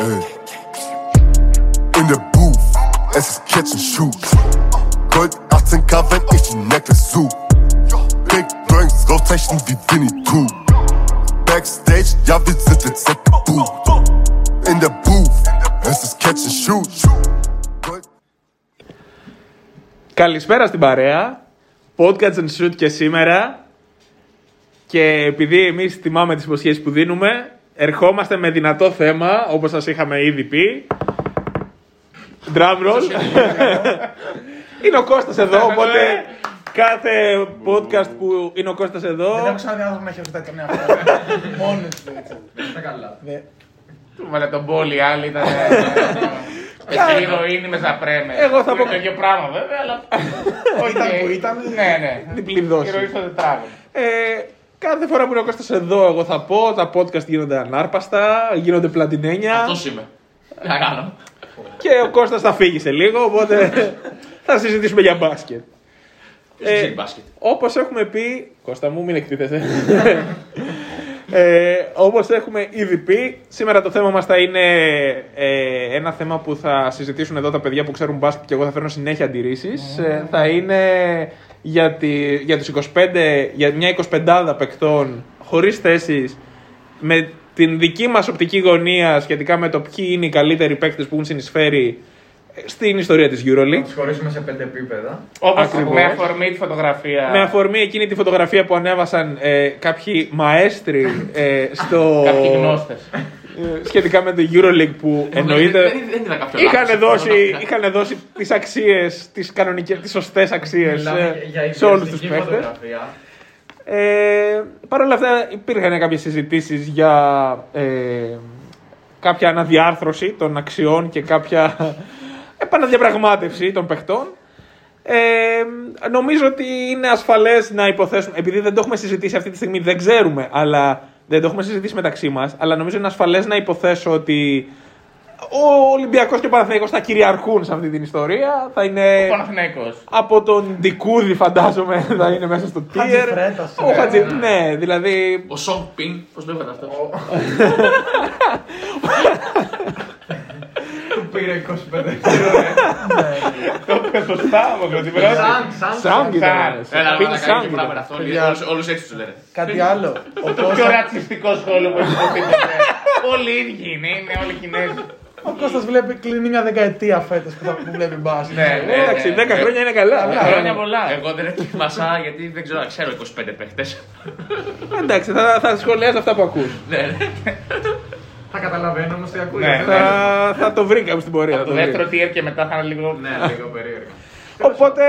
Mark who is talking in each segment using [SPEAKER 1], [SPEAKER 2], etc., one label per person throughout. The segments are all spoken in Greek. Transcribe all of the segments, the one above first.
[SPEAKER 1] Ayy. Äh. In der Booth, es ist Catch and Shoot. Gold 18k, wenn ich die Necklace such. Big Brains, Rauchzeichen wie Winnie Pooh. Backstage, ja, wir sind jetzt abgebucht. In der Booth, es ist Catch and Shoot. Gold
[SPEAKER 2] Καλησπέρα στην παρέα. Podcast and shoot και σήμερα. Και επειδή εμείς θυμάμαι τις υποσχέσεις που δίνουμε, ερχόμαστε με δυνατό θέμα, όπως σας είχαμε ήδη πει. Drum roll.
[SPEAKER 3] ναι.
[SPEAKER 2] είναι ο Κώστας εδώ, οπότε κάθε podcast που είναι ο Κώστας εδώ.
[SPEAKER 3] Δεν έχω ξαναδεί άνθρωπο να χειροκροτάει τον εαυτό του. Μόνος του. έτσι.
[SPEAKER 4] Τα καλά.
[SPEAKER 3] Δε-
[SPEAKER 4] Του βάλε τον πόλη, άλλοι ήταν.
[SPEAKER 2] Καλά.
[SPEAKER 4] Εσύ ηρωίνη με ζαπρέμε.
[SPEAKER 2] Εγώ θα
[SPEAKER 4] Που είναι
[SPEAKER 2] πω-
[SPEAKER 4] Το ίδιο πράγμα βέβαια, αλλά. Οκ.
[SPEAKER 3] Ήταν που ήταν.
[SPEAKER 4] Ναι, ναι.
[SPEAKER 2] Διπλή δόση.
[SPEAKER 4] Ηρωή στο τετράγωνο.
[SPEAKER 2] Ε, κάθε φορά που είναι ο Κώστας εδώ, εγώ θα πω, τα podcast γίνονται ανάρπαστα, γίνονται πλατινένια.
[SPEAKER 4] Αυτός είμαι. Τι να κάνω.
[SPEAKER 2] Και ο Κώστας θα φύγει σε λίγο, οπότε θα συζητήσουμε για μπάσκετ.
[SPEAKER 4] Ποιος ξέρει μπάσκετ.
[SPEAKER 2] Ε, Όπως έχουμε πει... Κώστα μου, μην εκτίθεσαι. ε, όπως έχουμε ήδη πει, σήμερα το θέμα μας θα είναι ε, ένα θέμα που θα συζητήσουν εδώ τα παιδιά που ξέρουν μπάσκετ και εγώ θα φέρνω συνέχεια αντιρρήσεις. Ε, θα είναι για, τη, για, τους 25, για μια 25 παικτών χωρίς θέσεις με την δική μας οπτική γωνία σχετικά με το ποιοι είναι οι καλύτεροι παίκτες που έχουν συνεισφέρει στην ιστορία της EuroLeague.
[SPEAKER 5] χωρίσουμε σε πέντε επίπεδα.
[SPEAKER 4] Όπως
[SPEAKER 2] Ακριβώς.
[SPEAKER 4] με αφορμή τη φωτογραφία.
[SPEAKER 2] Με αφορμή εκείνη τη φωτογραφία που ανέβασαν ε, κάποιοι μαέστροι ε, στο...
[SPEAKER 4] Κάποιοι γνώστες.
[SPEAKER 2] ε, σχετικά με το Euroleague που
[SPEAKER 5] Ε,
[SPEAKER 2] εννοείται...
[SPEAKER 4] Δεν δεν είδα κάποιο
[SPEAKER 2] Είχαν
[SPEAKER 4] λάθος.
[SPEAKER 2] δώσει, είχαν δώσει τις αξίες, τις κανονικές, τις σωστές αξίες
[SPEAKER 5] Μιλάμε
[SPEAKER 2] ε,
[SPEAKER 5] για
[SPEAKER 2] σε όλους τους
[SPEAKER 5] ιδεαστική
[SPEAKER 2] παίχτες.
[SPEAKER 5] φωτογραφία.
[SPEAKER 2] Ε, Παρ' όλα αυτά υπήρχαν κάποιες συζητήσεις για ε, κάποια αναδιάρθρωση των αξιών και κάποια επαναδιαπραγμάτευση των παιχτών. Ε, νομίζω ότι είναι ασφαλές να υποθέσουμε, επειδή δεν το έχουμε συζητήσει αυτή τη στιγμή, δεν ξέρουμε, αλλά δεν το έχουμε συζητήσει μεταξύ μας, αλλά νομίζω είναι ασφαλές να υποθέσω ότι ο Ολυμπιακός και ο Παναθηναϊκός θα κυριαρχούν σε αυτή την ιστορία, θα είναι...
[SPEAKER 4] Παναθυναϊκό.
[SPEAKER 2] Από τον Ντικούδη φαντάζομαι θα είναι μέσα στο tier.
[SPEAKER 3] Χατζηφρέτας,
[SPEAKER 2] Ο
[SPEAKER 3] ε.
[SPEAKER 2] Χατζη... Ναι, δηλαδή.
[SPEAKER 4] Ο Σον Πιν, πώς το είπατε αυτό.
[SPEAKER 5] Του πήρε 25.
[SPEAKER 4] Το είπε σωστά, από την πρώτη.
[SPEAKER 5] Σαν, σαν,
[SPEAKER 2] Σάγκ ήταν. ρε.
[SPEAKER 4] Έλα,
[SPEAKER 2] Big
[SPEAKER 4] να κάνει
[SPEAKER 2] Sam
[SPEAKER 4] και
[SPEAKER 2] ήταν.
[SPEAKER 4] πράγμα είναι αυτό.
[SPEAKER 3] Παιδιά.
[SPEAKER 4] Όλους έτσι τους λένε.
[SPEAKER 3] Κάτι άλλο. Ο
[SPEAKER 4] Το πιο
[SPEAKER 3] Κώστας-
[SPEAKER 4] ρατσιστικό σχόλιο που έχω πει
[SPEAKER 5] ναι.
[SPEAKER 4] ποτέ. Όλοι οι ίδιοι είναι, είναι όλοι Κινέζοι.
[SPEAKER 3] Ο Κώστας βλέπει, κλείνει μια δεκαετία φέτος που θα που βλέπει μπάσκετ.
[SPEAKER 4] Ναι, ναι.
[SPEAKER 2] Εντάξει, 10 χρόνια είναι καλά. Ναι.
[SPEAKER 4] Χρόνια πολλά. Εγώ δεν ετοιμάσα γιατί δεν ξέρω, ξέρω 25 παίχτες.
[SPEAKER 2] Εντάξει, θα, θα σχολιάζει αυτά που ακούς.
[SPEAKER 5] Ναι, Θα καταλαβαίνω όμως τι ακούει.
[SPEAKER 4] Ναι,
[SPEAKER 5] Αυτό είναι-
[SPEAKER 2] θα, θα το βρήκαμε στην πορεία. θα
[SPEAKER 4] Το
[SPEAKER 2] το βρήκαμε.
[SPEAKER 4] δεύτερο tier και μετά θα είναι λίγο.
[SPEAKER 5] Ναι, λίγο περίεργο.
[SPEAKER 2] Οπότε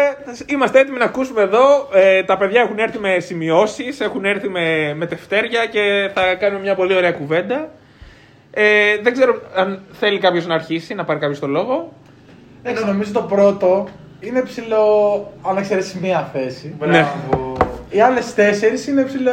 [SPEAKER 2] είμαστε έτοιμοι να ακούσουμε εδώ. Ε, τα παιδιά έχουν έρθει με σημειώσεις, έχουν έρθει με, με τευτέρια και θα κάνουμε μια πολύ ωραία κουβέντα. Ε, δεν ξέρω αν θέλει κάποιος να αρχίσει, να πάρει κάποιος το λόγο.
[SPEAKER 3] Εντάξει, Ε, ναι, νομίζω το πρώτο είναι ψηλό, αν εξαιρέσει μία θέση.
[SPEAKER 5] Μπράβο.
[SPEAKER 2] Ναι.
[SPEAKER 3] Οι άλλες τέσσερις είναι ψηλό.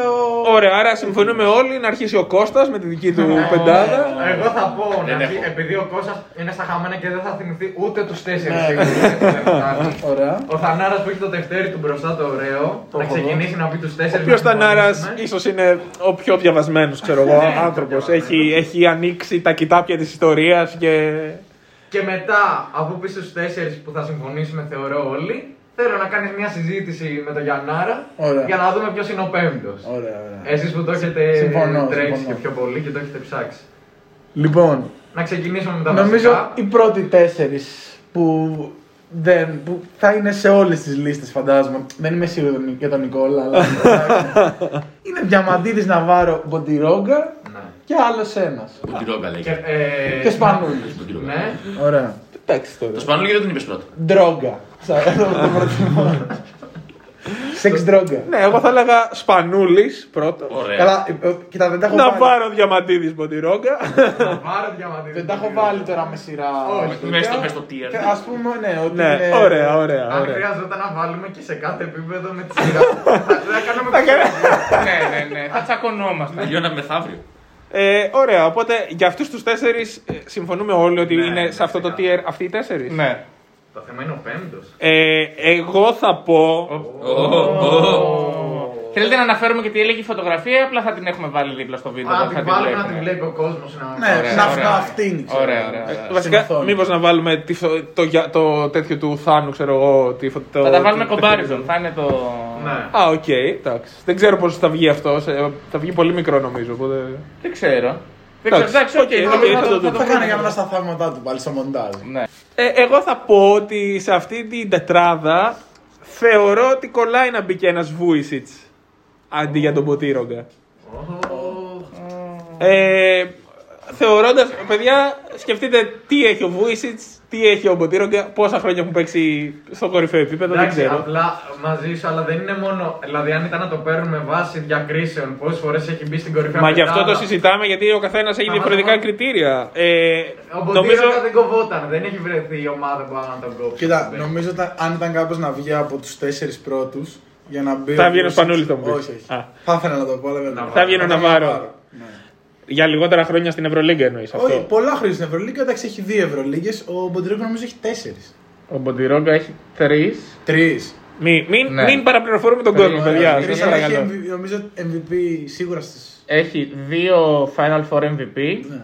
[SPEAKER 2] Ωραία, άρα συμφωνούμε όλοι να αρχίσει ο Κώστας με τη δική του
[SPEAKER 3] Ε, Ναι.
[SPEAKER 2] πεντάδα.
[SPEAKER 5] Εγώ θα πω,
[SPEAKER 4] Δεν
[SPEAKER 5] να
[SPEAKER 4] έχω.
[SPEAKER 5] πει- επειδή ο Κώστας είναι στα χαμένα και δεν θα θυμηθεί ούτε τους τέσσερις
[SPEAKER 3] Ναι.
[SPEAKER 5] σίγουρα. δεν θα κάνει.
[SPEAKER 3] Ωραία.
[SPEAKER 5] Ο Θανάρας που έχει το δευτέρι του μπροστά το ωραίο, θα ξεκινήσει να πει τους
[SPEAKER 2] Ο
[SPEAKER 5] τέσσερις.
[SPEAKER 2] οποίος
[SPEAKER 5] να
[SPEAKER 2] Τανάρα
[SPEAKER 5] συμφωνήσουμε.
[SPEAKER 2] ίσως είναι ο πιο διαβασμένος, ξέρω εγώ, άνθρωπος. Έχει, έχει ανοίξει τα κοιτάπια της ιστορίας και.
[SPEAKER 5] Και μετά, από πίσω στους τέσσερις που θα συμφωνήσουμε θεωρώ όλοι, θέλω να κάνεις μια συζήτηση με τον Γιαννάρα
[SPEAKER 3] Ωραία.
[SPEAKER 5] για να δούμε ποιος είναι ο πέμπτος.
[SPEAKER 3] Ωραία, ωραία.
[SPEAKER 5] Εσείς που το έχετε
[SPEAKER 3] Συμφωνώ,
[SPEAKER 5] τρέξει
[SPEAKER 3] συμφωνώ.
[SPEAKER 5] και πιο πολύ και το έχετε ψάξει.
[SPEAKER 3] Λοιπόν,
[SPEAKER 5] Να ξεκινήσουμε με τα
[SPEAKER 3] Νομίζω
[SPEAKER 5] βασικά.
[SPEAKER 3] οι πρώτοι τέσσερις που, δεν, που θα είναι σε όλες τις λίστες, φαντάζομαι. Δεν είμαι σίγουρος για τον Νικόλα, αλλά. είναι Διαμαντίδης Ναβάρο Μποντιρόγκα
[SPEAKER 5] Ναι.
[SPEAKER 3] και άλλος ένας.
[SPEAKER 4] Μπουτιρόγκα λέγεται.
[SPEAKER 5] Και, ε,
[SPEAKER 3] Και Σπανούλης.
[SPEAKER 4] Μπουτιρόγκα.
[SPEAKER 5] Ναι.
[SPEAKER 3] Ωραία.
[SPEAKER 2] Εντάξει τώρα.
[SPEAKER 4] Το σπανούλι γιατί δεν τον είπες πρώτα.
[SPEAKER 3] Ντρόγκα. Σαν- το προτιμώ. Σεξ ντρόγκα.
[SPEAKER 2] Ναι, εγώ θα έλεγα Σπανούλης πρώτο.
[SPEAKER 4] Ωραία.
[SPEAKER 3] Καλά, ε, ε, κοίτα, δεν τα έχω
[SPEAKER 2] Ναι. Να
[SPEAKER 3] βάλει.
[SPEAKER 2] πάρω διαμαντίδη Μποντιρόγκα.
[SPEAKER 5] Βάρο διαμαντίδη.
[SPEAKER 3] Δεν τα έχω βάλει τώρα με σειρά.
[SPEAKER 5] Όχι,
[SPEAKER 4] μες στο- μες στο tier.
[SPEAKER 3] Ας πούμε, ναι, ότι.
[SPEAKER 2] ναι,
[SPEAKER 3] είναι-
[SPEAKER 2] ωραία, ωραία.
[SPEAKER 5] Αν
[SPEAKER 2] ωραία.
[SPEAKER 5] χρειαζόταν να βάλουμε και σε κάθε επίπεδο με τη σειρά. θα θα κάνουμε πιο-
[SPEAKER 4] ναι, ναι, ναι. Θα τσακωνόμαστε.
[SPEAKER 6] Τελειώναμε μεθαύριο.
[SPEAKER 2] Ε, ωραία, οπότε για αυτούς τους τέσσερις ε, συμφωνούμε όλοι ότι
[SPEAKER 6] Ναι,
[SPEAKER 2] είναι
[SPEAKER 6] ναι,
[SPEAKER 2] σε αυτό το tier αυτοί οι τέσσερις.
[SPEAKER 4] ναι.
[SPEAKER 5] Το θέμα είναι ο πέμπτος.
[SPEAKER 2] Ε, εγώ θα πω.
[SPEAKER 4] Θέλετε να αναφέρουμε και τι έλεγε η φωτογραφία, ή απλά θα την έχουμε βάλει δίπλα στο βίντεο.
[SPEAKER 5] Αν
[SPEAKER 4] δεν θα
[SPEAKER 5] την βάλουμε να
[SPEAKER 4] βλέπουμε.
[SPEAKER 5] την βλέπει ο κόσμος.
[SPEAKER 3] Ναι,
[SPEAKER 4] Ωραία,
[SPEAKER 3] να
[SPEAKER 4] ωραία.
[SPEAKER 3] να αυτήν. ξέρω.
[SPEAKER 4] Ωραία, ωραία, ωραία.
[SPEAKER 3] Ε,
[SPEAKER 2] Βασικά,
[SPEAKER 3] Συμμεθώνει.
[SPEAKER 2] μήπως να βάλουμε τη, φω- το, για- το τέτοιο του Θάνου, ξέρω εγώ. Τη, φω- το,
[SPEAKER 4] Θα τα βάλουμε
[SPEAKER 2] το-
[SPEAKER 4] comparison, θα είναι το.
[SPEAKER 5] Ναι.
[SPEAKER 2] Α, οκ, εντάξει. Δεν ξέρω πώς θα βγει αυτό. σε- Θα βγει πολύ μικρό νομίζω. Οπότε...
[SPEAKER 4] Δεν ξέρω. Δεν ξέρω.
[SPEAKER 2] Εντάξει,
[SPEAKER 4] Εντάξει,
[SPEAKER 2] οκ,
[SPEAKER 4] οκ, θα
[SPEAKER 2] οκ, θα
[SPEAKER 4] το-
[SPEAKER 2] Ε, το
[SPEAKER 4] θα
[SPEAKER 2] δούμε.
[SPEAKER 4] το
[SPEAKER 3] Θα κάνει
[SPEAKER 4] κάνουμε.
[SPEAKER 3] κανένα στα θαύματά του πάλι στο μοντάζ.
[SPEAKER 4] Ναι.
[SPEAKER 2] Ε, εγώ θα πω ότι σε αυτή την τετράδα θεωρώ ότι κολλάει να μπει και ένας Βούισιτ αντί για τον Ποτήρογκα. Ε, Θεωρώντας, παιδιά, σκεφτείτε τι έχει ο Βούισιτ, τι έχει ο Μποτήρογκα, πόσα χρόνια έχουν παίξει στο κορυφαίο επίπεδο, δεν
[SPEAKER 5] Εντάξει,
[SPEAKER 2] ξέρω.
[SPEAKER 5] απλά μαζί σου, αλλά δεν είναι μόνο. Δηλαδή, αν ήταν να το παίρνουμε βάση διακρίσεων, πόσες φορές έχει μπει στην κορυφή
[SPEAKER 2] Μα
[SPEAKER 5] από
[SPEAKER 2] γι'
[SPEAKER 5] την
[SPEAKER 2] αυτό το
[SPEAKER 5] τάδα.
[SPEAKER 2] συζητάμε, γιατί ο καθένας έχει
[SPEAKER 5] Μα,
[SPEAKER 2] διαφορετικά
[SPEAKER 5] μα, μα.
[SPEAKER 2] κριτήρια. Ε,
[SPEAKER 5] Ο Μποντίρογκα
[SPEAKER 2] νομίζω.
[SPEAKER 5] δεν κοβόταν, δεν έχει βρεθεί η ομάδα που να τον κόψει.
[SPEAKER 3] Κοίτα,
[SPEAKER 2] Ναι.
[SPEAKER 3] νομίζω ότι αν ήταν κάποιο να βγει από τους τέσσερις πρώτους για να μπει.
[SPEAKER 2] Θα
[SPEAKER 3] ο
[SPEAKER 2] βγει ο
[SPEAKER 3] Βούσιτς-
[SPEAKER 2] Σπανούλης, θα μου πεις.
[SPEAKER 3] Όχι, όχι.
[SPEAKER 2] Α.
[SPEAKER 3] Θα ήθελα να το πω, αλλά δεν το πω.
[SPEAKER 2] Θα βγει ο
[SPEAKER 3] Θα
[SPEAKER 2] Ναβάρο. Για λιγότερα χρόνια στην Ευρωλίγκα εννοείς αυτό.
[SPEAKER 3] Όχι, πολλά χρόνια στην Ευρωλίγκα. Εντάξει, έχει δύο Ευρωλίγκες. Ο Μποντρίκο νομίζω έχει τέσσερις.
[SPEAKER 2] Ο Μποντιρόγκα έχει τρεις.
[SPEAKER 3] Τρεις.
[SPEAKER 2] Μην, μην,
[SPEAKER 4] Ναι.
[SPEAKER 2] μην παραπληροφορούμε τον κόσμο, Λοιπόν, παιδιά.
[SPEAKER 3] Τρεις,
[SPEAKER 2] Σας
[SPEAKER 3] αλλά έχει
[SPEAKER 2] παρακαλώ.
[SPEAKER 3] MVP, νομίζω MVP σίγουρα στις.
[SPEAKER 4] Έχει δύο Final Four MVP,
[SPEAKER 3] Ναι.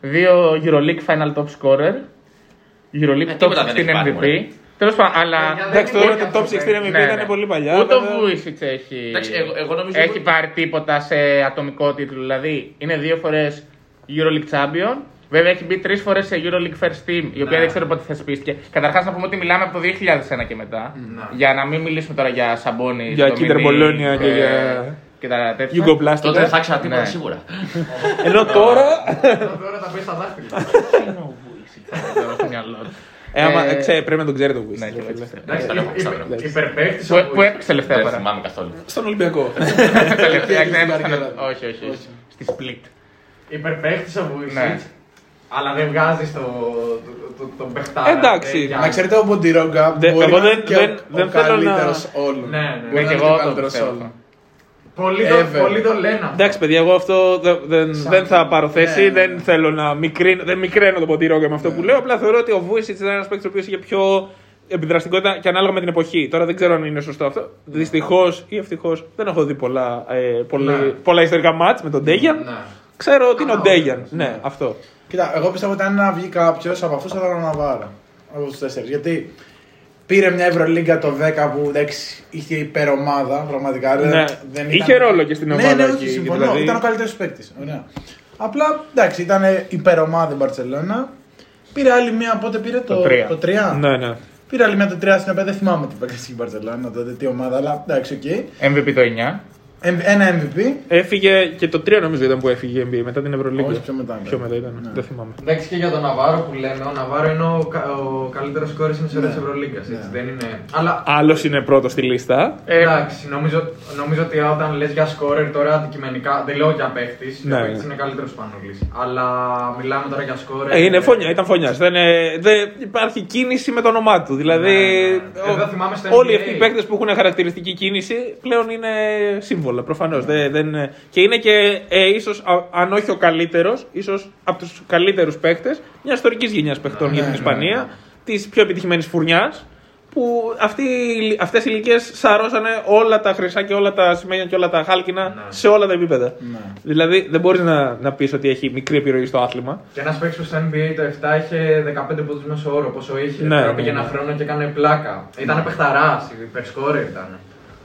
[SPEAKER 4] δύο EuroLeague Final Top Scorer,
[SPEAKER 6] Ε,
[SPEAKER 4] EuroLeague Top
[SPEAKER 6] τίποτα δεν έχει
[SPEAKER 4] 16
[SPEAKER 6] πάρει,
[SPEAKER 4] MVP. Τέλος πάντων, αλλά.
[SPEAKER 5] Ε,
[SPEAKER 2] Εντάξει,
[SPEAKER 5] Δεν
[SPEAKER 2] τώρα
[SPEAKER 5] είναι
[SPEAKER 2] το top 16
[SPEAKER 5] αυτό,
[SPEAKER 2] MVP
[SPEAKER 4] ναι,
[SPEAKER 2] ήταν
[SPEAKER 4] ναι.
[SPEAKER 2] πολύ παλιά.
[SPEAKER 4] Ούτε ο
[SPEAKER 2] βέβαια.
[SPEAKER 4] Βούισιτ έχει,
[SPEAKER 6] Εντάξει, εγώ- εγώ νομίζω
[SPEAKER 4] έχει
[SPEAKER 6] ότι-
[SPEAKER 4] πάρει τίποτα σε ατομικό τίτλο. Δηλαδή είναι δύο φορές EuroLeague Champion. Βέβαια έχει μπει τρεις φορές σε EuroLeague First Team, η οποία
[SPEAKER 6] Ναι.
[SPEAKER 4] δεν ξέρω πότε θεσπίστηκε. Καταρχάς να πούμε ότι μιλάμε από το 2001 και μετά.
[SPEAKER 6] Ναι.
[SPEAKER 4] Για να μην μιλήσουμε τώρα για Σαμπόνι,
[SPEAKER 2] Για
[SPEAKER 4] Ντομινί
[SPEAKER 2] Kinder Bologna και
[SPEAKER 4] ε,
[SPEAKER 2] για-
[SPEAKER 4] και τα τέτοια.
[SPEAKER 2] Hugo Blast,
[SPEAKER 6] Τότε δεν
[SPEAKER 2] ναι.
[SPEAKER 6] θα άξιζα τίποτα
[SPEAKER 4] Ναι.
[SPEAKER 6] σίγουρα.
[SPEAKER 2] Ενώ τώρα.
[SPEAKER 5] Τώρα τα πει στα δάχτυλα.
[SPEAKER 4] είναι ο Βούησιτ, θα το λέω στο μυαλό του.
[SPEAKER 2] Ε, άμα,
[SPEAKER 4] Ε,
[SPEAKER 2] ξέρε, πρέπει να τον ξέρετε τον
[SPEAKER 4] ναι, και εγώ
[SPEAKER 2] Βουίσιτ.
[SPEAKER 4] έτσι θέλω.
[SPEAKER 5] Εντάξει,
[SPEAKER 6] τα λέω,
[SPEAKER 5] υπε-
[SPEAKER 6] ξέρω.
[SPEAKER 5] υπερπαίχτης ο
[SPEAKER 4] Που- Που
[SPEAKER 5] Βούτσιτς.
[SPEAKER 4] έπαιξε τελευταία
[SPEAKER 6] Δεν
[SPEAKER 4] φορά.
[SPEAKER 6] θυμάμαι καθόλου.
[SPEAKER 2] Στον Ολυμπιακό.
[SPEAKER 4] Τελευταία,
[SPEAKER 3] Στην
[SPEAKER 4] δεν έπαιξε-
[SPEAKER 3] Καριέρα.
[SPEAKER 4] Όχι, όχι, όχι. Στη Split.
[SPEAKER 5] Υπερπαίχτης ο Βούτσιτς,
[SPEAKER 4] Ναι.
[SPEAKER 5] Αλλά δεν βγάζεις το, το, το, τον παιχτάρα. ε,
[SPEAKER 2] Εντάξει.
[SPEAKER 5] δεν
[SPEAKER 3] Να
[SPEAKER 5] βγάζει.
[SPEAKER 3] ξέρετε ο Μποντιρόγκα
[SPEAKER 2] Δεν-
[SPEAKER 3] μπορεί
[SPEAKER 2] εγώ
[SPEAKER 3] να είναι
[SPEAKER 2] δεν-
[SPEAKER 3] και
[SPEAKER 2] δεν-
[SPEAKER 3] ο-
[SPEAKER 2] δεν
[SPEAKER 3] ο
[SPEAKER 2] θέλω να-
[SPEAKER 3] καλύτερος όλων.
[SPEAKER 5] Ναι,
[SPEAKER 3] Μπορεί
[SPEAKER 5] ναι.
[SPEAKER 3] να
[SPEAKER 4] Ναι,
[SPEAKER 3] είναι
[SPEAKER 4] και εγώ
[SPEAKER 3] ο
[SPEAKER 4] το
[SPEAKER 3] καλύτερος
[SPEAKER 4] πιστεύω.
[SPEAKER 3] όλων.
[SPEAKER 5] Πολλοί το,
[SPEAKER 3] Ever.
[SPEAKER 5] πολλοί το λένε αυτό.
[SPEAKER 2] Εντάξει, παιδιά, εγώ αυτό δεν, δεν, δεν θα πάρω θέση.
[SPEAKER 3] ναι, ναι.
[SPEAKER 2] Δεν θέλω να μικρύνω, δεν μικραίνω τον Ποντιρόγκα με αυτό που λέω. Απλά θεωρώ ότι ο Βούισιτ ήταν ένας παίκτης ο οποίος είχε πιο επιδραστικότητα και ανάλογα με την εποχή. Τώρα δεν ξέρω αν είναι σωστό αυτό. Δυστυχώς ή ευτυχώς δεν έχω δει πολλά, ε, πολλά,
[SPEAKER 5] Ναι.
[SPEAKER 2] πολλά ιστορικά μάτ με τον Ντέγιαν.
[SPEAKER 5] Ναι.
[SPEAKER 2] Ξέρω ότι είναι ο
[SPEAKER 5] Α,
[SPEAKER 2] Ντέγιαν. Ναι, αυτό.
[SPEAKER 3] Κοίτα, εγώ πιστεύω ότι αν να βγει κάποιος από αυτούς θα ήταν ο Ναβάρα. Από τους τέσσερις. Γιατί πήρε μια Ευρωλίγκα το 10 που εντάξει είχε υπερομάδα πραγματικά.
[SPEAKER 2] Ναι.
[SPEAKER 3] Δεν, δεν
[SPEAKER 2] Είχε ρόλο και στην ομάδα
[SPEAKER 3] Ναι, ναι, όχι,
[SPEAKER 2] εκεί,
[SPEAKER 3] συμφωνώ.
[SPEAKER 2] δηλαδή.
[SPEAKER 3] Ήταν ο καλύτερος παίκτης. Απλά εντάξει, ήταν υπερομάδα η Μπαρσελόνα. Πήρε άλλη μία, πότε πήρε το,
[SPEAKER 4] Το τρία.
[SPEAKER 3] το τρία.
[SPEAKER 2] Ναι, ναι.
[SPEAKER 3] Πήρε άλλη μία το 3 στην οποία δεν θυμάμαι τι παίκτης στην Μπαρσελόνα τότε, τι ομάδα, αλλά εντάξει, οκ.
[SPEAKER 4] MVP το 9.
[SPEAKER 3] Εμ- Ένα MVP.
[SPEAKER 2] Έφυγε και το 3 νομίζω ήταν που έφυγε η NBA μετά την Ευρωλίγκα.
[SPEAKER 3] Όχι, πιο μετά ήταν.
[SPEAKER 2] Πιο μετά ήταν.
[SPEAKER 3] Ναι.
[SPEAKER 2] Δεν θυμάμαι.
[SPEAKER 5] Εντάξει και για τον Ναβάρο που λέμε, ο Ναβάρο είναι ο, κα- ο καλύτερος κόρη της ναι. Ευρωλίγκα.
[SPEAKER 3] Ναι.
[SPEAKER 5] Δεν είναι. Αλλά
[SPEAKER 2] Άλλος είναι πρώτος στη λίστα.
[SPEAKER 4] Ε,
[SPEAKER 5] εντάξει, νομίζω, νομίζω ότι όταν λες για σκόρερ τώρα αντικειμενικά, δεν λέω για παίχτης.
[SPEAKER 2] Ναι,
[SPEAKER 5] Ναι, ο παίχτη
[SPEAKER 2] ναι.
[SPEAKER 5] είναι καλύτερος πανούλη. Αλλά μιλάμε τώρα για σκόρερ.
[SPEAKER 2] Ε, είναι φωνιά, ήταν φωνιάς. Δεν, ε, δεν υπάρχει κίνηση με το όνομά του. Δηλαδή,
[SPEAKER 5] Ναι, ναι, ναι.
[SPEAKER 2] ο-
[SPEAKER 5] Εδώ θυμάμαι στο
[SPEAKER 2] όλοι
[SPEAKER 5] NBA.
[SPEAKER 2] αυτοί οι παίκτες που έχουν χαρακτηριστική κίνηση πλέον είναι σύμβολα προφανώ. δεν, και είναι και ε, ίσως, αν όχι ο καλύτερος, ίσως από τους καλύτερους παίκτες μια ιστορικής γενιά παίκτων για την
[SPEAKER 3] ναι,
[SPEAKER 2] Ισπανία, της πιο επιτυχημένης φουρνιάς. Που αυτοί, αυτές οι ηλικίες σαρώσανε όλα τα χρυσά και όλα τα σημαίνια και όλα τα
[SPEAKER 5] Ναι.
[SPEAKER 2] χάλκινα σε όλα τα επίπεδα.
[SPEAKER 3] Ναι.
[SPEAKER 2] Δηλαδή δεν μπορείς να, να πεις ότι έχει μικρή επιρροή στο άθλημα.
[SPEAKER 5] Και ένας παίκτης που στο NBA το 7 είχε 15 πόντου μέσο όρο, πόσο είχε.
[SPEAKER 2] Ναι,
[SPEAKER 5] τώρα
[SPEAKER 2] ναι,
[SPEAKER 5] πήγε
[SPEAKER 2] ναι.
[SPEAKER 5] ένα χρόνο και έκανε πλάκα. Ήταν παιχταρά, υπερσκόρερ ήταν.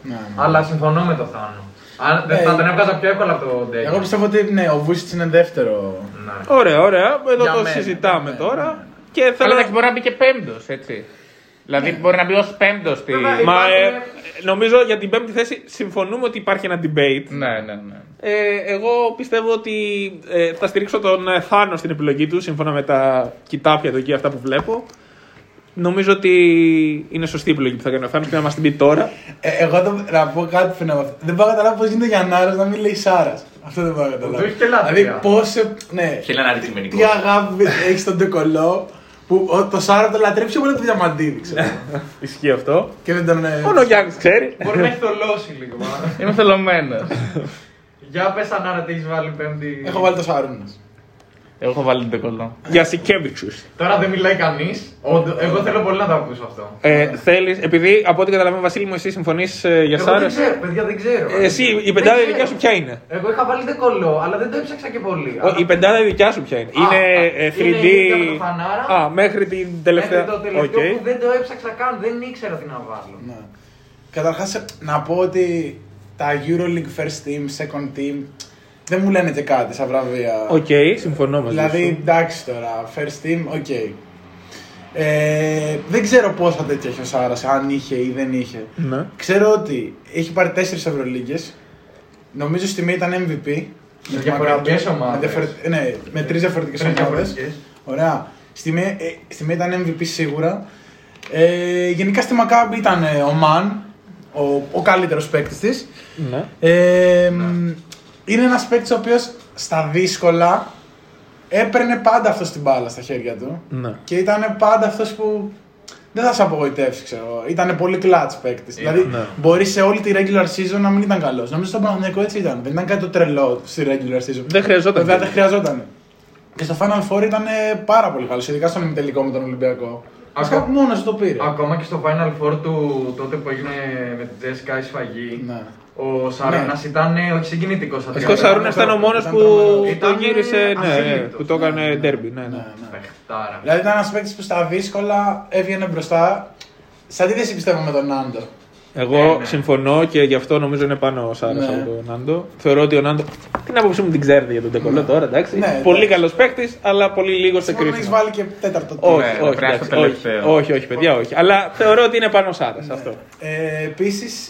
[SPEAKER 3] Ναι, ναι.
[SPEAKER 5] Αλλά συμφωνώ με το Θάνο. Αν, δεν
[SPEAKER 3] Ναι.
[SPEAKER 5] θα τον έβγαζα πιο εύκολα από τον Ναι. Ντέγκ.
[SPEAKER 3] Εγώ πιστεύω ότι ναι, ο Βούσιτ είναι δεύτερο.
[SPEAKER 2] Ωραία, ωραία. Εδώ
[SPEAKER 3] Για
[SPEAKER 2] το
[SPEAKER 3] μένα,
[SPEAKER 2] συζητάμε
[SPEAKER 3] ναι,
[SPEAKER 2] τώρα.
[SPEAKER 3] ναι, ναι.
[SPEAKER 2] Και
[SPEAKER 4] Αλλά
[SPEAKER 2] θέλω
[SPEAKER 4] εντάξει, μπορεί να μπει και πέμπτος, έτσι. Δηλαδή μπορεί να μπει ως πέμπτος στη.
[SPEAKER 5] Βέβαια,
[SPEAKER 2] Μα, ε,
[SPEAKER 5] Υπάρχουν-
[SPEAKER 2] νομίζω για την πέμπτη θέση συμφωνούμε ότι υπάρχει ένα debate.
[SPEAKER 4] Ναι, ναι, ναι.
[SPEAKER 2] Ε, εγώ πιστεύω ότι ε, θα στηρίξω τον ε, Θάνο στην επιλογή του, σύμφωνα με τα κοιτάπια του εκεί, αυτά που βλέπω. Νομίζω ότι είναι σωστή η επιλογή που θα κάνει ο Θάνο και να μας την πει τώρα.
[SPEAKER 3] Ε, εγώ το, να πω κάτι που αυτό. Δεν πάω να καταλάβω πώς γίνεται ο Γιαννάρα να μην λέει Σάρας. Αυτό δεν πάω να καταλάβω.
[SPEAKER 5] Το έχει και λάθη,
[SPEAKER 3] Δηλαδή
[SPEAKER 5] α.
[SPEAKER 3] πόσο. Ναι.
[SPEAKER 7] Και λέει ένα αντικειμενικό.
[SPEAKER 3] Τι αγάπη έχεις στον Ντεκολό που ο- το Σάρα το λατρεύει πιο πολύ από το Διαμαντίδη. ξέρω.
[SPEAKER 2] Ισχύει αυτό.
[SPEAKER 3] Και δεν τον. ε,
[SPEAKER 2] Μόνο ο Γιάννη ξέρει.
[SPEAKER 5] Μπορεί να έχει θολώσει λίγο. μα.
[SPEAKER 4] Είμαι θελωμένο.
[SPEAKER 5] Για πες ανάρα τι έχεις βάλει πέμπτη.
[SPEAKER 3] Έχω βάλει το Σάρουνας.
[SPEAKER 4] Εγώ έχω βάλει τον κολλό.
[SPEAKER 2] Για Σικέβριξου.
[SPEAKER 5] Τώρα δεν μιλάει κανείς. Εγώ θέλω πολύ να το ακούσω αυτό.
[SPEAKER 2] Ε, Θέλεις, επειδή από ό,τι καταλαβαίνω, Βασίλη μου, εσύ συμφωνείς για
[SPEAKER 5] Εγώ δεν
[SPEAKER 2] Σάρα.
[SPEAKER 5] ξέρω, παιδιά, δεν ξέρω.
[SPEAKER 2] Εσύ, η
[SPEAKER 5] Δεν
[SPEAKER 2] πεντάδα η
[SPEAKER 5] ξέρω.
[SPEAKER 2] δικιά σου ποια είναι.
[SPEAKER 5] Εγώ είχα βάλει δεν κολλώ, αλλά δεν το έψαξα και πολύ.
[SPEAKER 2] Ο- Η πεντάδα η δικιά σου ποια είναι.
[SPEAKER 5] Α,
[SPEAKER 2] Είναι
[SPEAKER 5] α,
[SPEAKER 2] ε,
[SPEAKER 5] είναι
[SPEAKER 2] 3D.
[SPEAKER 5] η ίδια με το φανάρα.
[SPEAKER 2] Α, μέχρι την
[SPEAKER 5] Μέχρι
[SPEAKER 2] τελευταία.
[SPEAKER 5] το τελευταίο
[SPEAKER 2] Οκ.
[SPEAKER 5] που δεν το έψαξα καν, δεν ήξερα τι να βάλω.
[SPEAKER 3] Καταρχά Ναι. να πω ότι τα EuroLeague First Team, Second Team δεν μου λένε και κάτι σαν βραβεία.
[SPEAKER 2] Οκ, συμφωνώ μαζί
[SPEAKER 3] Δηλαδή
[SPEAKER 2] σου.
[SPEAKER 3] εντάξει τώρα, first team, οκ. Ε, δεν ξέρω πόσα τέτοια έχει ο Σάρας, αν είχε ή δεν είχε.
[SPEAKER 2] Ναι.
[SPEAKER 3] Ξέρω ότι έχει πάρει 4 Ευρωλίγκες. Νομίζω στη μία ήταν MVP. Με τη
[SPEAKER 5] διαφορετικές
[SPEAKER 3] Maccabi.
[SPEAKER 5] ομάδες.
[SPEAKER 3] Με διαφορε- Ναι, με τρεις διαφορετικές
[SPEAKER 5] Τρεις
[SPEAKER 3] ομάδες.
[SPEAKER 5] διαφορετικές.
[SPEAKER 3] Ωραία. Στη μία, ε, στη μία ήταν MVP σίγουρα. Ε, γενικά στη Μακάμπη ήταν ε, ο Μαν, ο, ο καλύτερος παίκτης της.
[SPEAKER 2] Ναι.
[SPEAKER 3] Ε, μ, Είναι ένας παίκτης ο οποίος στα δύσκολα έπαιρνε πάντα αυτός την μπάλα στα χέρια του.
[SPEAKER 2] Ναι.
[SPEAKER 3] Και ήταν πάντα αυτός που δεν θα σε απογοητεύσει, ξέρω εγώ. Ήταν πολύ clutch παίκτης. Δηλαδή
[SPEAKER 2] ναι.
[SPEAKER 3] μπορεί σε όλη τη regular season να μην ήταν καλός. Νομίζω στον Παναγενικό έτσι ήταν. Δεν ήταν κάτι το τρελό στη regular season.
[SPEAKER 2] Δεν χρειαζόταν.
[SPEAKER 3] Βέβαια δεν χρειαζόταν. Και στο Final Four ήταν πάρα πολύ καλός, ειδικά στον ημιτελικό με τον Ολυμπιακό. Αυτά που μόνος το πήρε.
[SPEAKER 5] Ακόμα και στο Final Four του τότε που έγινε με την Τζέσικα η σφαγή,
[SPEAKER 3] Ναι.
[SPEAKER 5] ο Σαρούνα ήταν ε, όχι συγκινητικός.
[SPEAKER 2] Αυτό ο Σαρούνα ήταν ο μόνος
[SPEAKER 3] Ήταν
[SPEAKER 2] που
[SPEAKER 3] τρομερός.
[SPEAKER 2] το
[SPEAKER 5] Ήταν
[SPEAKER 2] γύρισε. Ναι, ναι,
[SPEAKER 5] ασύλληπτος.
[SPEAKER 2] που το έκανε
[SPEAKER 3] Ναι.
[SPEAKER 2] ντέρμπι. Ναι,
[SPEAKER 3] Ναι,
[SPEAKER 2] ναι.
[SPEAKER 3] ναι.
[SPEAKER 5] Πεχτάρα.
[SPEAKER 3] Δηλαδή ήταν ένας παίκτης που στα δύσκολα έβγαινε μπροστά. Σε αντίθεση πιστεύω με τον Άντο.
[SPEAKER 2] Εγώ
[SPEAKER 5] Ε, ναι.
[SPEAKER 2] συμφωνώ και γι' αυτό νομίζω είναι πάνω ο Σάρας
[SPEAKER 3] Ναι.
[SPEAKER 2] από τον Νάντο. Θεωρώ ότι ο Νάντο. Την άποψή μου την ξέρετε για τον Τεκολό τώρα, εντάξει.
[SPEAKER 3] Ναι, εντάξει.
[SPEAKER 2] πολύ καλός παίκτης, αλλά πολύ λίγο σε
[SPEAKER 3] Μόνο να
[SPEAKER 2] κρίση.
[SPEAKER 3] έχεις βάλει και τέταρτο
[SPEAKER 2] Όχι,
[SPEAKER 3] team.
[SPEAKER 4] Ναι,
[SPEAKER 2] όχι,
[SPEAKER 4] πρέπει να
[SPEAKER 2] εντάξει,
[SPEAKER 4] το
[SPEAKER 2] όχι,
[SPEAKER 4] τελευταίο.
[SPEAKER 2] όχι, όχι, παιδιά, όχι. Αλλά θεωρώ ότι είναι πάνω ο Σάρας αυτό.
[SPEAKER 3] Ε, Επίσης,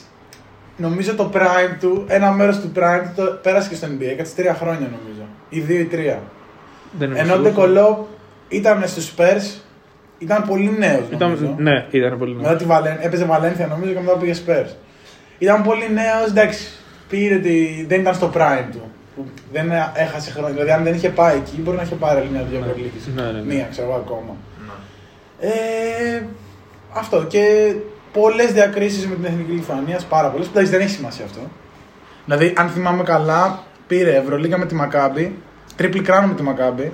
[SPEAKER 3] νομίζω το prime του, ένα μέρος του prime του το πέρασε και στο NBA. Κάτσε τρία χρόνια νομίζω. Ή δύο ή τρία.
[SPEAKER 2] Δεν είμαι
[SPEAKER 3] Ενώ ο
[SPEAKER 2] σίγουρος.
[SPEAKER 3] Ντεκολό ήταν στους Spurs, ήταν πολύ νέος.
[SPEAKER 2] Ήταν, ναι, ήταν πολύ νόημα.
[SPEAKER 3] Μετά τη Βαλέν, έπαιζε Βαλένθια νομίζω και μετά πήγε Spurs. Ήταν πολύ νέος, εντάξει. Πήρε τη... Δεν ήταν στο prime του. που Δεν έχασε χρόνια. Δηλαδή, αν δεν είχε πάει εκεί, μπορεί να είχε πάρει άλλη μια-δυο ναι.
[SPEAKER 2] Ναι, ναι, ναι.
[SPEAKER 3] Μία, ξέρω εγώ ακόμα. Ε, αυτό. Και πολλές διακρίσεις με την εθνική Λιθουανία. Πάρα πολλές. Εντάξει, δεν έχει σημασία αυτό. Δηλαδή, αν θυμάμαι καλά, πήρε Ευρωλίγα με τη Μακάμπη, τρίπλη κράνο με τη Μακάμπη,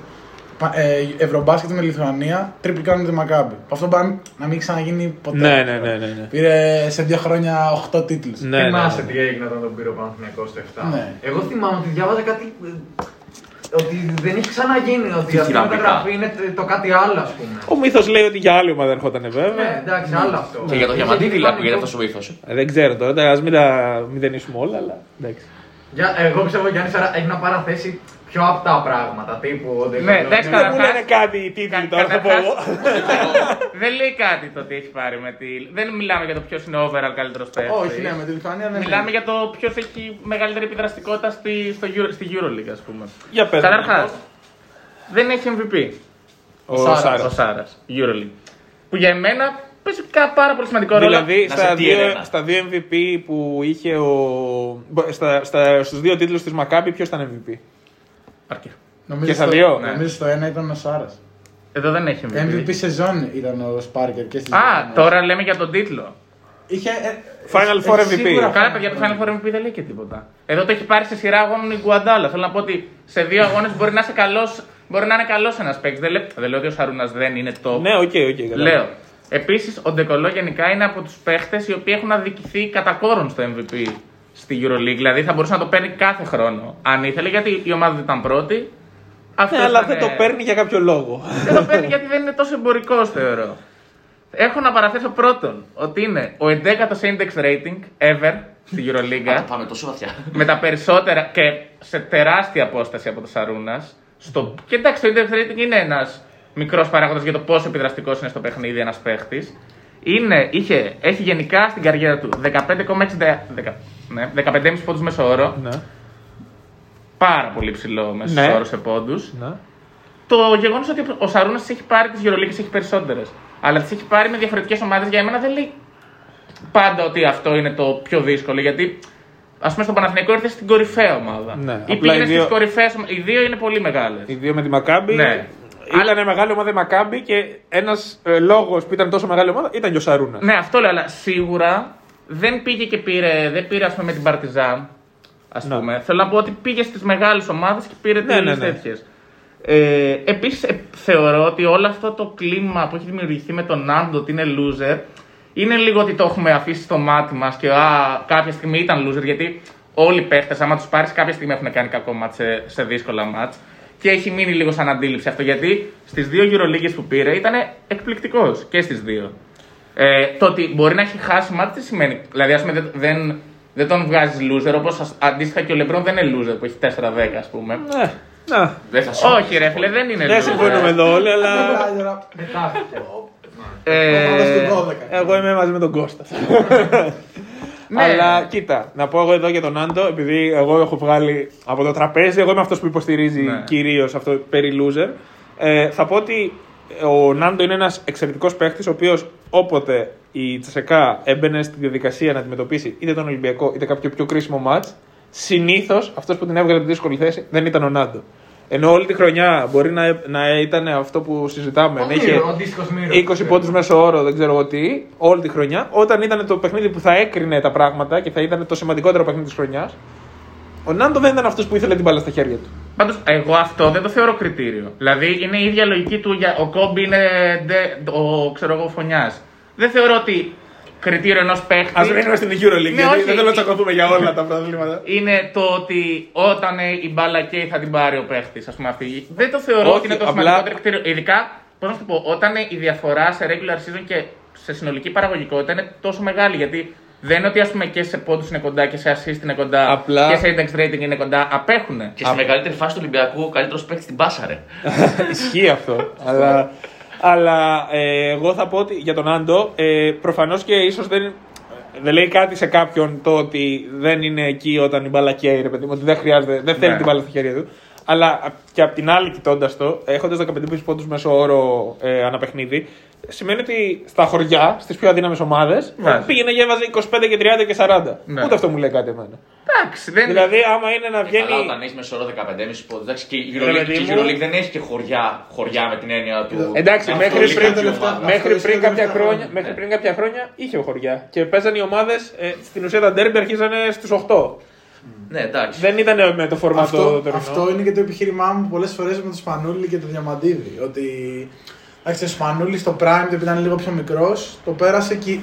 [SPEAKER 3] πα- ε, Ευρωμπάσκετ με Λιθουανία, τρίπλη κράνο με τη Μακάμπη. Αυτό μπορεί να μην ξαναγίνει ποτέ.
[SPEAKER 2] Ναι, ναι, ναι, ναι, ναι.
[SPEAKER 3] Πήρε σε δύο χρόνια 8 τίτλους.
[SPEAKER 2] Ναι, ναι, ναι.
[SPEAKER 5] θυμάσαι τι έγινε όταν τον πήρε ο Παναθηναϊκός το 7.
[SPEAKER 3] Ναι.
[SPEAKER 5] Εγώ θυμάμαι ότι διάβαζα κάτι. ε, Ότι δεν έχει ξαναγίνει. Ότι αυτή η
[SPEAKER 7] χειραπικά.
[SPEAKER 5] μεταγραφή είναι τε- το κάτι άλλο, ας πούμε.
[SPEAKER 2] Ο μύθος λέει ότι για άλλη ομάδα ερχόταν
[SPEAKER 5] Ναι,
[SPEAKER 2] βέβαια.
[SPEAKER 5] εντάξει, άλλο αυτό.
[SPEAKER 7] Και για το
[SPEAKER 5] Είχε
[SPEAKER 7] διαμαντίδι
[SPEAKER 5] Λιθουανικό.
[SPEAKER 7] λάκου, γιατί αυτός ο ύφο.
[SPEAKER 2] Ε, Δεν ξέρω τώρα, τα- ας μην τα μηδενίσουμε όλα, αλλά εντάξει.
[SPEAKER 5] Για- Εγώ πιστεύω Γιάννη Σαρά έχει να παραθέσει πιο απτά πράγματα. Τύπου. ο
[SPEAKER 4] Ναι,
[SPEAKER 5] Ντεκολό.
[SPEAKER 2] Δεν
[SPEAKER 4] εντάξει,
[SPEAKER 2] μου
[SPEAKER 4] καταρχάς-
[SPEAKER 2] λένε κάτι οι τίτλοι τώρα, θα πω εγώ.
[SPEAKER 4] Δεν λέει κάτι το τι έχει πάρει με τη. Δεν μιλάμε για το ποιος είναι overall καλύτερο παίκτη.
[SPEAKER 3] Όχι, ναι, με τη Λιθουανία δεν
[SPEAKER 4] Μιλάμε για το ποιος έχει μεγαλύτερη επιδραστικότητα στη, στο Euro, στη Euroleague, ας πούμε.
[SPEAKER 2] Για πες.
[SPEAKER 4] Καταρχάς, δεν έχει MVP
[SPEAKER 2] Ο Σάρας.
[SPEAKER 4] ο Σάρας, Euroleague. Που για εμένα παίζει κα- πάρα πολύ σημαντικό ρόλο.
[SPEAKER 2] Δηλαδή
[SPEAKER 7] να
[SPEAKER 2] στα
[SPEAKER 7] σε tier
[SPEAKER 2] δύο,
[SPEAKER 7] ένα.
[SPEAKER 2] στα δύο MVP που είχε ο. μπο- Στα, στα, στους δύο τίτλους της Μακάμπη, ποιος ήταν MVP.
[SPEAKER 4] Αρκεί.
[SPEAKER 3] Νομίζω
[SPEAKER 2] στα
[SPEAKER 3] στο-
[SPEAKER 2] δύο,
[SPEAKER 3] Νομίζω στο ένα ήταν ο Σάρας.
[SPEAKER 4] Εδώ δεν έχει MVP.
[SPEAKER 3] MVP σεζόν ήταν ο Σπάρκερ και στις
[SPEAKER 4] Α,
[SPEAKER 3] Λιθουανίες.
[SPEAKER 4] τώρα λέμε για τον τίτλο.
[SPEAKER 3] Είχε, ε,
[SPEAKER 2] Final
[SPEAKER 3] ε,
[SPEAKER 2] Four
[SPEAKER 3] ε,
[SPEAKER 2] MVP.
[SPEAKER 3] σίγουρα
[SPEAKER 4] Καλά, παιδιά, το Final Four MVP δεν λέει και τίποτα. Εδώ το έχει πάρει σε σειρά αγώνων η Γκουαντάλα. Θέλω να πω ότι σε δύο αγώνες μπορεί να είσαι καλός. Μπορεί να είναι καλός ένας παίκτης. Δεν, λέ- δεν λέω ότι ο Σαρούνας δεν είναι top.
[SPEAKER 2] Ναι, οκ, οκ. καλά.
[SPEAKER 4] λέω. Επίσης, ο Ντεκολό γενικά είναι από τους παίχτες οι οποίοι έχουν αδικηθεί κατά κόρον στο MVP στη Euroleague. Δηλαδή θα μπορούσε να το παίρνει κάθε χρόνο αν ήθελε, γιατί η ομάδα του ήταν πρώτη. Αυτό
[SPEAKER 2] Ναι, αλλά
[SPEAKER 4] ήταν,
[SPEAKER 2] δεν το
[SPEAKER 4] ε,
[SPEAKER 2] παίρνει για κάποιο λόγο.
[SPEAKER 4] δεν το παίρνει γιατί δεν είναι τόσο εμπορικό, θεωρώ. Έχω να παραθέσω πρώτον ότι είναι ο 11ο index rating ever στη Euroliga.
[SPEAKER 2] Ναι.
[SPEAKER 7] Θα πάμε τόσο βαθιά.
[SPEAKER 4] με τα περισσότερα και σε τεράστια απόσταση από το Σαρούνας. Στο... Και εντάξει, το index rating είναι ένας μικρός παράγοντας για το πόσο επιδραστικός είναι στο παιχνίδι ένας παίχτης. Είναι, είχε, έχει γενικά στην καριέρα του 15,60 δεκα- ναι, 15,5 πόντους μέσο όρο.
[SPEAKER 2] Ναι.
[SPEAKER 4] Πάρα πολύ ψηλό μέσος
[SPEAKER 2] Ναι.
[SPEAKER 4] όρο σε πόντους.
[SPEAKER 2] Ναι.
[SPEAKER 4] Το γεγονός ότι ο Σαρούνας έχει πάρει τι γερολίκε έχει περισσότερες. αλλά τις έχει πάρει με διαφορετικές ομάδες. Για εμένα δεν λέει πάντα ότι αυτό είναι το πιο δύσκολο. Γιατί ας πούμε στον Παναθηναϊκό ήρθε στην κορυφαία ομάδα.
[SPEAKER 2] Ναι,
[SPEAKER 4] Ή
[SPEAKER 2] απλά
[SPEAKER 4] πήγαινε
[SPEAKER 2] οι δύο-
[SPEAKER 4] στι κορυφαίε. Οι δύο είναι πολύ μεγάλες.
[SPEAKER 2] Οι δύο με τη Μακάμπη.
[SPEAKER 4] Ναι.
[SPEAKER 2] Ήταν μεγάλη ομάδα η Μακάμπη και ένας ε, λόγος που ήταν τόσο μεγάλη ομάδα ήταν και ο Σαρούνα.
[SPEAKER 4] Ναι, αυτό λέω, αλλά σίγουρα δεν πήγε και πήρε, δεν πήρε ας πούμε, με την Παρτιζάν. Ας
[SPEAKER 2] Ναι.
[SPEAKER 4] πούμε. Θέλω να πω ότι πήγε στις μεγάλες ομάδες και πήρε
[SPEAKER 2] Ναι,
[SPEAKER 4] ναι,
[SPEAKER 2] ναι,
[SPEAKER 4] ναι,
[SPEAKER 2] ναι.
[SPEAKER 4] τέτοιες. Ε, Επίσης, θεωρώ ότι όλο αυτό το κλίμα που έχει δημιουργηθεί με τον Νάντο ότι είναι loser, είναι λίγο ότι το έχουμε αφήσει στο μάτι μας και α, κάποια στιγμή ήταν loser. Γιατί όλοι οι παίχτε, άμα τους πάρεις, κάποια στιγμή έχουν κάνει κακό μάτ σε, σε δύσκολα μάτ. Και έχει μείνει λίγο σαν αντίληψη αυτό. Γιατί στις δύο Euroleagues που πήρε ήταν εκπληκτικός και στις δύο. Ε, το ότι μπορεί να έχει χάσει μάτι τι σημαίνει. Δηλαδή, ας πούμε, δεν, δεν, δεν τον βγάζεις loser όπως αντίστοιχα και ο Λεμπρόν δεν είναι loser που έχει 4-10, ας πούμε.
[SPEAKER 2] Ναι. Να.
[SPEAKER 6] Δεν θα σου
[SPEAKER 4] Όχι, ρε φίλε, δεν είναι
[SPEAKER 2] Δεν
[SPEAKER 4] loser.
[SPEAKER 2] συμφωνούμε εδώ όλοι, αλλά
[SPEAKER 5] Μετάφηκε.
[SPEAKER 4] Ε,
[SPEAKER 2] εγώ είμαι μαζί με τον Κώστα.
[SPEAKER 4] ναι.
[SPEAKER 2] Αλλά κοίτα, να πω εγώ εδώ για τον Άντο, επειδή εγώ έχω βγάλει από το τραπέζι, εγώ είμαι αυτός που υποστηρίζει
[SPEAKER 4] Ναι.
[SPEAKER 2] κυρίως αυτό περί loser. Ε, θα πω ότι ε, ο Νάντο είναι ένας εξαιρετικός παίκτης, ο οποίος όποτε η Τσεσεκά έμπαινε στη διαδικασία να αντιμετωπίσει είτε τον Ολυμπιακό είτε κάποιο πιο κρίσιμο μάτ, συνήθως αυτός που την έβγαλε από τη δύσκολη θέση δεν ήταν ο Νάντο. Ενώ όλη τη χρονιά μπορεί να, να ήταν αυτό που συζητάμε.
[SPEAKER 5] Ο
[SPEAKER 2] να είχε-
[SPEAKER 5] Μύρο, ο αντίστοιχος Μύρο.
[SPEAKER 2] 20 πόντους μέσω όρο, δεν ξέρω εγώ τι, όλη τη χρονιά. Όταν ήταν το παιχνίδι που θα έκρινε τα πράγματα και θα ήταν το σημαντικότερο παιχνίδι της χρονιάς, ο Νάντο δεν ήταν αυτός που ήθελε την μπάλα στα χέρια του.
[SPEAKER 4] Πάντως, εγώ αυτό δεν το θεωρώ κριτήριο. Δηλαδή, είναι η ίδια λογική του για. Ο Κόμπι είναι ντε- ο ξέρω εγώ φωνιάς. Δεν θεωρώ ότι κριτήριο ενός παίχτη.
[SPEAKER 2] Ας μείνουμε στην Euroleague,
[SPEAKER 4] Ναι,
[SPEAKER 2] γιατί
[SPEAKER 4] όχι.
[SPEAKER 2] δεν θέλω να τσακωθούμε για όλα τα προβλήματα.
[SPEAKER 4] είναι το ότι όταν ε, η μπάλα καίει θα την πάρει ο παίχτης. Ας πούμε αυτή. Δεν το θεωρώ
[SPEAKER 2] Όχι,
[SPEAKER 4] ότι είναι το
[SPEAKER 2] απλά-
[SPEAKER 4] σημαντικότερο κριτήριο. Ειδικά, πώς να σου το πω, όταν ε, η διαφορά σε regular season και σε συνολική παραγωγικότητα είναι τόσο μεγάλη. Γιατί δεν είναι ότι ας πούμε, και σε πόντους είναι κοντά και σε assist είναι κοντά
[SPEAKER 2] Απλά-
[SPEAKER 4] και σε index rating είναι κοντά. Απέχουνε.
[SPEAKER 7] Και στη μεγαλύτερη φάση του Ολυμπιακού, ο καλύτερος παίκτης την πάσαρε.
[SPEAKER 2] Ισχύει αυτό. αλλά αλλά ε, εγώ θα πω ότι για τον Άντο, ε, προφανώς και ίσως δεν, δεν λέει κάτι σε κάποιον το ότι δεν είναι εκεί όταν η μπάλα καίει, ρε παιδί μου, ότι δεν χρειάζεται, δεν θέλει
[SPEAKER 4] Ναι.
[SPEAKER 2] την μπάλα στα χέρια του. Αλλά α, και απ' την άλλη, κοιτώντας το, έχοντας 15 πόντους μέσω όρο ε, ανά παιχνίδι, σημαίνει ότι στα χωριά, στις πιο αδύναμες ομάδες,
[SPEAKER 4] Ναι.
[SPEAKER 2] πήγαινε και έβαζε 25 και 30 και 40.
[SPEAKER 4] Ναι.
[SPEAKER 2] Ούτε αυτό μου λέει κάτι εμένα.
[SPEAKER 4] Εντάξει, δεν
[SPEAKER 2] Δηλαδή, άμα είναι να βγαίνει.
[SPEAKER 7] Ε, Καλά, όταν έχεις μεσόρο 15,5 πόντους. Εντάξει, και η
[SPEAKER 2] Ρε
[SPEAKER 7] Euroleague,
[SPEAKER 2] παιδί
[SPEAKER 7] και η
[SPEAKER 2] μου.
[SPEAKER 7] Euroleague δεν έχει και χωριά, χωριά με την έννοια του.
[SPEAKER 2] Εντάξει,
[SPEAKER 7] Αυτό
[SPEAKER 2] μέχρι
[SPEAKER 7] είναι
[SPEAKER 2] πριν,
[SPEAKER 7] κάποια
[SPEAKER 2] τελευταία-
[SPEAKER 7] ομάδα.
[SPEAKER 2] μέχρι
[SPEAKER 3] Αυτό
[SPEAKER 2] πριν
[SPEAKER 3] ισχύει
[SPEAKER 2] κάποια
[SPEAKER 3] τελευταία
[SPEAKER 2] χρόνια,
[SPEAKER 3] χρόνια.
[SPEAKER 2] μέχρι πριν κάποια χρόνια είχε ο χωριά. Και παίζανε οι ομάδες, στην ουσία τα ντέρμπι αρχίζανε στους 8.
[SPEAKER 7] Ναι, εντάξει.
[SPEAKER 2] Δεν ήταν με το φορμάτο το
[SPEAKER 3] Αυτό,
[SPEAKER 2] τωρινό.
[SPEAKER 3] αυτό είναι και το επιχείρημά μου πολλές φορές με το Σπανούλη και το Διαμαντίδη. Ότι. Εντάξει, ο Σπανούλης στο Prime, το οποίο ήταν λίγο πιο μικρός, το πέρασε και.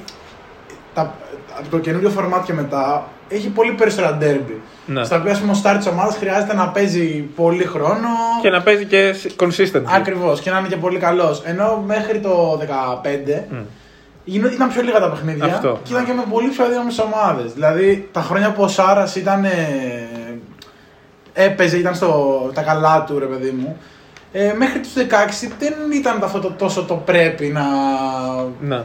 [SPEAKER 3] Τα, από το καινούριο φορμάτ και μετά έχει πολύ περισσότερα ντέρμπι.
[SPEAKER 2] Ναι.
[SPEAKER 3] Στα οποία, ας πούμε, ο στάρ της ομάδας χρειάζεται να παίζει πολύ χρόνο.
[SPEAKER 2] Και να παίζει και consistent.
[SPEAKER 3] Ακριβώς και να είναι και πολύ καλός. Ενώ μέχρι το 2015 γίνο- ήταν πιο λίγα τα παιχνίδια
[SPEAKER 2] Αυτό.
[SPEAKER 3] και ήταν και με πολύ πιο αδύναμες ομάδες. Δηλαδή τα χρόνια που ο Σάρας ήταν. ε, έπαιζε, ήταν στο, τα καλά του ρε παιδί μου. Ε, μέχρι τους 16 δεν ήταν αυτό το τόσο το πρέπει να.
[SPEAKER 2] Να.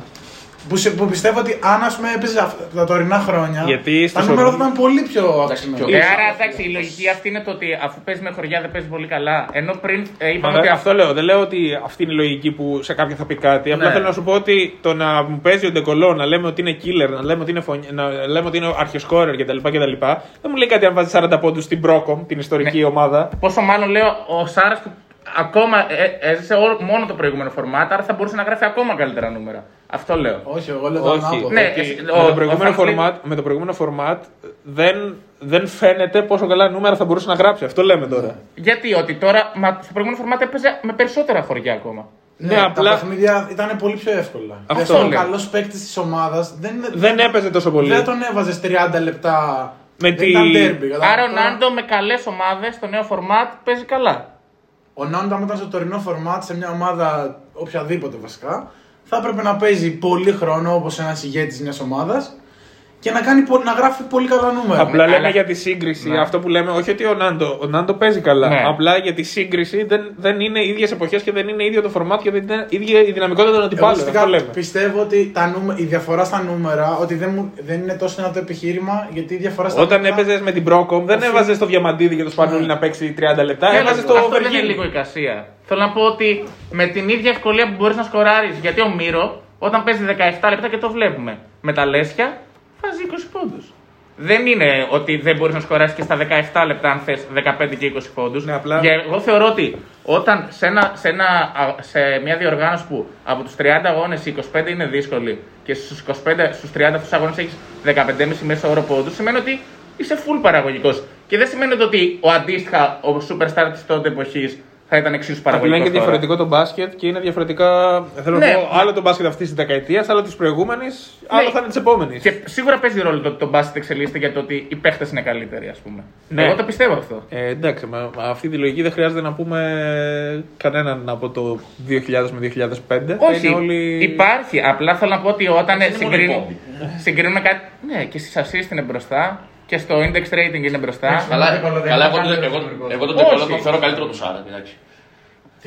[SPEAKER 3] Που, σε- που πιστεύω ότι αν ας πούμε έπαιζε αυτά τα τωρινά χρόνια.
[SPEAKER 2] Γιατί
[SPEAKER 3] τα
[SPEAKER 2] στους
[SPEAKER 3] νούμερα
[SPEAKER 2] ορι-
[SPEAKER 3] θα ήταν πολύ πιο
[SPEAKER 7] Εντάξει,
[SPEAKER 3] αυξημένα.
[SPEAKER 7] πιο-
[SPEAKER 4] Ε, άρα εντάξει, η λογική αυτή είναι το ότι αφού παίζει με χωριά δεν παίζει πολύ καλά. Ενώ πριν ε, είπαμε
[SPEAKER 2] Μα
[SPEAKER 4] ότι
[SPEAKER 2] δεν-
[SPEAKER 4] αυτό.
[SPEAKER 2] αυτό λέω. Δεν λέω ότι αυτή είναι η λογική που σε κάποιον θα πει κάτι. Απλά
[SPEAKER 4] Ναι.
[SPEAKER 2] θέλω να σου πω ότι το να μου παίζει ο Ντεκολό, να λέμε ότι είναι killer, να λέμε ότι είναι, φωνι... να λέμε ότι είναι αρχιοσκόρερ κτλ, κτλ. Δεν μου λέει κάτι αν βάζει 40 πόντους στην Πρόκομ, την ιστορική
[SPEAKER 3] Ναι.
[SPEAKER 2] ομάδα.
[SPEAKER 4] Πόσο μάλλον λέω ο Σάρας που ακόμα ε, έζησε ό- μόνο το προηγούμενο φορμάτ, άρα θα μπορούσε να γράφει ακόμα καλύτερα νούμερα. Αυτό λέω.
[SPEAKER 3] Όχι, εγώ λέω το
[SPEAKER 2] Όχι.
[SPEAKER 3] ανάποδο.
[SPEAKER 4] Ναι,
[SPEAKER 2] Ότι
[SPEAKER 4] εσύ-
[SPEAKER 2] με,
[SPEAKER 4] ο-
[SPEAKER 2] το
[SPEAKER 4] ο
[SPEAKER 2] προηγούμενο
[SPEAKER 4] Franklin-
[SPEAKER 2] format, με το προηγούμενο format δεν, δεν φαίνεται πόσο καλά νούμερα θα μπορούσε να γράψει. Αυτό λέμε τώρα.
[SPEAKER 4] Γιατί, ότι τώρα μα, στο προηγούμενο φορμάτ έπαιζε με περισσότερα χωριά ακόμα.
[SPEAKER 2] Ναι,
[SPEAKER 3] Ναι,
[SPEAKER 2] απλά-
[SPEAKER 3] τα παιχνίδια ήταν πολύ πιο εύκολα.
[SPEAKER 2] Αυτό
[SPEAKER 3] Αυτό ο
[SPEAKER 2] λέω.
[SPEAKER 3] καλός παίκτης της ομάδας δεν,
[SPEAKER 2] Δεν έπαιζε τόσο πολύ.
[SPEAKER 3] δεν τον έβαζες 30 λεπτά.
[SPEAKER 2] Με
[SPEAKER 3] δεν
[SPEAKER 2] τη-
[SPEAKER 3] ήταν derby, κατάλαβα.
[SPEAKER 4] Άρα ο
[SPEAKER 3] Τώρα,
[SPEAKER 4] Νάντο με καλές ομάδες στο νέο φορμάτ παίζει καλά.
[SPEAKER 3] Ο Νάντο, άμα ήταν στο τωρινό φορμάτ σε μια ομάδα οποιαδήποτε βασικά, θα έπρεπε να παίζει πολύ χρόνο όπως ένας ηγέτης μιας ομάδας και να, κάνει, πο- να γράφει πολύ καλά νούμερα.
[SPEAKER 2] Απλά
[SPEAKER 4] αλλά-
[SPEAKER 2] λέμε για τη σύγκριση. Αυτό που λέμε, όχι ότι ο Νάντο, ο Νάντο παίζει καλά.
[SPEAKER 4] Ναι.
[SPEAKER 2] Απλά για τη σύγκριση δεν, δεν είναι ίδιες εποχές και δεν είναι ίδιο το φορμάτ και δεν είναι ίδια η δυναμικότητα των
[SPEAKER 3] Εγώ
[SPEAKER 2] αντιπάλων.
[SPEAKER 3] ουσιαστικά
[SPEAKER 2] Αυτό λέμε.
[SPEAKER 3] πιστεύω ότι τα νούμε- η διαφορά στα νούμερα ότι δεν, μου- δεν είναι τόσο ένα το επιχείρημα γιατί η διαφορά στα
[SPEAKER 2] Όταν
[SPEAKER 3] νούμερα.
[SPEAKER 2] έπαιζες με την Πρόκομ, δεν
[SPEAKER 3] Οφείλει-
[SPEAKER 2] έβαζες το διαμαντίδι και το σπανούλι να παίξει 30 λεπτά.
[SPEAKER 4] Έλα,
[SPEAKER 2] Έβαζες Ε, το
[SPEAKER 4] Ναι, Αυτό δεν είναι λίγο
[SPEAKER 2] Βεργίλη.
[SPEAKER 4] εικασία. Θέλω να πω ότι με την ίδια ευκολία που μπορείς να σκοράρεις, γιατί ο Μύρο όταν παίζει 17 λεπτά και το βλέπουμε με τα λέσια, βάζει 20 πόντου.
[SPEAKER 2] Ναι,
[SPEAKER 4] Δεν είναι ότι δεν μπορείς να σκοράσεις και στα 17 λεπτά, αν θες 15 και 20 πόντους.
[SPEAKER 2] Ναι, απλά-
[SPEAKER 4] Ε, Εγώ θεωρώ ότι όταν σε, ένα, σε, ένα, α, σε μια διοργάνωση που από τους 30 αγώνες οι 25 είναι δύσκολοι και στους 25, στους 30 αυτούς αγώνες έχεις 15,5 μέσα όρο πόντους, σημαίνει ότι είσαι full παραγωγικός. Και δεν σημαίνει ότι ο αντίστοιχα ο superstar της τότε εποχής θα ήταν εξίσου
[SPEAKER 2] Απλά
[SPEAKER 4] παραγωγικό.
[SPEAKER 2] είναι και διαφορετικό το μπάσκετ και είναι διαφορετικά. Θέλω
[SPEAKER 4] Ναι.
[SPEAKER 2] να πω, άλλο το μπάσκετ αυτής της δεκαετίας, άλλο της προηγούμενης, άλλο θα είναι της επόμενης.
[SPEAKER 4] Και σίγουρα παίζει ρόλο το ότι το μπάσκετ εξελίσσεται για το ότι οι παίχτες είναι καλύτεροι, ας πούμε.
[SPEAKER 2] Ναι.
[SPEAKER 4] Εγώ το πιστεύω αυτό.
[SPEAKER 2] Ε, εντάξει, με αυτή τη λογική δεν χρειάζεται να πούμε κανέναν από το 2000 με 2005. Θα
[SPEAKER 4] Όχι,
[SPEAKER 2] είναι όλοι...
[SPEAKER 4] υπάρχει. Απλά θέλω να πω ότι όταν
[SPEAKER 7] είναι μόνο
[SPEAKER 4] συγκρίνουμε,
[SPEAKER 7] οι
[SPEAKER 4] συγκρίνουμε κάτι. Ναι, και στι assist είναι μπροστά και στο index rating είναι
[SPEAKER 2] Ναι.
[SPEAKER 4] μπροστά.
[SPEAKER 7] Καλά,
[SPEAKER 5] Δεν είναι
[SPEAKER 7] καλά, εγώ,
[SPEAKER 5] καλό,
[SPEAKER 7] τον-
[SPEAKER 5] δεν
[SPEAKER 7] εγώ,
[SPEAKER 5] είναι καλό.
[SPEAKER 7] εγώ τον
[SPEAKER 4] Όχι.
[SPEAKER 7] Τεκολό τον θεωρώ καλύτερο του Σάρα. εντάξει.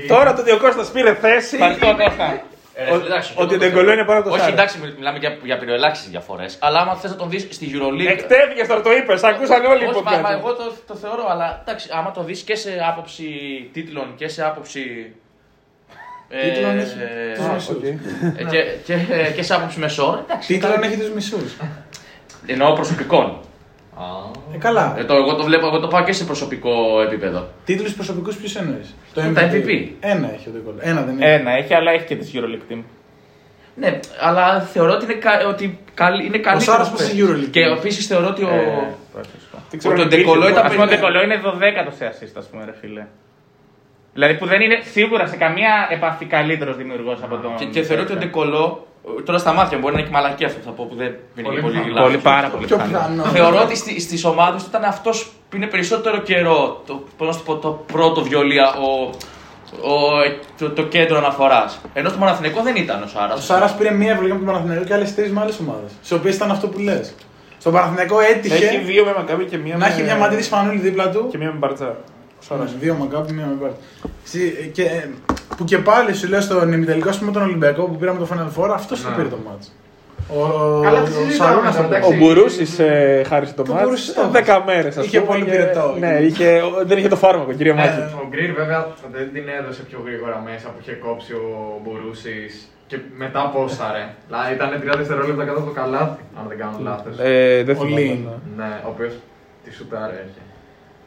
[SPEAKER 2] Τώρα το Διοκώστα πήρε θέση.
[SPEAKER 4] Ευχαριστώ, Κώστα.
[SPEAKER 7] Ε, ρε,
[SPEAKER 2] Ο-
[SPEAKER 7] εντάξει,
[SPEAKER 2] ότι
[SPEAKER 7] εγώ
[SPEAKER 2] ο
[SPEAKER 7] τον
[SPEAKER 2] Ντεγκολό
[SPEAKER 7] θεωρώ-
[SPEAKER 2] είναι πάνω από το
[SPEAKER 7] Όχι,
[SPEAKER 2] Σάρα.
[SPEAKER 7] εντάξει, μιλ- μιλάμε για, για περιοελάχιστε διαφορέ. Αλλά άμα θες να τον δεις στη Euroleague.
[SPEAKER 2] Εκτέθηκε τώρα, το είπες. Ακούσαν όλοι οι
[SPEAKER 7] Όχι, μα-
[SPEAKER 2] υποψήφοι.
[SPEAKER 7] μα εγώ το, το θεωρώ, αλλά εντάξει, άμα το δεις και σε άποψη τίτλων και σε άποψη. ε,
[SPEAKER 3] Τίτλων έχει
[SPEAKER 7] ε,
[SPEAKER 3] τους μισούς.
[SPEAKER 7] ε, και- και- και σε άποψη μεσόρ. εντάξει,
[SPEAKER 3] Τίτλων
[SPEAKER 7] καλά.
[SPEAKER 3] έχει τους μισούς.
[SPEAKER 7] Εννοώ προσωπικών.
[SPEAKER 3] Ε, καλά.
[SPEAKER 7] Ε, το- εγώ το βλέπω, εγώ το πάω και σε προσωπικό επίπεδο.
[SPEAKER 3] Τίτλους προσωπικούς ποιο εννοείς. Το
[SPEAKER 7] Τα MVP.
[SPEAKER 3] Ένα έχει ο Ντεκολ. Ένα δεν έχει.
[SPEAKER 4] Ένα έχει, αλλά έχει και τη Euroleague Team.
[SPEAKER 7] Ναι, αλλά θεωρώ ότι είναι, κα, ότι καλ, είναι καλύτερος.
[SPEAKER 3] Σάρας που στη Euroleague.
[SPEAKER 7] Και επίσης θεωρώ ότι ο.
[SPEAKER 4] Ε,
[SPEAKER 7] ο τον Ντεκολό
[SPEAKER 4] Α
[SPEAKER 7] ήταν
[SPEAKER 4] πούμε, ο
[SPEAKER 7] περι-
[SPEAKER 2] ναι.
[SPEAKER 4] Ντεκολό είναι 12ο σε assist, ας πούμε, ρε φίλε. Δηλαδή που δεν είναι σίγουρα σε καμία επαφή καλύτερος δημιουργός από
[SPEAKER 3] Ε,
[SPEAKER 4] τον.
[SPEAKER 7] Και, και θεωρώ ότι ο
[SPEAKER 3] ναι.
[SPEAKER 7] Ντεκολό. Τώρα στα μάτια μου μπορεί να είναι και μαλακή αυτό που θα πω που δεν δεν
[SPEAKER 5] Πολύ
[SPEAKER 7] είναι πολύ
[SPEAKER 5] πιθανό.
[SPEAKER 7] λάθος.
[SPEAKER 4] Πολύ, πάρα πολύ.
[SPEAKER 3] Πιο
[SPEAKER 4] πιθανό.
[SPEAKER 3] πιθανό.
[SPEAKER 7] Θεωρώ ότι στι στις ομάδες του ήταν αυτός που είναι περισσότερο καιρό το, πώς να σου πω, το πρώτο βιολία, ο, ο, το, το κέντρο αναφοράς. Ενώ στο Παναθηναϊκό δεν ήταν ο Σάρας.
[SPEAKER 3] Ο Σάρας πήρε μία ευρωλίγα από τον Παναθηναϊκό και άλλες τρεις με άλλες ομάδες. Σε οποίες ήταν αυτό που λες. Στον Παναθηναϊκό
[SPEAKER 2] Έχει
[SPEAKER 3] έτυχε
[SPEAKER 2] δύο με Μακάβι και μία
[SPEAKER 3] να έχει
[SPEAKER 2] με-
[SPEAKER 3] μια μαντίδης σπανούλη δίπλα του.
[SPEAKER 2] και μία με Μπαρτζά.
[SPEAKER 3] Σάρας. Δύο μαγκάπη, μία με πάρτι. Στη- Και, ε, που και πάλι σου λέω στον ημιτελικό, ας πούμε, τον Ολυμπιακό που πήραμε το Final Four, αυτός το πήρε το μάτσο. Ο, ο,
[SPEAKER 5] Καλά,
[SPEAKER 3] ο
[SPEAKER 5] τη συζητάμε
[SPEAKER 3] Σαρούνα
[SPEAKER 5] τώρα,
[SPEAKER 3] τον
[SPEAKER 5] εντάξει.
[SPEAKER 2] Ο Μπουρούση ε, χάρισε το
[SPEAKER 3] Το
[SPEAKER 2] μάτι.
[SPEAKER 3] Μπουρούσης το
[SPEAKER 2] 10 μέρες, ας πούμε.
[SPEAKER 3] Είχε πολύ
[SPEAKER 2] και-
[SPEAKER 3] πυρετό.
[SPEAKER 2] Ναι, είχε, δεν είχε το φάρμακο, κύριε Μάκη.
[SPEAKER 3] Ε,
[SPEAKER 5] Ο Γκριρ βέβαια δεν την έδωσε πιο γρήγορα μέσα που είχε κόψει ο Μπορούση και μετά πόσταρε. Δηλαδή ήταν 30 δευτερόλεπτα κάτω από το καλάθι, αν δεν κάνω λάθος.
[SPEAKER 2] Ε, δεν
[SPEAKER 3] Ο Λιν.
[SPEAKER 2] θυμάμαι.
[SPEAKER 5] Ναι, ο οποίος τη σουτάρε έρχεται.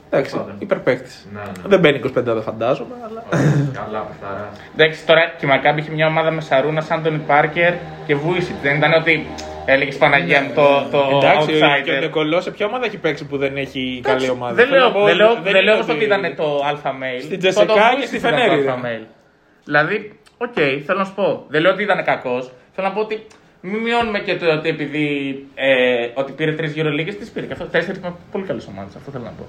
[SPEAKER 2] Εντάξει,
[SPEAKER 5] Πάντα.
[SPEAKER 2] υπερπαίκτης.
[SPEAKER 5] Ναι, ναι.
[SPEAKER 2] Δεν μπαίνει 25, φαντάζομαι, αλλά.
[SPEAKER 5] Ωραία, Καλά, παιχταρά.
[SPEAKER 4] Εντάξει, τώρα και η Μακάμπη είχε μια ομάδα με Σαρούνα, Σάντονι Πάρκερ και Βούισιτ. Δεν ήταν ότι έλεγες Παναγία μου το, το
[SPEAKER 2] Εντάξει, ο- και ο
[SPEAKER 4] outsider.
[SPEAKER 2] Ντεκολό σε ποια ομάδα έχει παίξει που δεν έχει καλή ομάδα.
[SPEAKER 4] Δεν
[SPEAKER 2] Θέλω να
[SPEAKER 4] λέω,
[SPEAKER 2] πω,
[SPEAKER 4] δεν λέω,
[SPEAKER 2] δεν
[SPEAKER 4] δεν λέω
[SPEAKER 2] είναι
[SPEAKER 4] εγώ ότι ήταν το αλφα mail.
[SPEAKER 2] Στην Τζεσικά
[SPEAKER 4] Το Βούισιτ
[SPEAKER 2] και στη
[SPEAKER 4] ήταν το
[SPEAKER 2] Φενέρη,
[SPEAKER 4] αλφα
[SPEAKER 2] ρε.
[SPEAKER 4] mail. Δηλαδή, οκ, θέλω να σου πω. Δεν λέω ότι ήταν κακός. Θέλω να πω ότι μην μειώνουμε και το ότι επειδή ε, ότι πήρε τρεις γύρω λίγε, τις πήρε. Και αυτό τέσσερις με πολύ καλές ομάδες. Αυτό θέλω να πω.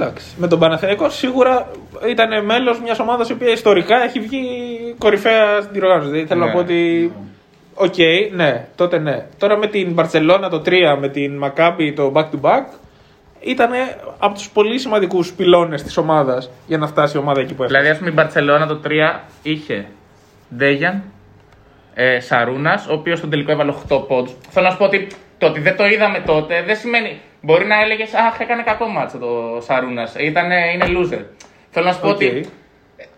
[SPEAKER 2] Εντάξει. Με τον Παναθηναϊκό σίγουρα ήταν μέλος μιας ομάδας η οποία ιστορικά έχει βγει κορυφαία στην διοργάνωση. Δηλαδή θέλω
[SPEAKER 4] Ναι.
[SPEAKER 2] να πω ότι. Οκ, ναι, τότε ναι. Τώρα με την Μπαρσελόνα το 3, με την Μακάμπη το back to back, ήταν από τους πολύ σημαντικούς πυλώνες της ομάδας για να φτάσει η ομάδα εκεί που έφτασε.
[SPEAKER 4] Δηλαδή, ας πούμε, η Μπαρσελόνα το 3 είχε Ντέγιαν, ε, Σαρούνας, ο οποίος στον τελικό έβαλε 8 πόντους. Θέλω να σου πω ότι το ότι δεν το είδαμε τότε δεν σημαίνει. Μπορεί να έλεγες Αχ, έκανε κακό μάτσο το Σαρούνας. Είναι loser. Θέλω να σου πω
[SPEAKER 2] Οκ.
[SPEAKER 4] ότι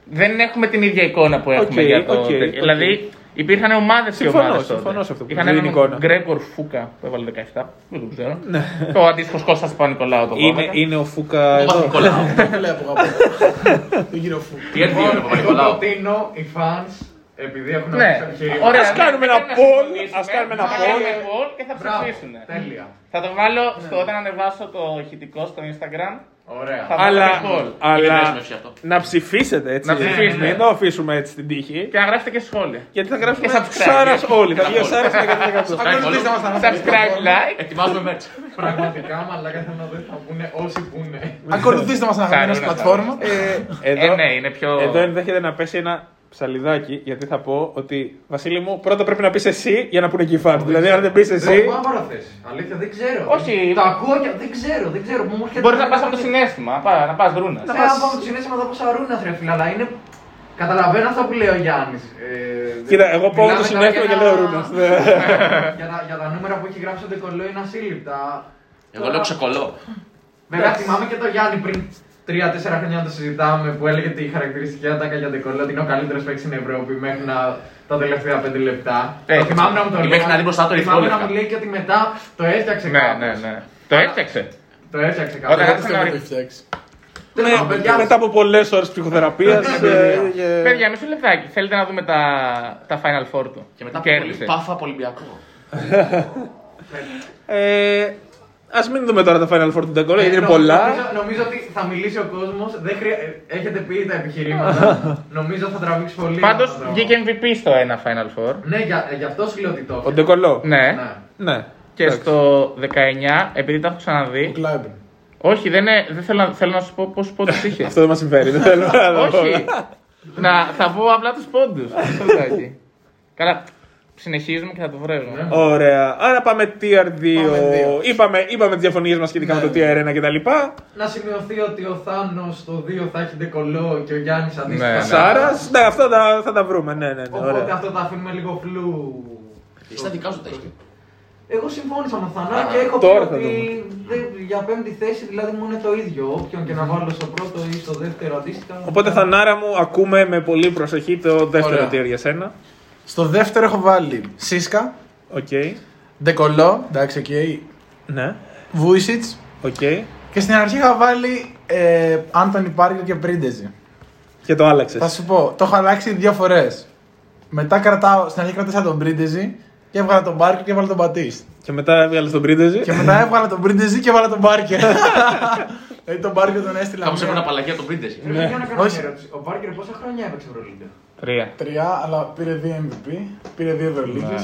[SPEAKER 4] δεν έχουμε την ίδια εικόνα που έχουμε
[SPEAKER 2] Οκ,
[SPEAKER 4] για το.
[SPEAKER 2] οκ,
[SPEAKER 4] τέτοιο.
[SPEAKER 2] οκ.
[SPEAKER 4] Δηλαδή, υπήρχαν ομάδες και
[SPEAKER 2] Συμφωνώ,
[SPEAKER 4] ομάδες.
[SPEAKER 2] συμφωνώ σε αυτό που
[SPEAKER 4] Είχαν
[SPEAKER 2] λέει η εικόνα. Ναι.
[SPEAKER 4] έναν Γκρέκορ Φούκα που έβαλε 17. Δεν το ξέρω. το αντίστοιχος Κώστας Πανικολάου το 12.
[SPEAKER 2] Είναι, είναι ο Φούκα.
[SPEAKER 7] Ο
[SPEAKER 2] εδώ.
[SPEAKER 7] Παπα-Νικολάου.
[SPEAKER 3] Δεν βλέπω κάπου. Τον κύριο Φου.
[SPEAKER 7] Τι έρθει ο
[SPEAKER 5] Εγώ
[SPEAKER 7] Παπα-Νικολάου.
[SPEAKER 5] προτείνω οι fans, επειδή έχουν
[SPEAKER 4] Ναι.
[SPEAKER 5] αυτά τα επιχειρήματα.
[SPEAKER 4] Ωραία.
[SPEAKER 2] Ας κάνουμε
[SPEAKER 4] ναι,
[SPEAKER 2] ένα
[SPEAKER 4] πρέπει να
[SPEAKER 2] poll,
[SPEAKER 4] συμφωνήσουμε.
[SPEAKER 2] ας κάνουμε ένα
[SPEAKER 4] Θα κάνουμε
[SPEAKER 2] poll.
[SPEAKER 4] poll και θα
[SPEAKER 5] Μπράβο, Ναι.
[SPEAKER 4] ψηφίσουν.
[SPEAKER 5] τέλεια.
[SPEAKER 4] Θα το βάλω στο, όταν ανεβάσω το ηχητικό στο Instagram.
[SPEAKER 5] Ωραία.
[SPEAKER 4] Θα-
[SPEAKER 2] Αλλά,
[SPEAKER 4] Γκολ.
[SPEAKER 7] Είναι
[SPEAKER 2] αλλά
[SPEAKER 7] δέσμευση αυτό.
[SPEAKER 2] να ψηφίσετε έτσι.
[SPEAKER 4] Να ψηφίσετε.
[SPEAKER 2] Μην το αφήσουμε έτσι στην τύχη.
[SPEAKER 4] Και να γράφετε και σχόλια.
[SPEAKER 2] Γιατί θα γράψουμε
[SPEAKER 4] Και subscribe.
[SPEAKER 2] Σάρας όλοι. Θα βγει ο
[SPEAKER 7] Όλα.
[SPEAKER 2] Σάρα 100%.
[SPEAKER 3] Ακολουθήστε μας τα
[SPEAKER 4] Subscribe, like.
[SPEAKER 7] Ετοιμάζουμε merch.
[SPEAKER 5] Πραγματικά, μαλάκα θέλω να δω τι θα πούνε όσοι πούνε.
[SPEAKER 3] Ακολουθήστε μας να
[SPEAKER 4] Σαρούνα,
[SPEAKER 3] χαμηλώσει πλατφόρμα.
[SPEAKER 2] Ε,
[SPEAKER 4] Ε, ναι, είναι πιο.
[SPEAKER 2] Εδώ ενδέχεται να πέσει ένα ψαλιδάκι, γιατί θα πω ότι Βασίλη μου, πρώτα πρέπει να πεις εσύ για να πούνε και οι fans. Δηλαδή, αν δεν πεις
[SPEAKER 5] Δεν
[SPEAKER 2] εσύ.
[SPEAKER 5] μπορώ να παραθέσει. Αλήθεια, δεν ξέρω.
[SPEAKER 4] Όχι.
[SPEAKER 5] Τα ακούω και δεν ξέρω, δεν ξέρω. Μου έρχεται.
[SPEAKER 4] Μπορείς να πας από το συνέστημα, πά- να πας ρούνα.
[SPEAKER 5] Ναι, να πάω από το συνέστημα εδώ πόσα ρούνα ρε φίλε, αλλά είναι. Καταλαβαίνω αυτό που λέει ο Γιάννης. Ε,
[SPEAKER 2] Κοίτα, εγώ πάω από το
[SPEAKER 5] μιλάμε τώρα
[SPEAKER 2] συνέστημα και
[SPEAKER 5] για
[SPEAKER 2] λέω ναι.
[SPEAKER 5] τα-
[SPEAKER 2] Ρούνα.
[SPEAKER 5] για, τα, για τα νούμερα που έχει γράψει ο Ντεκολό είναι ασύλληπτα.
[SPEAKER 7] Εγώ
[SPEAKER 5] Τώρα-
[SPEAKER 7] λέω ξεκολό.
[SPEAKER 5] Βέβαια, θυμάμαι και το Γιάννη πριν 3-4 χρόνια να το συζητάμε που έλεγε ότι η χαρακτηριστική ατάκα για Ντεκολό ότι είναι ο καλύτερος παίκτης στην Ευρώπη μέχρι να, τα τελευταία 5 λεπτά.
[SPEAKER 4] Ε,
[SPEAKER 5] το θυμάμαι να μου το
[SPEAKER 7] ή
[SPEAKER 5] λέει.
[SPEAKER 7] μέχρι να δει μπροστά του
[SPEAKER 5] Θυμάμαι να
[SPEAKER 7] ρυθμόλευκα.
[SPEAKER 5] μου λέει και ότι μετά το έφτιαξε
[SPEAKER 4] Ναι,
[SPEAKER 5] κάπως.
[SPEAKER 4] ναι, ναι. Το έφτιαξε.
[SPEAKER 5] Το έφτιαξε κάπως.
[SPEAKER 4] Όταν κάθισε να
[SPEAKER 3] Πιστεύω ότι
[SPEAKER 4] ρίξει.
[SPEAKER 3] το έχει φτιάξει.
[SPEAKER 5] Τέλος πάντων, παιδιά,
[SPEAKER 2] ναι, Μετά από πολλές ώρες ψυχοθεραπείας.
[SPEAKER 3] Ε,
[SPEAKER 2] ε,
[SPEAKER 4] Παιδιά, μισό λεπτάκι. Θέλετε να δούμε τα, τα Final Four του.
[SPEAKER 7] Και μετά
[SPEAKER 4] Κέρδισε.
[SPEAKER 7] πάφα από Ολυμπιακό.
[SPEAKER 2] Α ε, μην δούμε τώρα τα Final Four του Ντεγκόλ, γιατί είναι
[SPEAKER 5] Νομίζω-
[SPEAKER 2] πολλά.
[SPEAKER 5] Νομίζω, νομίζω ότι θα μιλήσει ο κόσμος. Χρεια... Έχετε πει τα επιχειρήματα. νομίζω θα τραβήξει πολύ.
[SPEAKER 4] Πάντως
[SPEAKER 5] αυτό το πράγμα.
[SPEAKER 4] βγήκε MVP στο ένα Final Four.
[SPEAKER 5] Ναι, για, γι' αυτό σου λέω ότι το
[SPEAKER 2] Ο
[SPEAKER 5] έφτιαξε.
[SPEAKER 2] Ντεγκολό.
[SPEAKER 4] Ναι.
[SPEAKER 5] Ναι.
[SPEAKER 2] Ναι.
[SPEAKER 4] Και στο 19, επειδή τα έχω
[SPEAKER 3] Ο
[SPEAKER 4] ξαναδεί.
[SPEAKER 3] Κλάιμπερν.
[SPEAKER 4] Όχι, δεν, είναι- δεν θέλω, να- θέλω να σου πω πώ πόντους είχε.
[SPEAKER 2] Αυτό δεν μας συμφέρει. Δεν θέλω να το πω.
[SPEAKER 4] Όχι. να, θα πω απλά τους πόντους. Καλά, συνεχίζουμε και θα το βρω.
[SPEAKER 2] Ναι.
[SPEAKER 4] εγώ.
[SPEAKER 2] Ωραία. Άρα πάμε tier 2.
[SPEAKER 3] δύο.
[SPEAKER 2] Είπαμε, είπαμε τις διαφωνίες μας σχετικά με το tier 1 κτλ.
[SPEAKER 5] Να σημειωθεί ότι ο Θάνος στο 2 θα έχει ντεκολό και ο Γιάννης αντίστοιχα.
[SPEAKER 4] Ναι, ναι.
[SPEAKER 2] Σάρας. Ναι, αυτά τα, θα τα βρούμε. Ναι, ναι, ναι.
[SPEAKER 5] Οπότε
[SPEAKER 2] Ωραία.
[SPEAKER 5] αυτό τα αφήνουμε λίγο φλου.
[SPEAKER 7] Εσύ τα δικά σου τα έχεις πει.
[SPEAKER 5] Εγώ συμφώνησα με τον Θανά και έχω πει
[SPEAKER 2] τώρα θα
[SPEAKER 5] ότι δεν- για πέμπτη θέση δηλαδή μου είναι το ίδιο. Όποιον και να βάλω στο πρώτο ή στο δεύτερο αντίστοιχα.
[SPEAKER 2] Οπότε, Θανάρα μου, ακούμε με πολύ προσοχή το δεύτερο
[SPEAKER 3] Ωραία.
[SPEAKER 2] tier για σένα.
[SPEAKER 3] Στο δεύτερο έχω βάλει Σίσκα,
[SPEAKER 2] Οκ.
[SPEAKER 3] Ντεκολό, εντάξει, οκ.
[SPEAKER 2] Ναι.
[SPEAKER 3] Βούισιτ.
[SPEAKER 2] Οκ.
[SPEAKER 3] Και στην αρχή είχα βάλει ε, Άντωνι Πάρκερ και Πρίντεζι.
[SPEAKER 2] Και το άλλαξες.
[SPEAKER 3] Θα σου πω, το έχω αλλάξει δύο φορές. Μετά κρατάω, στην αρχή κρατήσα τον Πρίντεζι και έβγαλα τον Πάρκερ και έβαλα τον Μπατίστ.
[SPEAKER 2] Και μετά έβγαλες τον Πρίντεζι.
[SPEAKER 3] και μετά έβγαλα τον Πρίντεζι και έβαλα τον Πάρκερ. Δηλαδή τον Πάρκερ τον έστειλα.
[SPEAKER 7] Κάπω
[SPEAKER 3] μία-
[SPEAKER 7] έχουν απαλλαγή από τον Πρίντεζι.
[SPEAKER 5] Πρέπει Ε, να κάνω
[SPEAKER 3] Όχι.
[SPEAKER 5] μια ερώτηση. Ο Πάρκερ πόσα χρόνια έπαιξε Ευρωλίγκα.
[SPEAKER 4] Τρία.
[SPEAKER 3] Τρία, αλλά πήρε δύο MVP, πήρε δύο Ευρωλίγκες.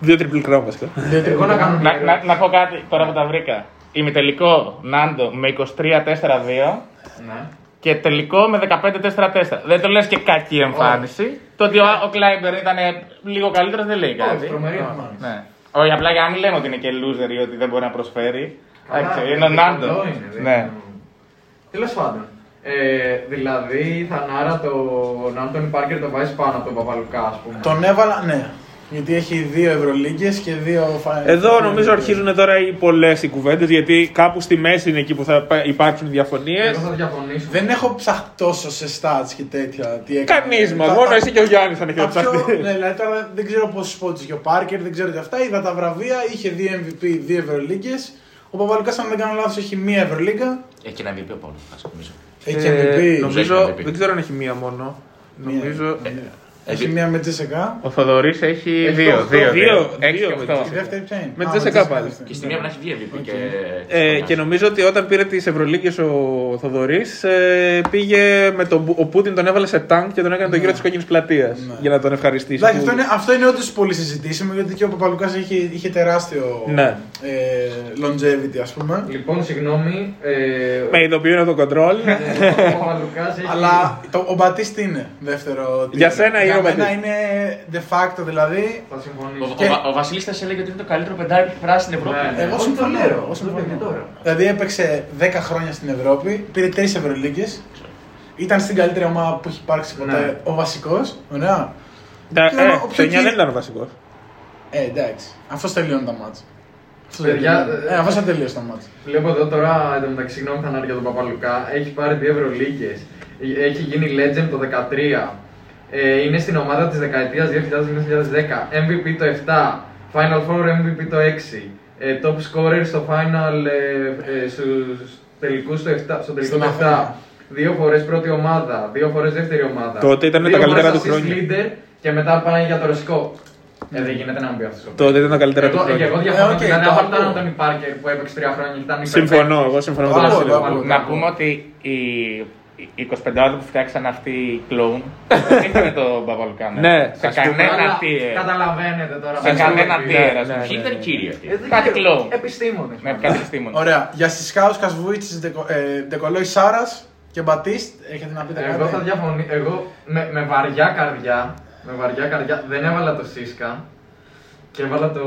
[SPEAKER 2] Δύο τριπλ κράμα βασικά.
[SPEAKER 5] Εγώ να κάνω μια
[SPEAKER 4] Να, να,
[SPEAKER 5] ερώτηση.
[SPEAKER 4] να πω κάτι τώρα που τα βρήκα. Ημιτελικό Νάντο με 23-4-2
[SPEAKER 5] Ναι.
[SPEAKER 4] και τελικό με 15-4-4. Δεν το λες και κακή εμφάνιση. Το ότι ο, ο Κλάιμπερν ήταν λίγο καλύτερος δεν λέει
[SPEAKER 5] Όχι,
[SPEAKER 4] κάτι.
[SPEAKER 5] τρομερή εμφάνιση.
[SPEAKER 4] Ναι. Όχι, απλά για να μην λέμε ότι είναι και loser ή ότι δεν μπορεί να προσφέρει. Εντάξει,
[SPEAKER 5] Καλά,
[SPEAKER 4] Ε, είναι ο
[SPEAKER 5] δεν
[SPEAKER 4] Νάντο.
[SPEAKER 5] καλό είναι, δεν
[SPEAKER 4] Ναι.
[SPEAKER 5] είναι. Τέλος πάντων. Ε, δηλαδή, Θανάρα τον Άντωνι Πάρκερ τον βάζει πάνω από τον Παπαλουκά, ας πούμε.
[SPEAKER 3] Τον έβαλα, ναι. Γιατί έχει δύο Ευρωλίγκες και δύο Final
[SPEAKER 2] Εδώ
[SPEAKER 3] Four.
[SPEAKER 2] νομίζω αρχίζουν τώρα οι πολλές οι κουβέντες γιατί κάπου στη μέση είναι εκεί που θα πα- υπάρξουν διαφωνίες.
[SPEAKER 5] Εγώ θα διαφωνήσω.
[SPEAKER 3] Δεν έχω ψαχτεί τόσο σε stats και τέτοια. Τι έκανε.
[SPEAKER 2] Κανείς μα.
[SPEAKER 3] Τα-
[SPEAKER 2] Μόνο
[SPEAKER 3] τα-
[SPEAKER 2] εσύ και ο Γιάννης θα είναι και
[SPEAKER 3] τα
[SPEAKER 2] ο ψάχτη.
[SPEAKER 3] πιο- Ναι, δηλαδή τώρα δεν ξέρω πόσους πόντους είχε ο Πάρκερ, δεν ξέρω τι αυτά. Είδα τα βραβεία, είχε δύο MVP, δύο Ευρωλίγκες. Ο Παπαλουκάς, αν δεν κάνω λάθος, έχει μία Ευρωλίγκα.
[SPEAKER 7] Έχει ένα MVP ο Παύλος, ας νομίζω.
[SPEAKER 2] Ε,
[SPEAKER 3] Έχει MVP.
[SPEAKER 2] Νομίζω,
[SPEAKER 7] Νομίζω
[SPEAKER 2] δεν ξέρω αν έχει μία μόνο.
[SPEAKER 3] Μία. Ε.
[SPEAKER 2] Νομίζω.
[SPEAKER 3] Έχει μία με Τζέσσεκα.
[SPEAKER 4] Ο Θοδωρής έχει 2.
[SPEAKER 2] οκτώ, δύο, δύο με
[SPEAKER 3] Η δεύτερη ποια είναι.
[SPEAKER 2] Ε, Με
[SPEAKER 3] Α,
[SPEAKER 2] Τζέσσεκα πάλι.
[SPEAKER 7] Και στη μία πρέπει να έχει δύο MVP. και-
[SPEAKER 2] Ε, και νομίζω ότι όταν πήρε τις Ευρωλίγκες ο Θοδωρής, πήγε με τον. Που- Ο Πούτιν τον έβαλε σε τάγκ και τον έκανε τον γύρο της κόκκινης πλατείας. Για να τον ευχαριστήσει.
[SPEAKER 3] Ναι. Εντάξει,
[SPEAKER 2] που-
[SPEAKER 3] αυτό είναι, αυτό είναι όντως πολύ συζητήσιμο γιατί και ο Παπαλουκάς είχε, είχε τεράστιο
[SPEAKER 2] Ναι.
[SPEAKER 3] ε, longevity, ας πούμε.
[SPEAKER 5] Λοιπόν, συγγνώμη. Ε,
[SPEAKER 2] Με ειδοποιούν από το κοντρόλ.
[SPEAKER 3] Ναι.
[SPEAKER 5] ο Παπαλουκάς έχει.
[SPEAKER 3] Αλλά το, ο Μπατίστη είναι δεύτερο. τίτλο.
[SPEAKER 2] Για σένα είναι ο
[SPEAKER 3] μένα
[SPEAKER 2] Μπατίστη.
[SPEAKER 3] είναι de facto δηλαδή.
[SPEAKER 5] Θα
[SPEAKER 7] Ο,
[SPEAKER 5] συμφωνήσω.
[SPEAKER 7] ο, Βα- ο Βασίλη θα σε λέγει ότι είναι το καλύτερο πεντάρι που περάσει στην Ευρώπη.
[SPEAKER 5] Ναι, ναι.
[SPEAKER 3] Εγώ
[SPEAKER 5] Όχι,
[SPEAKER 3] συμφωνώ.
[SPEAKER 5] το λέω.
[SPEAKER 3] Εγώ συμφωνώ.
[SPEAKER 5] Το λέω και τώρα.
[SPEAKER 3] Δηλαδή έπαιξε 10 χρόνια στην Ευρώπη, πήρε 3 Ευρωλίγκες. Ήταν στην καλύτερη ομάδα που έχει υπάρξει ποτέ.
[SPEAKER 5] Ναι.
[SPEAKER 3] Ο βασικός. Ωραία.
[SPEAKER 2] Τα-
[SPEAKER 3] Ναι, Και ήταν
[SPEAKER 2] ε,
[SPEAKER 3] ο
[SPEAKER 2] Το
[SPEAKER 3] πιο
[SPEAKER 2] 9 δεν
[SPEAKER 3] κύρι-
[SPEAKER 2] ήταν ο βασικός.
[SPEAKER 3] Ε, εντάξει. Αυτό τελειώνει τα μάτσα. Αυτό
[SPEAKER 5] Παιδιά, ε,
[SPEAKER 3] ε, αυτός θα τελειώσει τα μάτσα.
[SPEAKER 5] Βλέπω εδώ τώρα εντωμεταξύ, συγγνώμη Θανάρη για τον Παπαλουκά, έχει πάρει δύο Ευρωλίγκες. Έχει γίνει legend το 13. Ε, είναι στην ομάδα της δεκαετίας 2000-2010. MVP το 7. Final Four MVP το 6. Ε, top scorer στο final ε, ε, στους τελικούς του 7, στο τελικό
[SPEAKER 3] Στον
[SPEAKER 5] του 7.
[SPEAKER 3] αγώνα.
[SPEAKER 5] Δύο φορές πρώτη ομάδα, δύο φορές δεύτερη ομάδα.
[SPEAKER 2] Τότε ήταν τα
[SPEAKER 5] Δύο
[SPEAKER 2] καλύτερα
[SPEAKER 5] φορές
[SPEAKER 2] του
[SPEAKER 5] assist
[SPEAKER 2] χρόνια.
[SPEAKER 5] Leader και μετά πάει για το ρωσικό. Ε, δεν γίνεται να μου πει αυτό.
[SPEAKER 2] Τότε ήταν τα καλύτερα του
[SPEAKER 5] Εγώ, και
[SPEAKER 2] χρόνια.
[SPEAKER 5] εγώ διαφωνώ.
[SPEAKER 3] Ε, οκ,
[SPEAKER 5] δηλαδή,
[SPEAKER 3] το
[SPEAKER 5] αν
[SPEAKER 3] ακούω.
[SPEAKER 5] ήταν τον Πάρκερ που έπαιξε τρία χρόνια και ήταν
[SPEAKER 2] Συμφωνώ, εγώ συμφωνώ με
[SPEAKER 3] Το
[SPEAKER 2] τον
[SPEAKER 3] ακούω,
[SPEAKER 2] Βασίλη.
[SPEAKER 3] το ακούω.
[SPEAKER 4] Να πούμε ότι οι, οι 25 άτομα που φτιάξαν αυτοί οι κλόουν δεν ήταν το Μπαμπαλκάνε.
[SPEAKER 2] Ναι,
[SPEAKER 4] σε
[SPEAKER 2] ας πούμε.
[SPEAKER 4] κανένα
[SPEAKER 5] Αλλά
[SPEAKER 4] tier.
[SPEAKER 5] Καταλαβαίνετε τώρα.
[SPEAKER 4] Σε
[SPEAKER 5] πώς
[SPEAKER 4] κανένα
[SPEAKER 5] το
[SPEAKER 4] tier.
[SPEAKER 5] πει.
[SPEAKER 4] ας πούμε.
[SPEAKER 2] ναι,
[SPEAKER 4] Ποιοι
[SPEAKER 2] ναι,
[SPEAKER 4] ήταν
[SPEAKER 2] ναι.
[SPEAKER 7] κύριοι
[SPEAKER 5] Ε,
[SPEAKER 7] αυτοί.
[SPEAKER 5] δεν
[SPEAKER 4] Κάτι
[SPEAKER 5] ξέρω.
[SPEAKER 4] κλόουν.
[SPEAKER 5] Επιστήμονες.
[SPEAKER 4] Ναι, κάτι επιστήμονες.
[SPEAKER 3] Ωραία. Για Σισκάου, Κασβούιτση, Ντεκολόι Σάρα ε, και Και Μπατίστ, έχετε να
[SPEAKER 2] Ε,
[SPEAKER 3] πείτε
[SPEAKER 5] Εγώ θα
[SPEAKER 3] κάτι.
[SPEAKER 5] διαφωνήσω. Εγώ με, με βαριά καρδιά. Με βαριά καρδιά δεν έβαλα το Σίσκα. Και έβαλα το.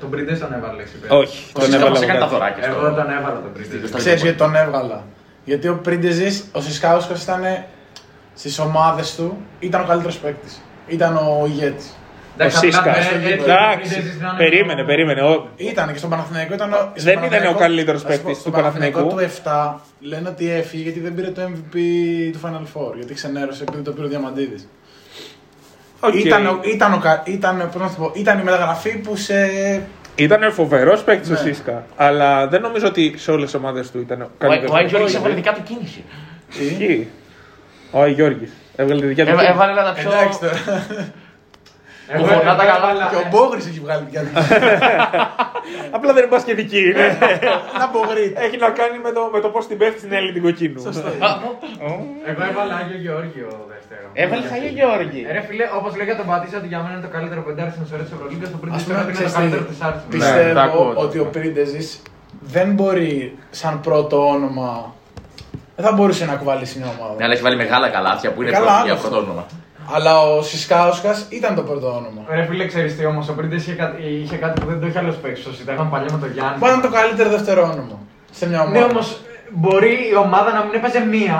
[SPEAKER 5] Το Μπριντέ τον έβαλε εσύ. πέρα.
[SPEAKER 2] Όχι, τον
[SPEAKER 7] Σίσκα
[SPEAKER 2] έβαλα
[SPEAKER 7] μας
[SPEAKER 2] εγώ
[SPEAKER 7] έκανε τα
[SPEAKER 2] κάτω.
[SPEAKER 7] δωράκια.
[SPEAKER 5] Εγώ
[SPEAKER 7] στο-
[SPEAKER 5] δεν τον έβαλα τον Μπριντέ.
[SPEAKER 3] Ξέρεις γιατί τον έβγαλα. Γιατί ο Πρίντεζης, ο Σισκάουσκο ήταν στις ομάδες του, ήταν ο καλύτερος παίκτης. Ήταν ο ηγέτης.
[SPEAKER 2] Ο Σίσκα. Εντάξει, περίμενε, περίμενε. Ο-
[SPEAKER 3] Ήταν και στον Παναθηναϊκό. Ήταν ο,
[SPEAKER 2] Δεν ήταν ο καλύτερος παίκτης του
[SPEAKER 3] του Παναθηναϊκού. Του
[SPEAKER 2] Παναθηναϊκού.
[SPEAKER 3] 7 λένε ότι έφυγε γιατί δεν πήρε το MVP του Final Four. Γιατί ξενέρωσε επειδή το πήρε ο Διαμαντίδης.
[SPEAKER 2] Οκ.
[SPEAKER 3] Ήταν, ο- ήταν, ο κα- ήταν, πώς να σου πω, ήταν η μεταγραφή που σε.
[SPEAKER 2] Ήταν φοβερός παίκτης ο
[SPEAKER 3] Ναι.
[SPEAKER 2] Σίσκα. Αλλά δεν νομίζω ότι σε όλες τις ομάδες του ήταν ο καλύτερος.
[SPEAKER 7] Ο Άι Γιώργης έβαλε δικιά του κίνηση.
[SPEAKER 3] Τι?
[SPEAKER 2] Ο Άι Γιώργης. Έβγαλε τη δικιά του.
[SPEAKER 7] Έβα-
[SPEAKER 2] κίνηση.
[SPEAKER 7] Έβαλε Ε, ένα πιο.
[SPEAKER 3] Εντάξει τώρα.
[SPEAKER 7] Ο Βορνά τα καλά.
[SPEAKER 3] Και ο Μπόγρης έχει βγάλει την κάτι.
[SPEAKER 2] Απλά δεν είναι μπασκετική. είναι.
[SPEAKER 3] Να Μπογρή.
[SPEAKER 2] ναι. Έχει να κάνει με το, με το πώς την πέφτει στην Έλληνη του κοκκίνου.
[SPEAKER 6] Ναι,
[SPEAKER 5] Εγώ έβαλα Άγιο Γεώργιο δεύτερο.
[SPEAKER 4] Έβαλες Άγιο Γεώργη.
[SPEAKER 5] Ε, Ρε φίλε, όπως λέει για τον Πατήσα, ότι για μένα είναι το καλύτερο πεντάρι στην ιστορία της Ευρωλίγκας, τον
[SPEAKER 3] Ας
[SPEAKER 5] Πρίντεζη
[SPEAKER 3] πούμε,
[SPEAKER 5] πρέπει να είναι
[SPEAKER 3] ξέρεις
[SPEAKER 5] το καλύτερο
[SPEAKER 3] τι,
[SPEAKER 5] τεσσάρι. της ομάδας.
[SPEAKER 6] Ναι, τα ακούω,
[SPEAKER 3] πιστεύω
[SPEAKER 6] τα
[SPEAKER 3] ότι ο
[SPEAKER 6] ακούω.
[SPEAKER 3] Πρίντεζης δεν μπορεί σαν πρώτο όνομα δεν θα μπορούσε να κουβάλει στην
[SPEAKER 7] Ναι,
[SPEAKER 3] ομάδα.
[SPEAKER 7] αλλά έχει βάλει μεγάλα καλάθια που είναι
[SPEAKER 3] Καλά,
[SPEAKER 7] πρώτο- για
[SPEAKER 3] άκουσα.
[SPEAKER 7] πρώτο όνομα.
[SPEAKER 3] Αλλά ο Σισκάουσκας ήταν το πρώτο όνομα.
[SPEAKER 5] Ρε φίλε, ξέρεις τι όμως, ο Πρίντεζη είχε, κάτι- είχε κάτι που δεν το είχε άλλο παίξει. Σωστά, ήταν παλιά με τον Γιάννη.
[SPEAKER 3] Μα ήταν το καλύτερο δεύτερο όνομα σε μια ομάδα.
[SPEAKER 5] Ναι, όμως μπορεί η ομάδα να μην έπαιζε μία,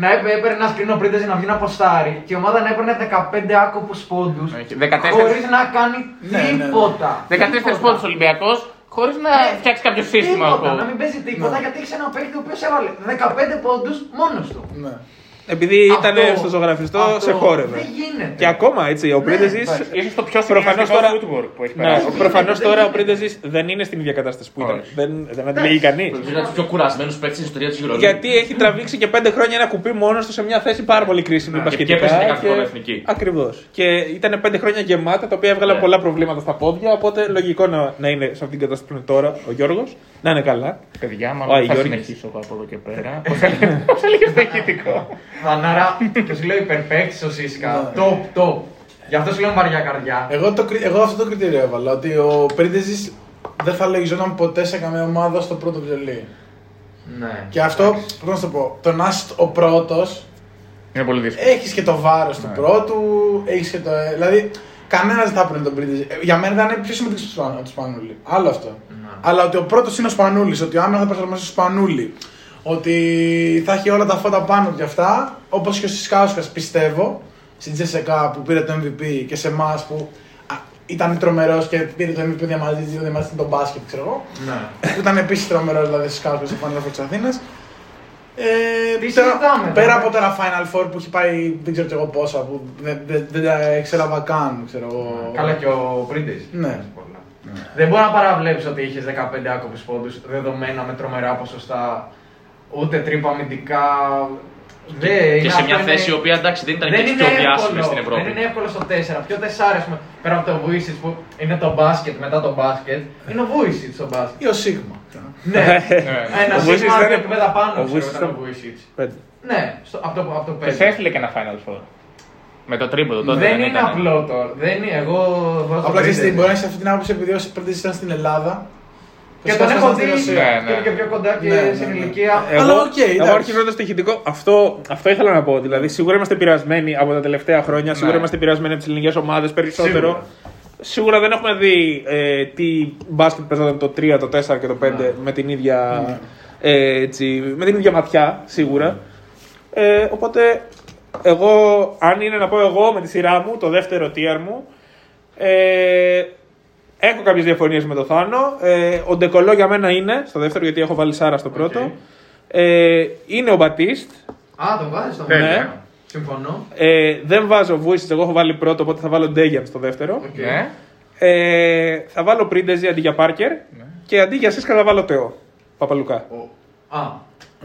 [SPEAKER 5] να έπαι- έπαιρνε ένα σκρίνο πρίντεζ να βγει να ποστάρει και η ομάδα να έπαιρνε 15 άκοπους πόντους
[SPEAKER 4] Όχι, 14.
[SPEAKER 5] χωρίς να κάνει
[SPEAKER 3] Ναι, ναι, ναι.
[SPEAKER 5] τίποτα.
[SPEAKER 4] 14 πόντου Ολυμπιακός, χωρίς να φτιάξει Ε, κάποιο σύστημα.
[SPEAKER 5] Τίποτα,
[SPEAKER 4] ακόμα.
[SPEAKER 5] να μην παίζει
[SPEAKER 3] Ναι.
[SPEAKER 5] τίποτα γιατί έχεις ένα παίκτη ο οποίος έβαλε 15 πόντους μόνος του.
[SPEAKER 3] Ναι.
[SPEAKER 2] Επειδή ήταν
[SPEAKER 5] Αυτό-
[SPEAKER 2] Ε, στο ζωγραφιστό,
[SPEAKER 5] αυτό
[SPEAKER 2] σε χόρευε.
[SPEAKER 5] Δεν γίνεται.
[SPEAKER 2] Και ακόμα έτσι, ο Πρίντεζης.
[SPEAKER 5] εντάξει.
[SPEAKER 4] Ίσως το πιο
[SPEAKER 2] Προφανώς
[SPEAKER 4] συγκλονιστικό
[SPEAKER 2] τώρα-
[SPEAKER 4] footwork που έχει
[SPEAKER 2] Ναι,
[SPEAKER 4] περάσει.
[SPEAKER 2] προφανώς
[SPEAKER 5] Δεν
[SPEAKER 2] τώρα ο
[SPEAKER 5] γίνεται.
[SPEAKER 2] Πρίντεζης δεν είναι στην ίδια κατάσταση που ήταν.
[SPEAKER 4] Όχι.
[SPEAKER 2] Δεν, δεν αντιλέγει κανεί.
[SPEAKER 7] Είναι ένα από τους πιο κουρασμένους παίκτες στην ιστορία της Euroleague.
[SPEAKER 2] Γιατί έχει τραβήξει και πέντε χρόνια ένα κουπί μόνο του σε μια θέση πάρα πολύ κρίσιμη.
[SPEAKER 7] και
[SPEAKER 2] πασχετικά
[SPEAKER 7] έπαιζε και καθόλου εθνική.
[SPEAKER 2] Ακριβώς. Και ήταν πέντε χρόνια γεμάτα, τα οποία έβγαλαν
[SPEAKER 7] Ναι.
[SPEAKER 2] πολλά προβλήματα στα πόδια. Οπότε λογικό να, να είναι σε αυτήν την κατάσταση που είναι τώρα ο Γιώργος, να είναι καλά.
[SPEAKER 4] Παιδιά,
[SPEAKER 2] Ο
[SPEAKER 4] μάλλον θα
[SPEAKER 2] Γιώργης.
[SPEAKER 4] συνεχίσω εγώ από εδώ και πέρα. Πώς έλεγε το ηχητικό.
[SPEAKER 5] Φανάρα, και σου λέει υπερπαίχτη ο Σίσκα.
[SPEAKER 3] Ναι.
[SPEAKER 5] Top, top. Γι' αυτό σου λέω βαριά καρδιά.
[SPEAKER 3] Εγώ, το, κρι- εγώ αυτό το κριτήριο έβαλα. Ότι ο Πρίντεζης δεν θα λογιζόταν ποτέ σε καμία ομάδα στο πρώτο βιολί.
[SPEAKER 5] Ναι.
[SPEAKER 3] Και αυτό, πώς να σου το πω, το να είσαι ο πρώτος,
[SPEAKER 4] Είναι πολύ δύσκολο.
[SPEAKER 3] έχεις και το βάρος του πρώτου, έχεις και το. ε, Δηλαδή, κανένας δεν θα έπαιρνε τον Πρίντεζη. Ε, Για μένα ήταν πιο σημαντικό του από του Σπανούλη. Άλλο αυτό. Αλλά ότι ο πρώτος είναι ο Σπανούλης, ότι ο άμυνας θα προσαρμοστεί στο Σπανούλη. Ότι θα έχει όλα τα φώτα πάνω του και αυτά, όπως και ο Σισκάουσκα πιστεύω, στην Τζεσεκά που πήρε το MVP και σε εμάς που α, ήταν τρομερός και πήρε το MVP διαμαζί, διότι μα τον μπάσκετ, ξέρω εγώ.
[SPEAKER 5] Ναι.
[SPEAKER 3] που ήταν επίσης τρομερός δηλαδή στι κάρτε του Final Four της Αθήνας. Ε,
[SPEAKER 5] Τι
[SPEAKER 3] τώρα-
[SPEAKER 5] συζητάμε, δηλαδή.
[SPEAKER 3] πέρα
[SPEAKER 5] τώρα.
[SPEAKER 3] από τώρα Final Four που έχει πάει δεν ξέρω κι εγώ πόσα, που δεν, δεν, δεν τα εξέλαβα καν, ξέρω εγώ.
[SPEAKER 5] Καλά και ο Πρίντεζ.
[SPEAKER 3] Ναι.
[SPEAKER 5] Δεν μπορώ να παραβλέψω ότι είχες 15 άκοπου πόντους δεδομένα με τρομερά ποσοστά. Ούτε τρύπα αμυντικά. Δεν
[SPEAKER 7] Και
[SPEAKER 5] είναι
[SPEAKER 7] σε μια
[SPEAKER 5] αυτό,
[SPEAKER 7] θέση η
[SPEAKER 5] είναι-
[SPEAKER 7] οποία εντάξει δεν ήταν και
[SPEAKER 5] δεν
[SPEAKER 7] τις
[SPEAKER 5] είναι
[SPEAKER 7] πιο διάσημη
[SPEAKER 5] εύκολο.
[SPEAKER 7] στην
[SPEAKER 5] Δεν είναι
[SPEAKER 7] Ευρώπη.
[SPEAKER 5] εύκολο στο 4. Πιο 4 πούμε, πέρα από το Βούισιτ που είναι το μπάσκετ μετά το μπάσκετ. Είναι ο Βούισιτ στο μπάσκετ.
[SPEAKER 3] Ή ο Σίγμα.
[SPEAKER 5] ναι. Ένα
[SPEAKER 2] Ο Βούισιτς
[SPEAKER 5] σύστημα
[SPEAKER 2] δεν
[SPEAKER 5] δύο
[SPEAKER 2] είναι-
[SPEAKER 5] επίπεδα
[SPEAKER 2] ο
[SPEAKER 5] πάνω ξέρω,
[SPEAKER 2] Βούισιτς
[SPEAKER 5] ήταν ο
[SPEAKER 2] ήταν-
[SPEAKER 5] Βούισιτ.
[SPEAKER 2] Πέντε.
[SPEAKER 5] Ναι, στο- από το, από το
[SPEAKER 4] Τη
[SPEAKER 5] πέντε.
[SPEAKER 4] έστειλε και ένα Final Four. Με το τρίποδο τότε.
[SPEAKER 5] Δεν είναι
[SPEAKER 4] έκανε.
[SPEAKER 5] απλό τώρα. Δεν είναι, εγώ δώσω
[SPEAKER 3] Απλά ξέρεις τι,
[SPEAKER 5] πέντε.
[SPEAKER 3] μπορεί να έχεις αυτή την άποψη επειδή ο Πρίντεζ ήταν στην Ελλάδα.
[SPEAKER 5] Και
[SPEAKER 3] ο
[SPEAKER 5] τον
[SPEAKER 3] Σισκάουσκας
[SPEAKER 5] έχω
[SPEAKER 3] ήταν
[SPEAKER 5] δει
[SPEAKER 3] στη Ρωσία.
[SPEAKER 4] Ναι, ναι.
[SPEAKER 5] και πιο κοντά και
[SPEAKER 3] Ναι, ναι,
[SPEAKER 5] στην
[SPEAKER 3] ναι.
[SPEAKER 5] ηλικία.
[SPEAKER 3] Ε, Αλλά οκ, εντάξει.
[SPEAKER 2] εγώ αρχίζοντα το ηχητικό, αυτό, αυτό ήθελα να πω. Δηλαδή, σίγουρα είμαστε πειρασμένοι από τα τελευταία χρόνια, σίγουρα είμαστε πειρασμένοι από τις ελληνικές ομάδες περισσότερο. Σίγουρα.
[SPEAKER 5] Σίγουρα.
[SPEAKER 2] δεν έχουμε δει ε, τι μπάσκετ παίζονταν το 3, το 4 και το 5 με, την ίδια, ε, έτσι, με την ίδια ματιά, σίγουρα. Ε, οπότε, εγώ, αν είναι να πω εγώ με τη σειρά μου, το δεύτερο tier μου, ε, έχω κάποιες διαφωνίες με τον Θάνο. Ε, ο Ντεκολό για μένα είναι στο δεύτερο, γιατί έχω βάλει Σάρα στο πρώτο. Ε, είναι ο Μπατίστ.
[SPEAKER 5] Α, τον βάζεις τον
[SPEAKER 2] Τέλεια.
[SPEAKER 5] Μίλαν. Συμφωνώ.
[SPEAKER 2] Ε, δεν βάζω Βούισιτ, εγώ έχω βάλει πρώτο, οπότε θα βάλω Ντέγιαν στο δεύτερο.
[SPEAKER 4] Ναι.
[SPEAKER 2] Ε, θα βάλω Πρίντεζι αντί για Πάρκερ. Και αντί για Σίσκα θα βάλω Τεό. Παπαλουκά.
[SPEAKER 5] Α,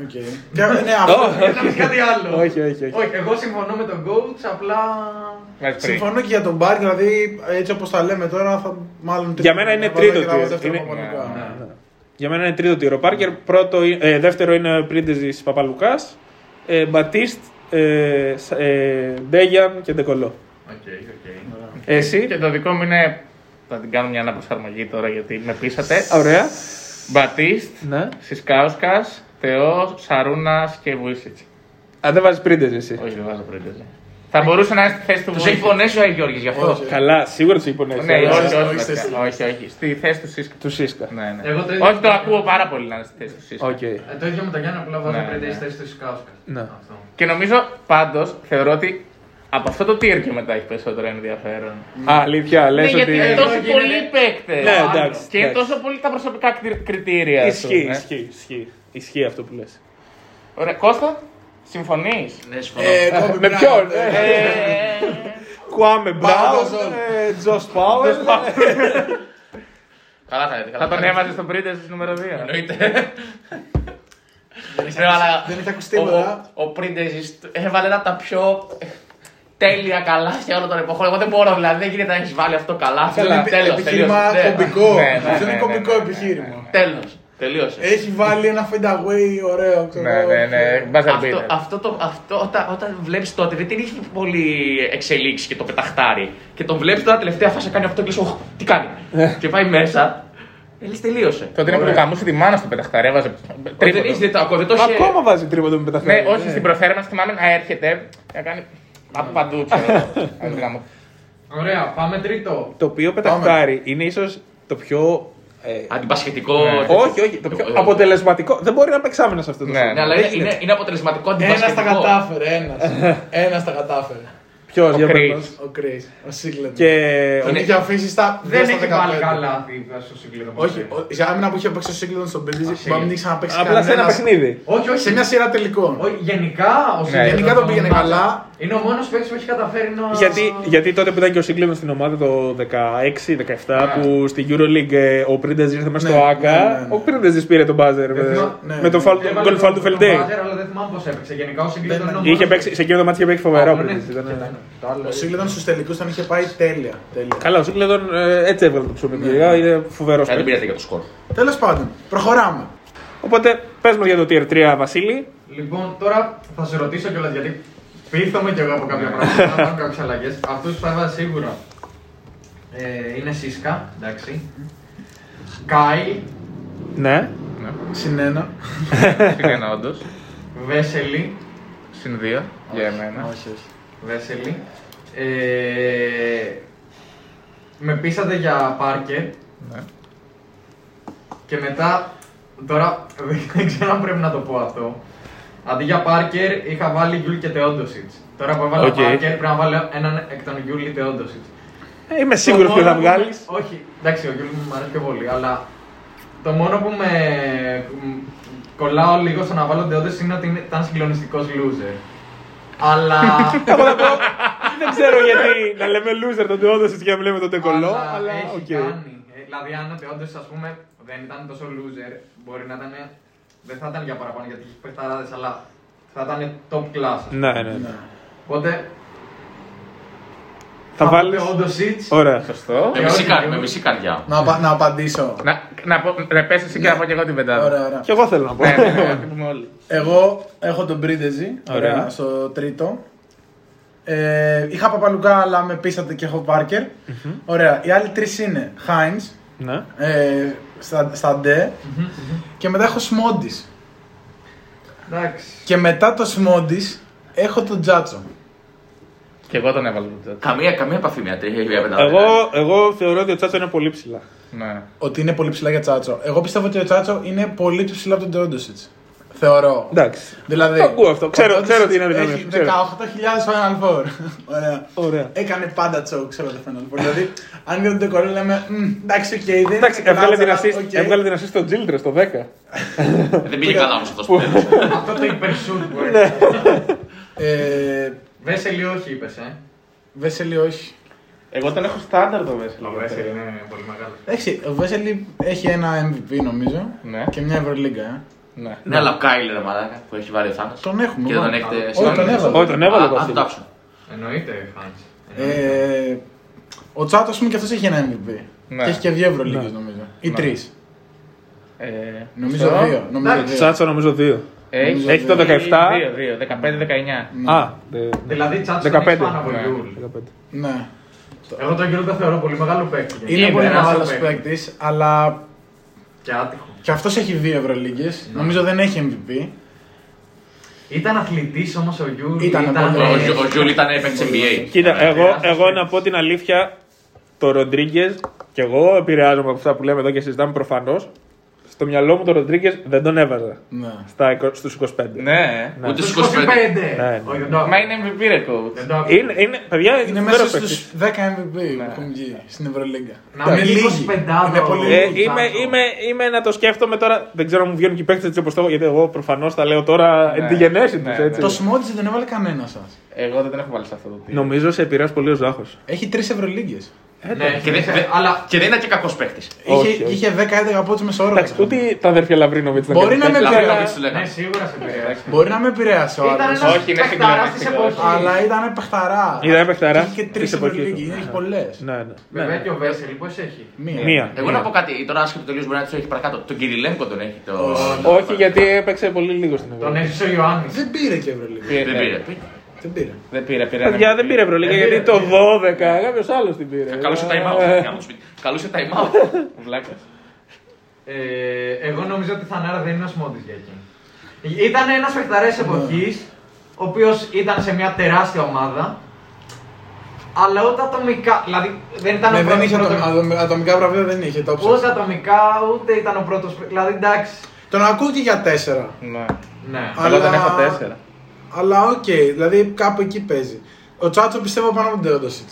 [SPEAKER 3] Οκ. Και, ναι, αυτό.
[SPEAKER 5] να πεις κάτι άλλο.
[SPEAKER 2] Όχι, όχι, όχι.
[SPEAKER 5] Όχι, εγώ συμφωνώ με τον coach, απλά.
[SPEAKER 4] Βάζει τρίποδο.
[SPEAKER 3] Συμφωνώ και για τον Μπάρκ, δηλαδή έτσι όπως τα λέμε τώρα θα μάλλον.
[SPEAKER 2] Για μένα είναι
[SPEAKER 3] θα βάλω και
[SPEAKER 2] τρίτο
[SPEAKER 3] να βάζω
[SPEAKER 2] tier.
[SPEAKER 3] δεύτερο
[SPEAKER 2] Είναι-
[SPEAKER 3] Παπανδρικά.
[SPEAKER 5] Ναι.
[SPEAKER 2] Για μένα είναι τρίτο τύρο. Πάρκερ, πρώτο, ε, ε, δεύτερο είναι Πρίντεζι Παπαλουκάς. Ε, Μπατίστ, ε, Σ- ε, Ντέγιαν και Ντεκολό.
[SPEAKER 5] Οκ, οκ.
[SPEAKER 2] Εσύ.
[SPEAKER 4] Και το δικό μου είναι. Θα την κάνω μια αναπροσαρμογή τώρα γιατί με πείσατε.
[SPEAKER 2] Ωραία.
[SPEAKER 4] Μπατίστ,
[SPEAKER 2] Ναι.
[SPEAKER 4] Σισκάουσκας, Θεός, Σαρούνας και Βουίσιτ.
[SPEAKER 2] Αν δεν βάζεις πρίντες εσύ.
[SPEAKER 4] Όχι, δεν βάζω πρίντες. Θα μπορούσε να είναι στη θέση του
[SPEAKER 7] Τους έχει
[SPEAKER 4] Βόιτιτ.
[SPEAKER 7] πονέσει ο Αγιώργη γι' αυτό.
[SPEAKER 3] Όχι.
[SPEAKER 2] Καλά, σίγουρα τους υπονέσει.
[SPEAKER 4] Ναι,
[SPEAKER 2] αλλά-
[SPEAKER 4] όχι,
[SPEAKER 3] όχι,
[SPEAKER 4] όχι,
[SPEAKER 3] όχι,
[SPEAKER 4] βασικά.
[SPEAKER 3] στη-
[SPEAKER 4] όχι, όχι. Στη θέση του Σίσκα.
[SPEAKER 2] Του Σίσκα.
[SPEAKER 4] Ναι, ναι.
[SPEAKER 5] Εγώ το ίδιο-
[SPEAKER 4] Όχι, το ακούω πάρα πολύ να είναι στη θέση του Σίσκα.
[SPEAKER 2] Οκ.
[SPEAKER 5] Ε, το ίδιο με τα Γιάννα, απλά βάζω
[SPEAKER 4] Ναι,
[SPEAKER 5] πριν τη
[SPEAKER 4] ναι.
[SPEAKER 5] θέση του Σικάουσκα.
[SPEAKER 2] Ναι.
[SPEAKER 5] Αυτό.
[SPEAKER 4] Και νομίζω πάντως θεωρώ ότι από αυτό το tier και μετά έχει περισσότερο ενδιαφέρον.
[SPEAKER 2] Α, αλήθεια,
[SPEAKER 4] Ναι,
[SPEAKER 2] λες
[SPEAKER 4] γιατί
[SPEAKER 2] ότι.
[SPEAKER 4] είναι τόσο
[SPEAKER 5] γίνεται-
[SPEAKER 4] πολλοί παίκτες.
[SPEAKER 2] Ναι, εντάξει,
[SPEAKER 4] Και είναι
[SPEAKER 2] εντάξει.
[SPEAKER 4] τόσο πολύ τα προσωπικά κρι- κριτήρια. ας
[SPEAKER 2] Ισχύει,
[SPEAKER 4] πούμε.
[SPEAKER 2] ισχύει, ισχύει. Ισχύει αυτό που λες.
[SPEAKER 4] Ωραία, Κώστα, συμφωνείς.
[SPEAKER 7] Ναι, συμφωνώ.
[SPEAKER 3] Ε, Kobe
[SPEAKER 2] Με
[SPEAKER 3] Bryant,
[SPEAKER 2] ποιον,
[SPEAKER 3] ε,
[SPEAKER 2] ε? Κουάμε Μπράουν, Τζο Πάουελ.
[SPEAKER 7] Καλά θα είναι. καλά
[SPEAKER 4] Θα τον
[SPEAKER 7] είναι.
[SPEAKER 4] έβαζε στον πρίτε νούμερο 2.
[SPEAKER 7] Εννοείται. Ρε, αλλά
[SPEAKER 3] δεν έχει ακούσει
[SPEAKER 7] ο-
[SPEAKER 3] τίποτα.
[SPEAKER 7] Ο Πρίντεζη έβαλε ένα από τα πιο τέλεια καλά σε όλο τον εποχό. Εγώ δεν μπορώ, δηλαδή δεν γίνεται να έχει βάλει αυτό καλά. Αυτό
[SPEAKER 3] Καλά,
[SPEAKER 7] είναι τέλο.
[SPEAKER 3] Επιχείρημα κομπικό.
[SPEAKER 4] Ναι, ναι,
[SPEAKER 3] Αυτό
[SPEAKER 4] ναι,
[SPEAKER 3] είναι
[SPEAKER 4] ναι,
[SPEAKER 3] κομπικό
[SPEAKER 4] ναι, ναι,
[SPEAKER 3] επιχείρημα.
[SPEAKER 7] Τέλο. Τελείωσε.
[SPEAKER 3] Έχει βάλει ένα fade away ωραίο. ξέρω
[SPEAKER 4] Ναι,
[SPEAKER 3] εγώ.
[SPEAKER 4] ναι, ναι. Μπάζα
[SPEAKER 7] Αυτό, αυτό, το, αυτό όταν, όταν βλέπεις τότε δεν την είχε πολύ εξελίξει και το πεταχτάρι. Και τον βλέπεις τώρα τελευταία φάση να κάνει αυτό και λες: Ωχ, τι κάνει. και πάει μέσα. Ε, λες, τελείωσε.
[SPEAKER 4] Τότε είναι που του καμούσε τη μάνα στο πεταχτάρι, έβαζε
[SPEAKER 7] Δεν
[SPEAKER 4] τρίποντο.
[SPEAKER 7] είχε δεν το ακούω, δεν το είχε.
[SPEAKER 2] Ακόμα βάζει τρίποντο με
[SPEAKER 4] Ναι,
[SPEAKER 2] πεταχτάρι.
[SPEAKER 4] όχι στην προφέρα μας, θυμάμαι να έρχεται να κάνει από παντού. ξέρω εγώ. Να το κάνω.
[SPEAKER 5] Ωραία, πάμε τρίτο.
[SPEAKER 2] Το οποίο πεταχτάρι είναι ίσως το πιο. ε,
[SPEAKER 7] Αντιπασχετικό.
[SPEAKER 2] Όχι, όχι. Το πιο
[SPEAKER 7] Ε,
[SPEAKER 2] αποτελεσματικό. Δεν μπορεί να είναι απεξάμενο σε αυτό το
[SPEAKER 4] Ναι.
[SPEAKER 2] σώμα.
[SPEAKER 7] Ναι, αλλά είναι, είναι, είναι αποτελεσματικό
[SPEAKER 3] Ένας τα
[SPEAKER 7] αντιπασχετικό.
[SPEAKER 3] κατάφερε, ένας. Ένας τα κατάφερε.
[SPEAKER 2] Ποιος
[SPEAKER 4] Ο
[SPEAKER 2] για
[SPEAKER 4] Chris.
[SPEAKER 2] πες μας.
[SPEAKER 3] Ο Κρέι, ο Σίγκλετ.
[SPEAKER 2] Και.
[SPEAKER 3] Τον είχε αφήσει στα 2
[SPEAKER 5] Δεν
[SPEAKER 3] στα
[SPEAKER 5] έχει βάλει
[SPEAKER 3] 15.
[SPEAKER 5] καλά στο συγκλίνο.
[SPEAKER 3] Όχι, ο- σε άμυνα που είχε παίξει ο Σίγκλετ στον Πεντζή, μπορεί να μην έχει ξαναπέξει
[SPEAKER 2] Απλά σε ένα
[SPEAKER 3] κανένας.
[SPEAKER 2] παιχνίδι.
[SPEAKER 5] όχι, όχι.
[SPEAKER 3] Σε μια σειρά τελικών.
[SPEAKER 5] όχι, γενικά ο
[SPEAKER 4] Ναι,
[SPEAKER 3] γενικά τον πήγαινε
[SPEAKER 5] Μάτσα
[SPEAKER 3] καλά.
[SPEAKER 5] Είναι ο μόνος παίκτης που έχει καταφέρει να.
[SPEAKER 2] Γιατί, γιατί τότε που ήταν και ο Σίγκλεβεν στην ομάδα το 16-17 που στη Euroleague ε, ο Πρίντεζ ήρθε μέσα
[SPEAKER 3] Ναι,
[SPEAKER 2] στο
[SPEAKER 3] ναι, ναι,
[SPEAKER 2] Άκα,
[SPEAKER 3] ναι.
[SPEAKER 2] ο Πρίντεζ πήρε τον μπάζερ
[SPEAKER 5] Δεν
[SPEAKER 2] με-
[SPEAKER 5] θυμά-
[SPEAKER 3] ναι,
[SPEAKER 2] ε, με
[SPEAKER 3] ναι.
[SPEAKER 2] τον φάουλ του-
[SPEAKER 5] Έβαλε
[SPEAKER 2] τον φάουλ του
[SPEAKER 5] τον
[SPEAKER 2] Φελντέι.
[SPEAKER 5] Βάζερ, Αλλά δεν θυμάμαι πώς έπαιξε. Γενικά ο συγκλίνο
[SPEAKER 3] Δεν-
[SPEAKER 5] είναι ο
[SPEAKER 2] Είχε
[SPEAKER 5] μόνος-
[SPEAKER 2] παίξει, σε εκείνο το μάτι είχε παίξει φοβερά ο
[SPEAKER 5] Ναι,
[SPEAKER 2] Πρίντεζ. ήταν-
[SPEAKER 5] ναι, το άλλο.
[SPEAKER 3] Ο Σίγκλετ στους τελικούς τον είχε πάει τέλεια. τέλεια.
[SPEAKER 2] Καλά, ο Σίγκλεβεν ε, έτσι έβγαλε το
[SPEAKER 3] Ναι,
[SPEAKER 2] ψωμί. τελικά, Είναι φοβερός.
[SPEAKER 7] Ε, Δεν πήρατε για το σκορ.
[SPEAKER 3] Τέλος πάντων, προχωράμε.
[SPEAKER 2] Οπότε πες μα για το tier 3, Βασίλη.
[SPEAKER 5] Λοιπόν, τώρα θα σε ρωτήσω κιόλας γιατί πείθομαι κι εγώ από κάποια πράγματα. να κάνω κάποιες αλλαγές. Αυτούς που θα έβαζα σίγουρα ε, είναι Σίσκα, εντάξει. Κάιλ,
[SPEAKER 2] Ναι.
[SPEAKER 3] Συνένα.
[SPEAKER 4] Στην ένα, όντως.
[SPEAKER 5] Βέσελη.
[SPEAKER 4] Συν δύο για εμένα.
[SPEAKER 3] Όχι, όχι.
[SPEAKER 5] Βέσελη. Ε, με πείσατε για Πάρκερ.
[SPEAKER 4] Ναι.
[SPEAKER 5] Και μετά, τώρα δεν ξέρω αν πρέπει να το πω αυτό. Αντί για Πάρκερ είχα βάλει Γιούλ και Τεόντοσιτ. Τώρα που έβαλα
[SPEAKER 2] Οκ.
[SPEAKER 5] Πάρκερ πρέπει να βάλω έναν εκ των Γιούλ ή Τεόντοσιτ.
[SPEAKER 2] Ε, Είμαι σίγουρος ότι θα βγάλει.
[SPEAKER 5] Όχι, εντάξει, ο Γιούλ μου αρέσει πιο πολύ, αλλά το μόνο που με μ, κολλάω λίγο στο να βάλω Τεόντοσιτ είναι ότι είναι- ήταν συγκλονιστικός loser. Αλλά.
[SPEAKER 2] Δεν ξέρω γιατί να λέμε loser τον Τεόδωση και να μην λέμε τον Τεκολό. Αλλά
[SPEAKER 5] έχει
[SPEAKER 2] οκ.
[SPEAKER 5] κάνει. Ε, δηλαδή, αν ο Τεόντος, ας πούμε, δεν ήταν τόσο loser, μπορεί να ήταν. Δεν θα ήταν για παραπάνω γιατί είχε παιχταράδες, αλλά θα ήταν top class. ας πούμε.
[SPEAKER 2] Ναι, ναι, ναι.
[SPEAKER 5] Οπότε.
[SPEAKER 2] Θα βάλει.
[SPEAKER 5] Όντω Σιτ.
[SPEAKER 2] Ωραία.
[SPEAKER 4] Σωστό.
[SPEAKER 7] Με μισή, καρ- με μισή καρδιά.
[SPEAKER 3] Να, απα- να απαντήσω.
[SPEAKER 2] Ναι.
[SPEAKER 4] Να, να πω, ρε, πες εσύ και να πω και εγώ την πεντάδα.
[SPEAKER 3] Ωραία, ωραία.
[SPEAKER 2] Και εγώ θέλω να πω.
[SPEAKER 4] Ναι, ναι, ναι, να την πούμε όλοι.
[SPEAKER 3] Εγώ έχω τον Πρίντεζι
[SPEAKER 2] Ωραία.
[SPEAKER 3] ωραία, στο τρίτο. Ε, είχα Παπαλουκά, αλλά με πείσατε και έχω Πάρκερ. Ωραία. Οι άλλοι τρεις είναι Χάιν,
[SPEAKER 2] Ναι.
[SPEAKER 3] ε, στα, στα ντε. και μετά έχω Σμόντις.
[SPEAKER 5] Εντάξει.
[SPEAKER 3] Και μετά το Σμόντις έχω τον Τζάτσο.
[SPEAKER 4] Και εγώ τον έβαλα τον Τζέτ.
[SPEAKER 7] Καμία, καμία επαφή με τρία για πεντάδα.
[SPEAKER 2] Εγώ, εγώ θεωρώ ότι ο Τσάτσο είναι πολύ ψηλά.
[SPEAKER 4] Ναι.
[SPEAKER 3] Ότι είναι πολύ ψηλά για Τσάτσο. Εγώ πιστεύω ότι ο Τσάτσο είναι πολύ πιο ψηλά από τον Τεόντοσιτ. Θεωρώ.
[SPEAKER 2] Εντάξει.
[SPEAKER 3] Δηλαδή.
[SPEAKER 2] Το Ναι. ακούω αυτό.
[SPEAKER 3] ο
[SPEAKER 2] Ξέρω-
[SPEAKER 3] Teodosic
[SPEAKER 2] ξέρω τι είναι δυναμία.
[SPEAKER 3] Έχει 18.000
[SPEAKER 2] Ξέρω.
[SPEAKER 3] Final Four. Ωραία.
[SPEAKER 2] Ωραία.
[SPEAKER 3] Έκανε πάντα τσόκ σε όλα τα Final Four. δηλαδή, αν δεν τον κορόλ, λέμε «Μμ, εντάξει, οκ, δεν
[SPEAKER 2] Εντάξει,
[SPEAKER 3] είναι
[SPEAKER 2] έβγαλε την
[SPEAKER 3] κλάτσα,
[SPEAKER 2] assist-
[SPEAKER 3] οκ».
[SPEAKER 2] έβγαλε την assist στο Τζίλντρε στο 10.
[SPEAKER 7] Δεν πήγε καλά όμως αυτό που
[SPEAKER 5] Αυτό το υπερσουτ που
[SPEAKER 2] Ναι.
[SPEAKER 5] έκανε.
[SPEAKER 3] Ε,
[SPEAKER 5] Βέσελη, όχι, είπες. Ε.
[SPEAKER 3] Βέσελη, όχι.
[SPEAKER 4] Εγώ τον έχω στάνταρ το
[SPEAKER 5] Ο Βέσελη είναι πολύ μεγάλος.
[SPEAKER 3] Εντάξει, ο Βέσελη έχει ένα MVP νομίζω
[SPEAKER 4] Ναι.
[SPEAKER 3] και μια Ευρωλίγκα. Ε.
[SPEAKER 4] Ναι.
[SPEAKER 7] Ναι, αλλά ο Κάιλ ρε μαλάκα που έχει βάλει ο Θάνο.
[SPEAKER 3] Τον έχουμε.
[SPEAKER 7] Και δεν
[SPEAKER 3] βάλει.
[SPEAKER 7] έχετε.
[SPEAKER 3] Όχι,
[SPEAKER 7] συγγνώμη.
[SPEAKER 3] τον έβαλε.
[SPEAKER 2] Όχι, τον έβαλε
[SPEAKER 7] Α,
[SPEAKER 2] ο
[SPEAKER 7] α, το
[SPEAKER 2] Βασίλη.
[SPEAKER 7] άψω.
[SPEAKER 5] Εννοείται, Χάντ.
[SPEAKER 3] Ε, ο Τσάτο πούμε και αυτός έχει ένα MVP.
[SPEAKER 4] Ναι.
[SPEAKER 3] Και έχει και δύο Ευρωλίγκες νομίζω. Ή
[SPEAKER 4] Ναι.
[SPEAKER 3] τρεις.
[SPEAKER 4] Ε,
[SPEAKER 3] Νομίζω
[SPEAKER 4] αυτό.
[SPEAKER 3] δύο. Νομίζω
[SPEAKER 5] Εντάξει.
[SPEAKER 3] δύο.
[SPEAKER 2] Τσάτσο νομίζω 2.
[SPEAKER 4] Έχει,
[SPEAKER 3] Έχει
[SPEAKER 2] το 17.
[SPEAKER 4] 2, 2, 15-19.
[SPEAKER 2] Α, δε-
[SPEAKER 5] Δηλαδή, τσάτσο δεν
[SPEAKER 2] 15.
[SPEAKER 5] έχει πάνω από
[SPEAKER 4] Ναι.
[SPEAKER 5] Γιούλ.
[SPEAKER 2] 15.
[SPEAKER 3] Ναι.
[SPEAKER 5] Εγώ τον Γιούλ τον θεωρώ πολύ μεγάλο παίκτη.
[SPEAKER 3] Είναι πολύ
[SPEAKER 5] ένας
[SPEAKER 3] μεγάλος
[SPEAKER 5] παίκτης.
[SPEAKER 3] παίκτης, αλλά
[SPEAKER 5] Και άτυχος.
[SPEAKER 3] και αυτός έχει δύο Ευρωλίγκες. Νομίζω δεν έχει MVP.
[SPEAKER 5] Ήταν αθλητής όμως ο Γιούλ. Ναι.
[SPEAKER 3] Ήταν
[SPEAKER 7] Ο,
[SPEAKER 3] πολύ.
[SPEAKER 5] ε,
[SPEAKER 7] Γιου- ο Γιούλ ήταν παίκτη NBA.
[SPEAKER 2] Κοίτα,
[SPEAKER 5] Ήταν
[SPEAKER 2] εγώ,
[SPEAKER 5] τεράστιος.
[SPEAKER 2] εγώ να πω την αλήθεια, το Ροντρίγκες και εγώ επηρεάζομαι από αυτά που λέμε εδώ και συζητάμε προφανώς. Στο μυαλό μου το Ροντρίγκες δεν τον έβαζα
[SPEAKER 3] Ναι.
[SPEAKER 2] στα, εικο- στους 25.
[SPEAKER 7] Ναι,
[SPEAKER 2] Ναι.
[SPEAKER 7] ούτε
[SPEAKER 5] στους
[SPEAKER 7] στους 25.
[SPEAKER 5] 25.
[SPEAKER 2] ναι.
[SPEAKER 5] Όχι, δεν το άκουγα.
[SPEAKER 4] Μα είναι MVP ρε coach.
[SPEAKER 5] Δεν το άκουγα.
[SPEAKER 2] Είναι, είναι, παιδιά,
[SPEAKER 3] Είναι
[SPEAKER 2] φοβερός
[SPEAKER 3] μέσα
[SPEAKER 2] παίκτης.
[SPEAKER 3] στου 10 MVP
[SPEAKER 2] Ναι.
[SPEAKER 3] που έχουν βγει στην Ευρωλίγκα.
[SPEAKER 5] Να μην
[SPEAKER 3] Λίγοι.
[SPEAKER 5] 25
[SPEAKER 3] Είναι πολύ
[SPEAKER 5] Ε,
[SPEAKER 2] Ε,
[SPEAKER 3] λίγοι.
[SPEAKER 2] είμαι, είμαι, είμαι να το σκέφτομαι τώρα. Δεν ξέρω αν μου βγαίνουν και οι παίχτε έτσι όπως το έχω, γιατί εγώ προφανώς τα λέω τώρα εν τη γενέση τους.
[SPEAKER 4] Ναι,
[SPEAKER 2] έτσι.
[SPEAKER 3] Το Σμότζι δεν έβαλε κανένας σας.
[SPEAKER 4] Εγώ δεν τον έχω βάλει σε αυτό το τύπο.
[SPEAKER 2] Νομίζω σε επηρεάζει πολύ ο Ζάχος.
[SPEAKER 3] Έχει τρεις Ευρωλίγκες.
[SPEAKER 5] Ναι,
[SPEAKER 7] Και δεν, δεν- αλλά και δεν ήταν και κακός παίκτης.
[SPEAKER 2] Όχι,
[SPEAKER 3] Είχε,
[SPEAKER 2] όχι.
[SPEAKER 3] είχε 10-11 πόντου μεσόωρο.
[SPEAKER 2] Εντάξει, ούτε τα αδέρφια Λαβρίνοβιτ δεν
[SPEAKER 3] Μπορεί να με επηρεάσει.
[SPEAKER 2] Ε,
[SPEAKER 7] Λαβρίνοβιτς λέγανε.
[SPEAKER 5] ναι, σίγουρα σε επηρεάζει.
[SPEAKER 3] Μπορεί να με επηρεάσει ο
[SPEAKER 5] Ήταν
[SPEAKER 3] άλλος,
[SPEAKER 5] ένα
[SPEAKER 4] Όχι, είναι
[SPEAKER 5] παιχταρά τη
[SPEAKER 4] συγκλονιστικός.
[SPEAKER 5] εποχή.
[SPEAKER 3] Αλλά ήταν παιχταρά.
[SPEAKER 2] Ήταν παιχταρά
[SPEAKER 3] Είχε και τρει
[SPEAKER 2] της εποχής του.
[SPEAKER 3] Ευρωλίγκε. Είχε πολλές.
[SPEAKER 2] Ναι, ναι.
[SPEAKER 5] Βέβαια και ο Βέσελη πώς έχει.
[SPEAKER 3] Μία.
[SPEAKER 2] Μία.
[SPEAKER 7] Εγώ να πω κάτι, τώρα άσχετο τελείως μπορεί να τους έχει παρακάτω. Τον Κυριλέγκο τον έχει. Το...
[SPEAKER 2] Όχι, γιατί έπαιξε πολύ λίγο στην
[SPEAKER 5] Τον
[SPEAKER 2] Ευρώπη.
[SPEAKER 5] έχει ο Ιωάννης.
[SPEAKER 3] Δεν πήρε και Ευρωλίγκα.
[SPEAKER 7] Δεν πήρε.
[SPEAKER 3] Δεν πήρε.
[SPEAKER 4] Δεν πήρε, πήρε. ναι.
[SPEAKER 2] Παιδιά
[SPEAKER 4] ένα
[SPEAKER 2] δεν
[SPEAKER 4] MVP.
[SPEAKER 2] πήρε Ευρωλίγα γιατί το 12 κάποιος άλλος την πήρε.
[SPEAKER 7] Καλούσε time
[SPEAKER 2] Ε,
[SPEAKER 7] out. Καλούσε time out.
[SPEAKER 4] Βλάκας.
[SPEAKER 5] Ε, εγώ νομίζω ότι η Θανάρα δεν είναι ο Σμόντι για εκείνη. Ήταν ένας παιχταρέ
[SPEAKER 3] Ναι.
[SPEAKER 5] εποχής, ο οποίος ήταν σε μια τεράστια ομάδα. Αλλά ούτε ατομικά. Δηλαδή δεν ήταν
[SPEAKER 3] Ναι,
[SPEAKER 5] ο
[SPEAKER 3] δεν
[SPEAKER 5] πρώτος
[SPEAKER 3] είχε
[SPEAKER 5] πρώτος-
[SPEAKER 3] ατομ- ατομ- ατομικά βραβεία, δεν είχε το
[SPEAKER 5] Ούτε
[SPEAKER 3] ψάξα.
[SPEAKER 5] ατομικά, ούτε ήταν ο πρώτος. Δηλαδή εντάξει.
[SPEAKER 3] Τον ακούω και για τέσσερα.
[SPEAKER 4] Ναι.
[SPEAKER 5] Ναι.
[SPEAKER 4] Εγώ τον έχω τέσσερα.
[SPEAKER 3] Αλλά οκ, δηλαδή κάπου εκεί παίζει. Ο Τσάτσο πιστεύω πάνω από τον Τεόντοσιτ.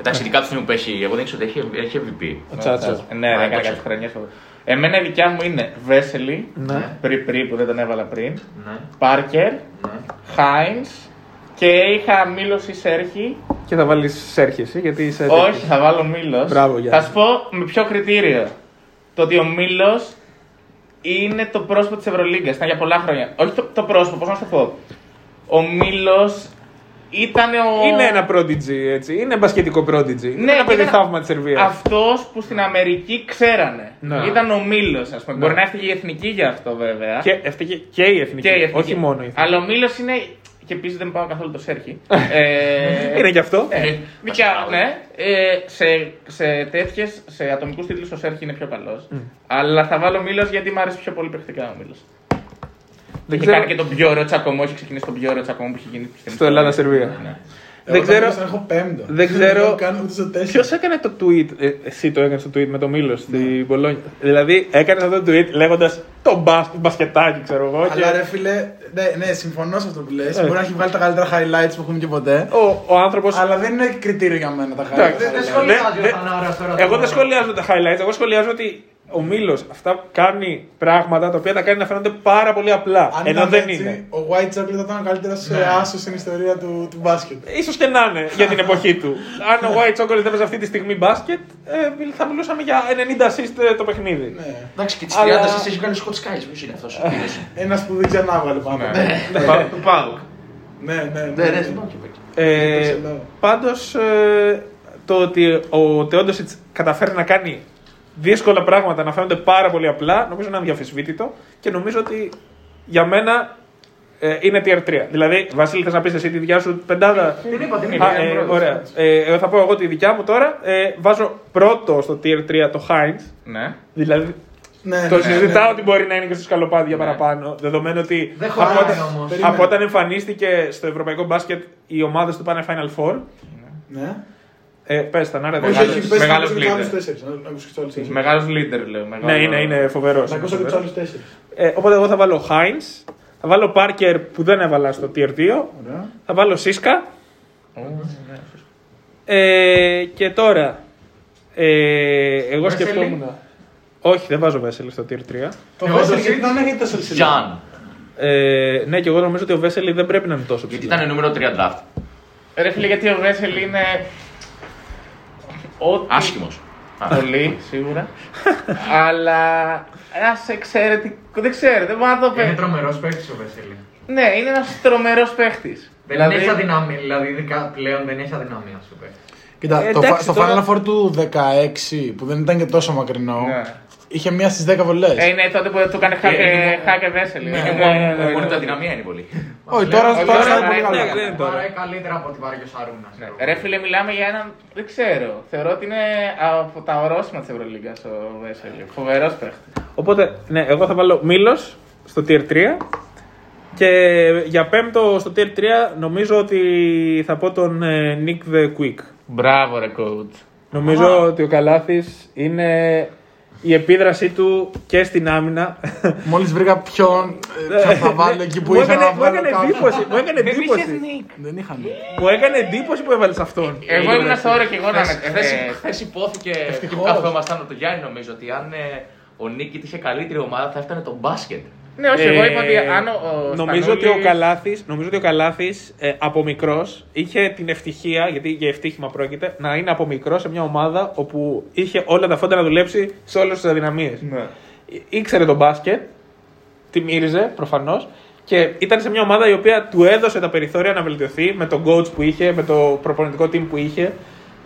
[SPEAKER 7] Εντάξει, ειδικά τους στιγμή που έχει, εγώ δεν ξέρω ότι έχει, έχει MVP.
[SPEAKER 2] Ο Τσάτσο.
[SPEAKER 4] Ναι, ρε, έκανα
[SPEAKER 7] εντάξει.
[SPEAKER 4] κάποιε χρονιέ. Εμένα η δικιά μου είναι Βέσελη,
[SPEAKER 2] Ναι.
[SPEAKER 4] Πριπρί που δεν τον έβαλα πριν,
[SPEAKER 5] Ναι.
[SPEAKER 4] Πάρκερ,
[SPEAKER 5] Ναι.
[SPEAKER 4] Χάιν και είχα Μήλο ή Σέρχη.
[SPEAKER 2] Και θα βάλεις Σέρχεση γιατί είσαι.
[SPEAKER 4] Όχι, θα βάλω Μήλο.
[SPEAKER 2] Μπράβο, Γιάννη.
[SPEAKER 4] Θα σου πω με ποιο κριτήριο. Το ότι ο Μήλο είναι το πρόσωπο της Ευρωλίγκας. Ήταν για πολλά χρόνια. Όχι το, το πρόσωπο, πώς να σου το πω. Ο Μήλος ήταν ο.
[SPEAKER 2] Είναι ένα πρότιτζι έτσι. Είναι μπασκετικό πρότιτζι.
[SPEAKER 4] Ναι,
[SPEAKER 2] Είναι ένα παιδί θαύμα της Σερβίας.
[SPEAKER 4] Αυτός που στην Αμερική ξέρανε.
[SPEAKER 2] Ναι.
[SPEAKER 4] Ήταν ο Μήλος, ας πούμε. Μπορεί να έφυγε η εθνική για αυτό βέβαια.
[SPEAKER 2] Και, ευτυχή- και η εθνική.
[SPEAKER 4] Και η εθνική.
[SPEAKER 2] Όχι μόνο η εθνική.
[SPEAKER 4] Αλλά ο Μήλος είναι. Και επίσης δεν πάω καθόλου το Σέρχη. ε...
[SPEAKER 2] Είναι γι' αυτό.
[SPEAKER 4] Ε,
[SPEAKER 7] Ε,
[SPEAKER 4] Μικα,
[SPEAKER 7] ας πάω.
[SPEAKER 4] ναι, ε, σε, σε τέτοιες, σε ατομικούς τίτλους ο Σέρχη είναι πιο καλός. Αλλά θα βάλω Μήλος γιατί μου άρεσε πιο πολύ παιχτικά ο Μήλος.
[SPEAKER 2] Δεν
[SPEAKER 4] είχε
[SPEAKER 2] ξέρω.
[SPEAKER 4] κάνει και τον πιο ωραίο τσακωμό, έχει ξεκινήσει τον πιο ωραίο τσακωμό που είχε γίνει στην
[SPEAKER 2] Στο
[SPEAKER 4] ιστορία.
[SPEAKER 2] Ελλάδα-Σερβία.
[SPEAKER 4] Ναι.
[SPEAKER 2] Δεν ξέρω-
[SPEAKER 3] Τον έχω πέμπτο.
[SPEAKER 2] δεν ξέρω-
[SPEAKER 3] Δεν έχω κάνει ούτε στο τέσσερα.
[SPEAKER 2] Ποιος έκανε το tweet, ε, εσύ το έκανες το tweet με το Μήλο
[SPEAKER 4] Ναι.
[SPEAKER 2] στην Πολόνια. Δηλαδή, έκανες αυτό το tweet λέγοντας το μπασ, μπασκετάκι, ξέρω εγώ.
[SPEAKER 3] Αλλά
[SPEAKER 2] Και
[SPEAKER 3] ρε φίλε, ναι, ναι, συμφωνώ σε αυτό που
[SPEAKER 2] Ε.
[SPEAKER 3] λε. Μπορεί να έχει βγάλει τα καλύτερα highlights που έχουμε και ποτέ.
[SPEAKER 2] ο, ο άνθρωπος.
[SPEAKER 3] Αλλά δεν είναι κριτήριο για μένα τα
[SPEAKER 2] Εντάξει,
[SPEAKER 3] highlights.
[SPEAKER 5] Δεν
[SPEAKER 2] ναι.
[SPEAKER 5] σχολιάζει
[SPEAKER 2] Δε-
[SPEAKER 5] ο Θανάρα τώρα.
[SPEAKER 2] Εγώ δεν σχολιάζω τα highlights, εγώ σχολιάζω ότι ο Μήλος αυτά κάνει πράγματα τα οποία τα κάνει να φαίνονται πάρα πολύ απλά.
[SPEAKER 3] Αν
[SPEAKER 2] ενώ
[SPEAKER 3] ήταν
[SPEAKER 2] δεν
[SPEAKER 3] έτσι,
[SPEAKER 2] είναι. Ναι.
[SPEAKER 3] Ο White Chocolate ήταν ο καλύτερο άσο στην ιστορία του, του μπάσκετ.
[SPEAKER 2] σω και να είναι για την εποχή του. Αν ο White Chocolate έπαιζε αυτή τη στιγμή μπάσκετ, ε, θα μιλούσαμε για 90 assist ε, το παιχνίδι.
[SPEAKER 3] Ναι.
[SPEAKER 7] Εντάξει, και τις
[SPEAKER 2] Αλλά-
[SPEAKER 7] 30 εσύ έχει κάνει Σκοτ Σκάι, ποιο είναι αυτός.
[SPEAKER 3] Ένας που δεν ξανά βγάλε πάνω. Ναι,
[SPEAKER 4] Πα- Του Πάουκ.
[SPEAKER 3] ναι, ναι.
[SPEAKER 7] Ναι, ναι,
[SPEAKER 3] ναι.
[SPEAKER 7] θυμάμαι και παίκτη.
[SPEAKER 2] Ε,
[SPEAKER 3] Barcelona.
[SPEAKER 2] Πάντω, το ότι ο Τεόντοσιτ καταφέρει να κάνει δύσκολα πράγματα να φαίνονται πάρα πολύ απλά, νομίζω είναι αδιαφεσβήτητο και νομίζω ότι για μένα ε, είναι tier 3. Δηλαδή, Βασίλη, θες να πεις εσύ τη δικιά σου πεντάδα.
[SPEAKER 5] Την είπα, την
[SPEAKER 2] Α,
[SPEAKER 5] είπα.
[SPEAKER 2] ε,
[SPEAKER 5] είναι πρώτος.
[SPEAKER 2] ωραία. Ε, εγώ θα πω εγώ τη δικιά μου τώρα. Ε, βάζω πρώτο στο tier 3 το Heinz.
[SPEAKER 4] Ναι.
[SPEAKER 2] Δηλαδή,
[SPEAKER 3] Ναι,
[SPEAKER 2] το
[SPEAKER 3] ναι,
[SPEAKER 2] συζητάω
[SPEAKER 3] ναι.
[SPEAKER 2] ότι μπορεί να είναι και στο σκαλοπάδι για παραπάνω. Δεδομένου ότι
[SPEAKER 5] Δεν
[SPEAKER 2] από,
[SPEAKER 5] χωράει
[SPEAKER 2] όταν-
[SPEAKER 5] όμως.
[SPEAKER 2] από όταν εμφανίστηκε στο ευρωπαϊκό μπάσκετ οι ομάδες του πάνε Final Four.
[SPEAKER 3] Ναι.
[SPEAKER 2] Ε, πες τα, να ρε,
[SPEAKER 3] Όχι,
[SPEAKER 2] μεγάλος.
[SPEAKER 3] όχι, πες
[SPEAKER 4] μεγάλος
[SPEAKER 3] να ακούσω και τους άλλους
[SPEAKER 4] leader.
[SPEAKER 3] τέσσερις, να- να ακούσω και τους άλλους τέσσερις.
[SPEAKER 4] Μεγάλος leader λέω. μεγάλο-
[SPEAKER 2] Ναι, είναι, είναι φοβερός.
[SPEAKER 3] Να ακούσω και τους άλλους τέσσερις.
[SPEAKER 2] Ε, οπότε εγώ θα βάλω Heinz, θα βάλω Parker που δεν έβαλα στο tier 2, θα βάλω Σίσκα.
[SPEAKER 3] ναι,
[SPEAKER 2] Ε, και τώρα, ε, εγώ
[SPEAKER 5] Βέσελη.
[SPEAKER 2] σκεφτόμουν. Όχι, δεν βάζω Βέσελη στο tier 3.
[SPEAKER 3] Το
[SPEAKER 5] Εγώ το
[SPEAKER 3] Βέσελ γιατί
[SPEAKER 5] σύντομα-
[SPEAKER 3] δεν έχει τέσσερι.
[SPEAKER 7] Τζαν.
[SPEAKER 2] Ε, ναι, και εγώ νομίζω ότι ο Βέσελη δεν πρέπει να είναι τόσο
[SPEAKER 7] Γιατί
[SPEAKER 2] ψηλά.
[SPEAKER 7] ήταν νούμερο 3 draft.
[SPEAKER 4] Ρε φίλε, γιατί ο Βέσελ είναι... Ό,τι...
[SPEAKER 7] Άσχημο.
[SPEAKER 4] Πολύ, σίγουρα. Αλλά ένα εξαιρετικό. Δεν ξέρω, δεν μπορώ να το πω.
[SPEAKER 5] Είναι τρομερός παίκτης ο Βέσελη.
[SPEAKER 4] Ναι, είναι ένας τρομερός παίχτη.
[SPEAKER 5] Δεν έχει αδυναμία, δηλαδή ειδικά πλέον δεν έχει αδυναμία σου παίκτη.
[SPEAKER 3] Κοίτα,
[SPEAKER 2] Ε,
[SPEAKER 3] το,
[SPEAKER 2] εντάξει,
[SPEAKER 3] φα- το
[SPEAKER 2] τώρα-
[SPEAKER 3] Final Four του 16 που δεν ήταν και τόσο μακρινό
[SPEAKER 4] Ναι.
[SPEAKER 3] είχε μία στις 10 βολές.
[SPEAKER 4] Ε, είναι τότε που του έκανε
[SPEAKER 7] Ε,
[SPEAKER 4] χάκε Βέσελη.
[SPEAKER 7] Είναι
[SPEAKER 4] Ναι, ναι,
[SPEAKER 7] μόνο-
[SPEAKER 2] Ε,
[SPEAKER 4] ναι,
[SPEAKER 7] μόνο
[SPEAKER 4] ναι.
[SPEAKER 7] τα δυναμία είναι πολύ.
[SPEAKER 3] Όχι,
[SPEAKER 4] όχι,
[SPEAKER 3] τώρα τώρα
[SPEAKER 4] τώρα
[SPEAKER 3] θα είναι
[SPEAKER 4] είναι-
[SPEAKER 3] πολύ
[SPEAKER 4] ναι,
[SPEAKER 3] καλά.
[SPEAKER 2] ναι.
[SPEAKER 5] Άρα
[SPEAKER 2] τώρα.
[SPEAKER 5] είναι καλύτερα από ότι βάρει και ο Σαρούνα. ξέρω
[SPEAKER 3] Ναι,
[SPEAKER 4] ε, Ρε
[SPEAKER 5] εγώ.
[SPEAKER 4] φίλε, μιλάμε για έναν. Δεν ξέρω. Θεωρώ ότι είναι από τα ορόσημα της Ευρωλίγκας ο Βέσελη. Φοβερός παίχτης.
[SPEAKER 2] Οπότε, ναι, εγώ θα βάλω Μήλος στο tier 3. Και για πέμπτο στο Tier 3 νομίζω ότι θα πω τον ε, Nick the Quick.
[SPEAKER 4] Μπράβο, ρε coach.
[SPEAKER 2] Νομίζω ότι ο Καλάθης είναι η επίδρασή του και στην άμυνα.
[SPEAKER 3] Μόλις βρήκα ποιον, ε, ποιον θα βάλω εκεί που
[SPEAKER 2] Ναι. μου,
[SPEAKER 3] ήθελα
[SPEAKER 2] έκανε,
[SPEAKER 3] να
[SPEAKER 2] μου
[SPEAKER 3] βάλω
[SPEAKER 2] έκανε
[SPEAKER 3] κάποιον.
[SPEAKER 2] εντύπωση, μου έκανε
[SPEAKER 4] Δεν είχες
[SPEAKER 2] εντύπωση,
[SPEAKER 4] νίκ.
[SPEAKER 3] Δεν είχαν.
[SPEAKER 2] μου έκανε εντύπωση που έβαλες αυτόν.
[SPEAKER 4] Εγώ ήμουν στο όριο και εγώ να με. ε,
[SPEAKER 7] Χθε υπόθηκε που καθόμασταν με τον Γιάννη, νομίζω ότι αν ε, ο Νίκη είχε καλύτερη ομάδα θα έφτανε τον μπάσκετ.
[SPEAKER 4] Ναι, όχι, εγώ είπα ότι
[SPEAKER 2] Ε,
[SPEAKER 4] αν ο. ο
[SPEAKER 2] Νομίζω ότι ο
[SPEAKER 4] Στανούλης-
[SPEAKER 2] Καλάθης, νομίζω ότι ο Καλάθης ε, από μικρός είχε την ευτυχία, γιατί για ευτύχημα πρόκειται, να είναι από μικρός σε μια ομάδα όπου είχε όλα τα φόντα να δουλέψει σε όλες τις αδυναμίες. Ή- Ήξερε τον μπάσκετ, τη μύριζε προφανώς και ήταν σε μια ομάδα η οποία του έδωσε τα περιθώρια να βελτιωθεί με τον coach που είχε, με το προπονητικό team που είχε,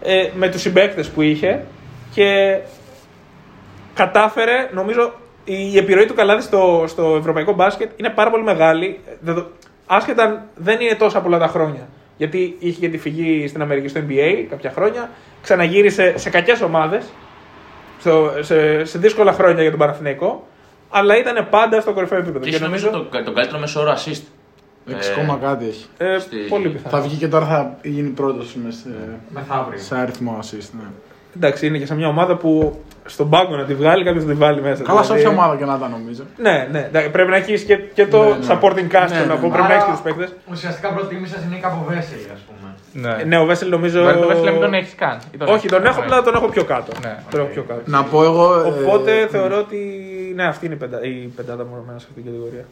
[SPEAKER 2] ε, με τους συμπαίκτες που είχε και κατάφερε, νομίζω, η επιρροή του Καλάδης στο, στο ευρωπαϊκό μπάσκετ είναι πάρα πολύ μεγάλη. Δεν το- Άσχετα αν δεν είναι τόσα πολλά τα χρόνια. Γιατί είχε και τη φυγή στην Αμερική στο NBA κάποια χρόνια, ξαναγύρισε σε κακές ομάδες, σε, σε, δύσκολα χρόνια για τον Παναθηναϊκό, αλλά ήταν πάντα στο κορυφαίο επίπεδο.
[SPEAKER 7] Και έχει νομίζω τον, κα- τον καλύτερο μεσόρο assist.
[SPEAKER 3] 6, κάτι έχει.
[SPEAKER 2] ε,
[SPEAKER 7] στη-
[SPEAKER 2] πολύ
[SPEAKER 3] Θα
[SPEAKER 2] πιθανό.
[SPEAKER 3] βγει και τώρα θα γίνει πρώτος
[SPEAKER 5] Μεθαύριο.
[SPEAKER 3] σε αριθμό assist. Ναι.
[SPEAKER 2] Εντάξει, είναι και σε μια ομάδα που στον πάγκο να τη βγάλει, κάποιος να τη βάλει μέσα.
[SPEAKER 3] Καλά, σε
[SPEAKER 2] Δηλαδή-
[SPEAKER 3] όποια ομάδα και να ήταν νομίζω.
[SPEAKER 2] Ναι, ναι. εντάξει, Πρέπει να έχεις και, και το
[SPEAKER 3] Ναι, ναι.
[SPEAKER 2] supporting cast
[SPEAKER 3] Ναι,
[SPEAKER 2] να
[SPEAKER 3] ναι,
[SPEAKER 2] πω.
[SPEAKER 3] ναι.
[SPEAKER 2] Πρέπει να
[SPEAKER 5] Άρα,
[SPEAKER 2] έχεις και τους παίκτες.
[SPEAKER 5] Ουσιαστικά προτίμησα είναι κάπου Βέσελη, ας πούμε.
[SPEAKER 2] Ε, Ναι, ο Βέσελ νομίζω.
[SPEAKER 4] Μπορεί το Βέσλη μην τον έχεις καν. Ή
[SPEAKER 2] Όχι, τον έχω,
[SPEAKER 4] Ναι.
[SPEAKER 2] απλά τον έχω πιο κάτω.
[SPEAKER 4] Ναι,
[SPEAKER 2] Τον έχω πιο κάτω.
[SPEAKER 3] Να πω εγώ. ε,
[SPEAKER 2] Οπότε θεωρώ ότι. Ναι, αυτή είναι η, πεντα... η πεντάδα μου εμένα σε αυτήν την κατηγορία.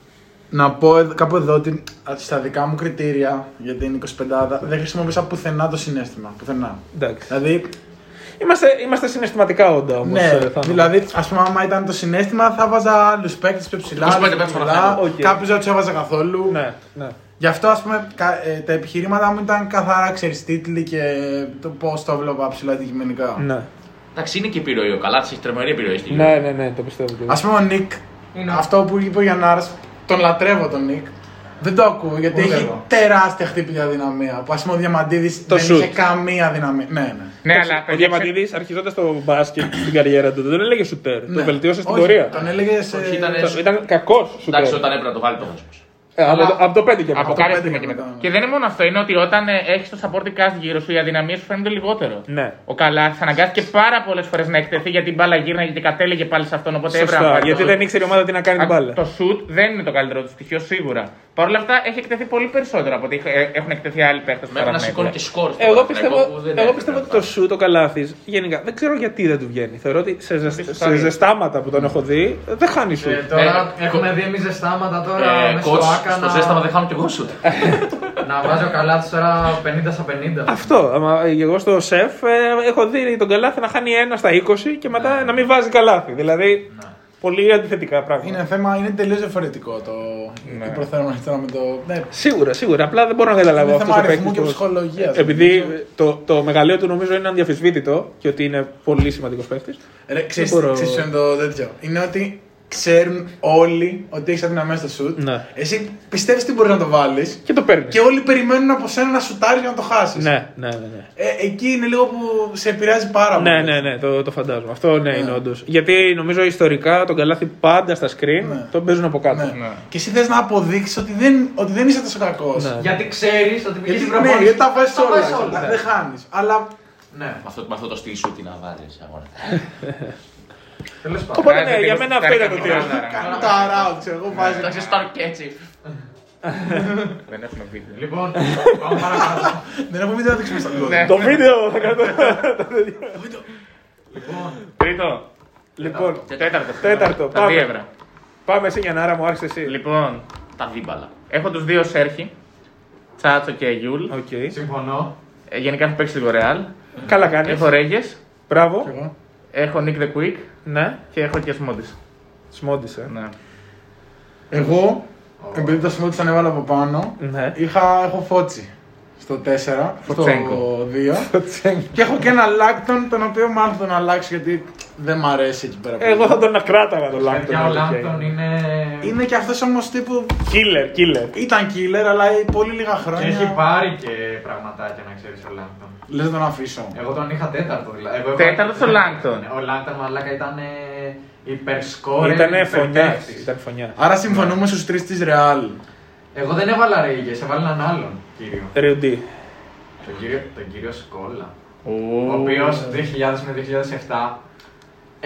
[SPEAKER 3] Να πω εδώ- κάπου εδώ ότι στα δικά μου κριτήρια, γιατί είναι 25, δεν χρησιμοποίησα πουθενά το συνέστημα. Πουθενά.
[SPEAKER 2] Εντάξει.
[SPEAKER 3] Δηλαδή,
[SPEAKER 2] Είμαστε, είμαστε συναισθηματικά όντα ε, όμως.
[SPEAKER 3] ναι, δηλαδή, ας πούμε, άμα ήταν το συνέστημα, θα βάζα άλλους παίκτες πιο ψηλά.
[SPEAKER 7] 25
[SPEAKER 3] άλλους πιο
[SPEAKER 7] παίκτες
[SPEAKER 3] ψηλά.
[SPEAKER 7] παραπάνω.
[SPEAKER 2] Οκ.
[SPEAKER 3] Κάποιους δεν τους έβαζα καθόλου.
[SPEAKER 2] Ναι, ναι.
[SPEAKER 3] Γι' αυτό, ας πούμε, κα- ε, τα επιχειρήματά μου ήταν καθαρά ξέρεις τίτλοι και το πώς το έβλεπα ψηλά αντικειμενικά.
[SPEAKER 2] Ναι,
[SPEAKER 7] Εντάξει, είναι και επιρροή ο Καλάτης, έχει τρομερή επιρροή στην
[SPEAKER 2] ναι, ναι, ναι, το πιστεύω. και εγώ.
[SPEAKER 3] Ας πούμε, ο Νικ,
[SPEAKER 5] Είναι.
[SPEAKER 3] αυτό που είπε ο Γιαννάρα, τον λατρεύω τον Νικ. Δεν το ακούω γιατί
[SPEAKER 5] Ούτε
[SPEAKER 3] έχει
[SPEAKER 5] εγώ.
[SPEAKER 3] τεράστια χτύπηλια δυναμία. Που ας πούμε ο Διαμαντίδης δεν
[SPEAKER 2] shoot.
[SPEAKER 3] είχε καμία δυναμία. Ναι, ναι.
[SPEAKER 4] Ναι, αλλά.
[SPEAKER 2] Ο
[SPEAKER 4] παιδιά, ξέρετε-
[SPEAKER 2] Διαμαντίδη αρχίζοντας το μπάσκετ στην καριέρα του δεν τον έλεγε σουτέρ.
[SPEAKER 3] Ναι.
[SPEAKER 2] Τον βελτίωσε στην
[SPEAKER 3] Όχι,
[SPEAKER 2] πορεία.
[SPEAKER 3] Τον ε, έλεγε σε.
[SPEAKER 7] Όχι, ήταν-
[SPEAKER 2] Το- Ήταν κακό
[SPEAKER 7] Εντάξει,
[SPEAKER 2] σουτέρ.
[SPEAKER 7] όταν έπρεπε να το βάλει το κόσμο.
[SPEAKER 2] Ε, Από το- από το 5 και
[SPEAKER 4] Από
[SPEAKER 2] μετά.
[SPEAKER 4] κάποια
[SPEAKER 3] πέντε
[SPEAKER 4] στιγμή
[SPEAKER 3] και
[SPEAKER 4] και
[SPEAKER 3] μετά.
[SPEAKER 4] μετά. Και δεν είναι μόνο αυτό, είναι ότι όταν έχεις το supporting cast γύρω σου, οι αδυναμίες σου φαίνονται λιγότερο.
[SPEAKER 2] Ναι.
[SPEAKER 4] Ο Καλάθης αναγκάστηκε πάρα πολλές φορές να εκτεθεί γιατί η μπάλα γύρναγε και κατέληγε πάλι σε αυτόν. Οπότε έπρεπε να
[SPEAKER 2] Σωστά,
[SPEAKER 4] πάρει.
[SPEAKER 2] γιατί
[SPEAKER 4] το
[SPEAKER 2] δεν
[SPEAKER 4] shoot.
[SPEAKER 2] ήξερε η ομάδα τι να κάνει την
[SPEAKER 4] Α,
[SPEAKER 2] μπάλα.
[SPEAKER 4] Το shoot δεν είναι το καλύτερο του στοιχείο σίγουρα. Παρ' όλα αυτά έχει εκτεθεί πολύ περισσότερο από ότι έχ- ε, έχουν εκτεθεί άλλοι παίχτες.
[SPEAKER 7] Μέχρι να σηκώνει και σκόρ. στο
[SPEAKER 2] Ε, Εγώ
[SPEAKER 7] Παναθηναϊκό
[SPEAKER 2] πιστεύω,
[SPEAKER 7] που δεν
[SPEAKER 2] εγώ
[SPEAKER 7] έπρεπε
[SPEAKER 2] πιστεύω
[SPEAKER 7] να
[SPEAKER 2] ότι το
[SPEAKER 7] πάρει.
[SPEAKER 2] σου, το καλάθι, γενικά δεν ξέρω γιατί δεν του βγαίνει. Θεωρώ ότι σε, ζεσ-
[SPEAKER 4] Επίσης,
[SPEAKER 2] σε
[SPEAKER 4] sorry.
[SPEAKER 2] ζεστάματα που τον έχω δει δεν χάνει σου.
[SPEAKER 5] Ε, τώρα
[SPEAKER 7] Ε,
[SPEAKER 5] έχουμε
[SPEAKER 7] κο-
[SPEAKER 5] δει εμείς ζεστάματα τώρα
[SPEAKER 7] Ε,
[SPEAKER 5] μέσα στο
[SPEAKER 7] coach,
[SPEAKER 5] άκα
[SPEAKER 7] στο
[SPEAKER 5] να,
[SPEAKER 7] ζέσταμα δεν χάνω και εγώ σουτ.
[SPEAKER 5] να βάζω καλά τη τώρα 50 στα 50.
[SPEAKER 2] Αυτό. Αμα, ε, εγώ στο σεφ ε, έχω δει τον καλάθι να χάνει ένα στα 20 και
[SPEAKER 7] Ναι.
[SPEAKER 2] μετά να μην βάζει καλάθι. Δηλαδή πολύ αντιθετικά πράγματα.
[SPEAKER 3] Είναι θέμα, είναι τελείως διαφορετικό το. Ναι. τώρα με το. Ναι,
[SPEAKER 2] Σίγουρα, σίγουρα. Απλά δεν μπορώ να καταλάβω
[SPEAKER 3] είναι
[SPEAKER 2] αυτός
[SPEAKER 3] θέμα
[SPEAKER 2] το
[SPEAKER 3] αριθμού και
[SPEAKER 2] πώς- Ε,
[SPEAKER 3] ψυχολογίας.
[SPEAKER 2] Επειδή το, το μεγαλείο του νομίζω είναι ανδιαφεσβήτητο και ότι είναι πολύ σημαντικός παίχτη.
[SPEAKER 3] Ρε, ξέρεις,
[SPEAKER 2] μπορώ.
[SPEAKER 3] ξέρεις ποιο είναι το τέτοιο. Είναι ότι ξέρουν όλοι ότι έχεις αδυναμία στο σουτ.
[SPEAKER 2] Ναι.
[SPEAKER 3] Εσύ πιστεύεις τι μπορεί να το βάλεις
[SPEAKER 2] Και το παίρνεις.
[SPEAKER 3] και όλοι περιμένουν από σένα να σουτάρει για να το χάσεις.
[SPEAKER 2] Ναι, ναι, ναι. ναι.
[SPEAKER 3] Ε, εκεί είναι λίγο που σε επηρεάζει πάρα
[SPEAKER 2] Ναι,
[SPEAKER 3] πολύ.
[SPEAKER 2] ναι, ναι, το, το φαντάζομαι. Αυτό ναι, είναι όντως. Γιατί νομίζω ιστορικά τον καλάθι πάντα στα screen
[SPEAKER 3] Ναι.
[SPEAKER 2] τον παίζουν από κάτω.
[SPEAKER 3] Ναι. Και εσύ θες να αποδείξεις ότι δεν, ότι δεν είσαι τόσο κακός.
[SPEAKER 2] Ναι.
[SPEAKER 5] Γιατί ξέρεις ότι
[SPEAKER 3] Γιατί,
[SPEAKER 5] πηγαίνει
[SPEAKER 3] ναι, γιατί τα βάζεις όλα.
[SPEAKER 5] ναι.
[SPEAKER 3] Δεν χάνεις. Αλλά
[SPEAKER 5] Ναι,
[SPEAKER 7] Με αυτό, με αυτό το στυλ σου τι να βάζει.
[SPEAKER 5] τέλος πάντων.
[SPEAKER 2] Οπότε ναι,
[SPEAKER 4] Βγάζει
[SPEAKER 2] για
[SPEAKER 4] λίγο
[SPEAKER 2] μένα
[SPEAKER 4] στα
[SPEAKER 2] αυτό ήταν το
[SPEAKER 4] κάρτα
[SPEAKER 2] τέλο.
[SPEAKER 4] μου, άρα.
[SPEAKER 3] κάνω τα ράουτ, εγώ βάζω.
[SPEAKER 7] Εντάξει, στάρ και έτσι.
[SPEAKER 4] Δεν έχουμε βίντεο.
[SPEAKER 5] Λοιπόν, πάμε παρακάτω.
[SPEAKER 3] Δεν έχουμε βίντεο να δείξουμε στα κόμματα.
[SPEAKER 4] Λοιπόν,
[SPEAKER 2] Το βίντεο θα κάνω.
[SPEAKER 4] Τρίτο.
[SPEAKER 2] Λοιπόν,
[SPEAKER 4] Τέταρτο.
[SPEAKER 2] Τέταρτο,
[SPEAKER 4] Τα
[SPEAKER 2] πάμε.
[SPEAKER 4] δύο ευρώ.
[SPEAKER 2] πάμε εσύ Γιαννάρα μου, άρχισε εσύ.
[SPEAKER 4] Λοιπόν,
[SPEAKER 7] Τα δίμπαλα.
[SPEAKER 4] έχω τους δύο Σέρχη. Τσάτσο και Γιούλ.
[SPEAKER 2] Οκ.
[SPEAKER 5] Συμφωνώ.
[SPEAKER 4] Ε, γενικά έχω παίξει λίγο Ρεάλ.
[SPEAKER 2] Καλά κάνεις.
[SPEAKER 4] Έχω Ρέγες.
[SPEAKER 2] Μπράβο.
[SPEAKER 4] Έχω Nick the Quick.
[SPEAKER 2] Ναι,
[SPEAKER 4] Και έχω και Σμόντις.
[SPEAKER 2] σμόντισε.
[SPEAKER 4] Ναι.
[SPEAKER 3] Εγώ, επειδή το σημείο του τον έβαλα από πάνω,
[SPEAKER 2] Ναι.
[SPEAKER 3] είχα, έχω φότσι στο 4, στο
[SPEAKER 4] Φωτσέγκο.
[SPEAKER 3] 2. και έχω και ένα λάκτον, τον οποίο μάλλον τον αλλάξω γιατί δεν μ' αρέσει εκεί πέρα.
[SPEAKER 2] Εγώ θα τον κράταγα τον
[SPEAKER 5] Παιδιά, ο Λάμπτον
[SPEAKER 2] Λάμπτον.
[SPEAKER 5] είναι.
[SPEAKER 3] Είναι και αυτός όμως τύπου.
[SPEAKER 2] Κίλερ, κίλερ.
[SPEAKER 3] Ήταν killer, αλλά πολύ λίγα
[SPEAKER 5] Και
[SPEAKER 3] χρόνια.
[SPEAKER 5] έχει πάρει και πραγματάκια να ξέρεις ο Λάμπτον.
[SPEAKER 3] Λες να τον αφήσω.
[SPEAKER 5] Εγώ τον είχα τέταρτο δηλαδή. Εγώ
[SPEAKER 4] Τέταρτος
[SPEAKER 5] έβαλα-
[SPEAKER 4] ο Λάκτον.
[SPEAKER 5] Ναι, Ο Λάκτον μαλάκα ήταν υπερσκόρε.
[SPEAKER 2] Ήτανε φωνιάς. Ήταν φωνιάς.
[SPEAKER 3] Άρα συμφωνούμε στους τρεις της Real.
[SPEAKER 5] Εγώ δεν έβαλα ρίγε, έβαλα έναν άλλον κύριο.
[SPEAKER 2] Ρεουντί.
[SPEAKER 5] Τον κύριο, τον κύριο Σκόλα. Ο οποίος 2000 με 2007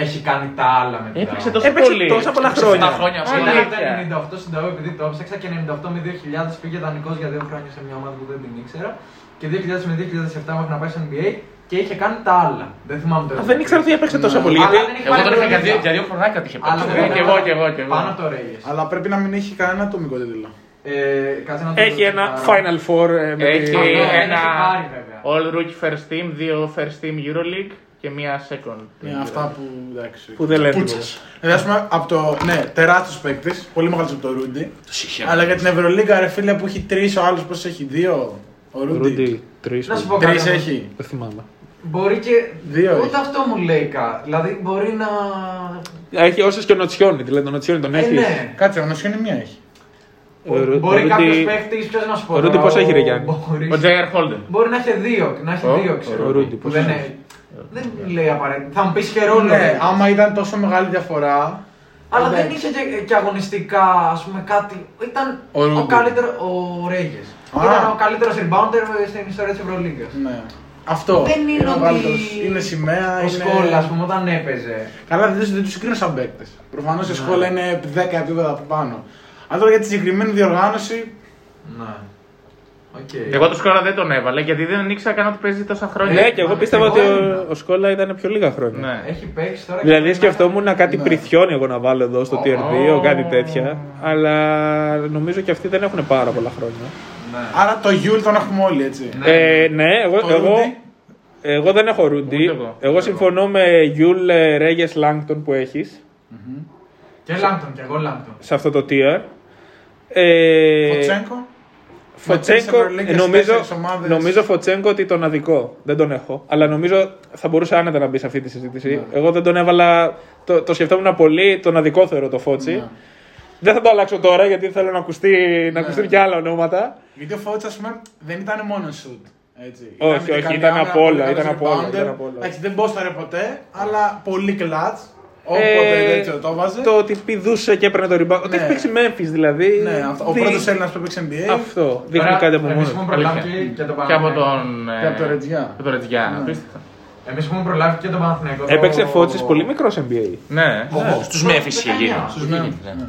[SPEAKER 5] έχει κάνει τα άλλα με την
[SPEAKER 4] Έπαιξε
[SPEAKER 5] DAO.
[SPEAKER 4] τόσο
[SPEAKER 2] Έπαιξε
[SPEAKER 4] πολύ.
[SPEAKER 2] τόσα πολλά
[SPEAKER 4] Έπαιξε
[SPEAKER 2] χρόνια.
[SPEAKER 4] εφτά χρόνια.
[SPEAKER 5] Στην
[SPEAKER 4] ψηλά.
[SPEAKER 5] Ελλάδα 98 στην ΤΑΟ επειδή το ψάξα και 98 με 2000 πήγε δανεικός για δύο χρόνια σε μια ομάδα που δεν την ήξερα και 2000 με 2007 μέχρι να πάει στο NBA και είχε κάνει τα άλλα. Δεν θυμάμαι το
[SPEAKER 2] Α, δεν ήξερα ότι έπαιξε τόσα πολύ.
[SPEAKER 5] Αλλά
[SPEAKER 2] Γιατί...
[SPEAKER 5] δεν είχε
[SPEAKER 7] Εγώ
[SPEAKER 5] πάρει
[SPEAKER 7] τον είχα για δύο,
[SPEAKER 5] προβλήματα.
[SPEAKER 7] για δύο χρονάκια τυχε
[SPEAKER 5] Αλλά
[SPEAKER 7] παίξει.
[SPEAKER 5] δεν
[SPEAKER 4] Ε, και
[SPEAKER 5] είχε
[SPEAKER 4] εγώ,
[SPEAKER 5] πάρει-
[SPEAKER 4] και εγώ, και εγώ.
[SPEAKER 5] Πάνω το Reyes.
[SPEAKER 3] Αλλά πρέπει να μην έχει κανένα ατομικό τίτλο.
[SPEAKER 5] Ε, κάτσε να το
[SPEAKER 2] Έχει
[SPEAKER 5] δω
[SPEAKER 2] ένα
[SPEAKER 5] τώρα.
[SPEAKER 2] Final Four ε, με
[SPEAKER 4] Έχει
[SPEAKER 2] τη-
[SPEAKER 5] Αυτό δεν
[SPEAKER 4] ένα
[SPEAKER 5] έχει πάρει, βέβαια.
[SPEAKER 4] All Rookie First Team, δύο First Team Euroleague και μία Second.
[SPEAKER 3] Είναι
[SPEAKER 4] Team
[SPEAKER 3] Ναι, αυτά που. Εντάξει.
[SPEAKER 2] Που δεν λένε
[SPEAKER 3] Πούτσες. Ε, ας πούμε, από το. Ναι, τεράστιος παίκτης. Πολύ μεγάλος από το Ρούντι.
[SPEAKER 7] Το είχε.
[SPEAKER 3] Αλλά για την Ευρωλίγκα, ρε φίλε που έχει τρεις, ο άλλος πώς έχει δύο. Ο Ρούντι.
[SPEAKER 2] Ρούντι, τρεις, ναι.
[SPEAKER 5] Να σου πω
[SPEAKER 3] Τρεις
[SPEAKER 5] κάτι. όμως.
[SPEAKER 3] έχει.
[SPEAKER 2] Δεν θυμάμαι.
[SPEAKER 5] Μπορεί και.
[SPEAKER 3] Δύο
[SPEAKER 5] Ούτε
[SPEAKER 3] έχει.
[SPEAKER 5] αυτό μου λέει κάτι. Δηλαδή μπορεί να.
[SPEAKER 2] Έχει όσες και ο Νοτσιόνι, δηλαδή τον Νοτσιόνι τον
[SPEAKER 5] Ε,
[SPEAKER 2] έχεις.
[SPEAKER 5] ναι.
[SPEAKER 3] Κάτσε, ο Νοσιόν είναι μία έχει.
[SPEAKER 2] Ε,
[SPEAKER 5] Μπορεί κάποιο παίχτης, ποιος να σου πω.
[SPEAKER 2] ο Ρούντι
[SPEAKER 5] τώρα,
[SPEAKER 2] πόσα
[SPEAKER 5] ο-
[SPEAKER 2] έχει, ρε Γιάννη?
[SPEAKER 5] Μπορείς-
[SPEAKER 4] Ο JR Holden.
[SPEAKER 5] Μπορεί να έχει δύο, να έχει
[SPEAKER 2] Ο-
[SPEAKER 5] δύο
[SPEAKER 2] ο
[SPEAKER 5] ξέρω.
[SPEAKER 2] Ρούντι,
[SPEAKER 5] που
[SPEAKER 2] πώς
[SPEAKER 5] δεν,
[SPEAKER 2] είναι.
[SPEAKER 5] είναι- δεν λέει απαραίτητα. Θα μου πεις χερόλο.
[SPEAKER 3] Ναι, άμα ήταν τόσο μεγάλη διαφορά.
[SPEAKER 5] Αλλά
[SPEAKER 4] Ναι.
[SPEAKER 5] δεν
[SPEAKER 3] εντάξει.
[SPEAKER 5] είχε και, και αγωνιστικά ας πούμε κάτι. Ήταν
[SPEAKER 3] Ο
[SPEAKER 5] ο,
[SPEAKER 3] Ρούντι.
[SPEAKER 5] καλύτερο. Ο Ρέγες.
[SPEAKER 3] Α.
[SPEAKER 5] Ήταν ο καλύτερος rebounder στην ιστορία της Ευρωλίγκας.
[SPEAKER 3] Ναι. Αυτό.
[SPEAKER 5] Δεν είναι
[SPEAKER 3] ο
[SPEAKER 5] ότι-
[SPEAKER 3] Γάλλος. Είναι σημαία.
[SPEAKER 5] Ο
[SPEAKER 3] είναι...
[SPEAKER 5] Σκόλα, ας πούμε, όταν έπαιζε.
[SPEAKER 3] Καλά, δεν τους- δεν τους συγκρίνω σαν παίκτες. Προφανώς
[SPEAKER 5] Ναι.
[SPEAKER 3] η σχόλα είναι 10 επίπεδα από πάνω. Αν τώρα για τη συγκεκριμένη διοργάνωση.
[SPEAKER 5] Ναι. Οκ.
[SPEAKER 4] Εγώ το σκόρα δεν τον έβαλε γιατί δεν ήξερα καν ότι παίζει τόσα χρόνια.
[SPEAKER 2] Ναι, και εγώ
[SPEAKER 5] Μα,
[SPEAKER 2] πίστευα
[SPEAKER 5] Ε, εγώ
[SPEAKER 2] ότι ο,
[SPEAKER 5] ήμουνα.
[SPEAKER 2] ο Σκόλα ήταν πιο λίγα χρόνια.
[SPEAKER 4] Ναι.
[SPEAKER 5] Έχει παίξει τώρα.
[SPEAKER 2] Δηλαδή
[SPEAKER 5] και-
[SPEAKER 2] σκεφτόμουν κάτι
[SPEAKER 3] Ναι.
[SPEAKER 2] πριθιόνι εγώ να βάλω εδώ στο Tier 2,
[SPEAKER 4] Ω.
[SPEAKER 2] κάτι τέτοια. Αλλά νομίζω και αυτοί δεν έχουν πάρα πολλά χρόνια.
[SPEAKER 5] Ναι.
[SPEAKER 3] Άρα το Γιούλ τον έχουμε όλοι έτσι.
[SPEAKER 2] Ε, ναι, εγώ,
[SPEAKER 3] Το
[SPEAKER 2] εγώ,
[SPEAKER 3] Ρούντι.
[SPEAKER 2] εγώ δεν έχω Ρούντι.
[SPEAKER 4] Ούτε εγώ.
[SPEAKER 2] Εγώ, συμφωνώ με Γιούλ Ρέγες Λάγκτον που έχεις
[SPEAKER 5] Και Λάμπτον, και εγώ Λάμπτον.
[SPEAKER 2] σε αυτό το tier. Ε,
[SPEAKER 3] Ποτσέγκο.
[SPEAKER 2] Φωτσέγκο,
[SPEAKER 3] Με τέσσερις Ευρωλίγκες,
[SPEAKER 2] νομίζω,
[SPEAKER 3] τέσσερις ομάδες.
[SPEAKER 2] νομίζω Φωτσέγκο ότι τον αδικό. Δεν τον έχω. Αλλά νομίζω θα μπορούσε άνετα να μπει σε αυτή τη συζήτηση.
[SPEAKER 3] Ναι.
[SPEAKER 2] Εγώ δεν τον έβαλα. Το, το σκεφτόμουν πολύ. Τον αδικό θεωρώ το Φώτσι.
[SPEAKER 3] Ναι.
[SPEAKER 2] Δεν θα το αλλάξω τώρα γιατί θέλω να, ακουστεί, να ακουστούν και άλλα ονόματα.
[SPEAKER 3] Γιατί ο Φώτσα, ας πούμε, δεν ήταν μόνο σουτ. Έτσι.
[SPEAKER 2] Όχι,
[SPEAKER 3] Ήταν και
[SPEAKER 2] όχι,
[SPEAKER 3] καλή
[SPEAKER 2] ήταν
[SPEAKER 3] άμυνα,
[SPEAKER 2] απ' όλα,
[SPEAKER 3] πολύ καλός
[SPEAKER 2] ήταν απ' όλα,
[SPEAKER 3] rebounder.
[SPEAKER 2] ήταν απ' όλα. Ναι.
[SPEAKER 3] Εντάξει, δεν μπόσταρε ποτέ, αλλά πολύ κλατ.
[SPEAKER 2] Ε,
[SPEAKER 3] Όποτε τέτοιο το έβαζε.
[SPEAKER 2] Το ότι πηδούσε και έπαιρνε το ριμπάκι. Ότι
[SPEAKER 3] Ναι.
[SPEAKER 2] έχει παίξει Memphis δηλαδή.
[SPEAKER 3] Ναι, αυτό. Ο
[SPEAKER 2] δει-
[SPEAKER 3] πρώτος Έλληνας που έπαιξε NBA.
[SPEAKER 2] Αυτό. Δείχνει
[SPEAKER 5] Τώρα,
[SPEAKER 2] κάτι από μόνο.
[SPEAKER 5] Εμεί
[SPEAKER 2] του.
[SPEAKER 5] έχουμε προλάβει
[SPEAKER 4] Αλήθεια.
[SPEAKER 5] και, και τον
[SPEAKER 4] Και από
[SPEAKER 5] Παναθηναϊκό.
[SPEAKER 4] τον.
[SPEAKER 3] Και από το
[SPEAKER 4] ε,
[SPEAKER 3] Ρετζιά.
[SPEAKER 4] από τον Ρετζιά, απίστευτο.
[SPEAKER 5] Εμείς έχουμε προλάβει και τον Παναθηναϊκό.
[SPEAKER 2] Έπαιξε
[SPEAKER 5] το-
[SPEAKER 2] φώτσε πολύ μικρός NBA.
[SPEAKER 4] Ναι.
[SPEAKER 7] Στου Μέφη είχε γίνει.
[SPEAKER 5] Ναι.
[SPEAKER 7] Στους Memphis, ναι.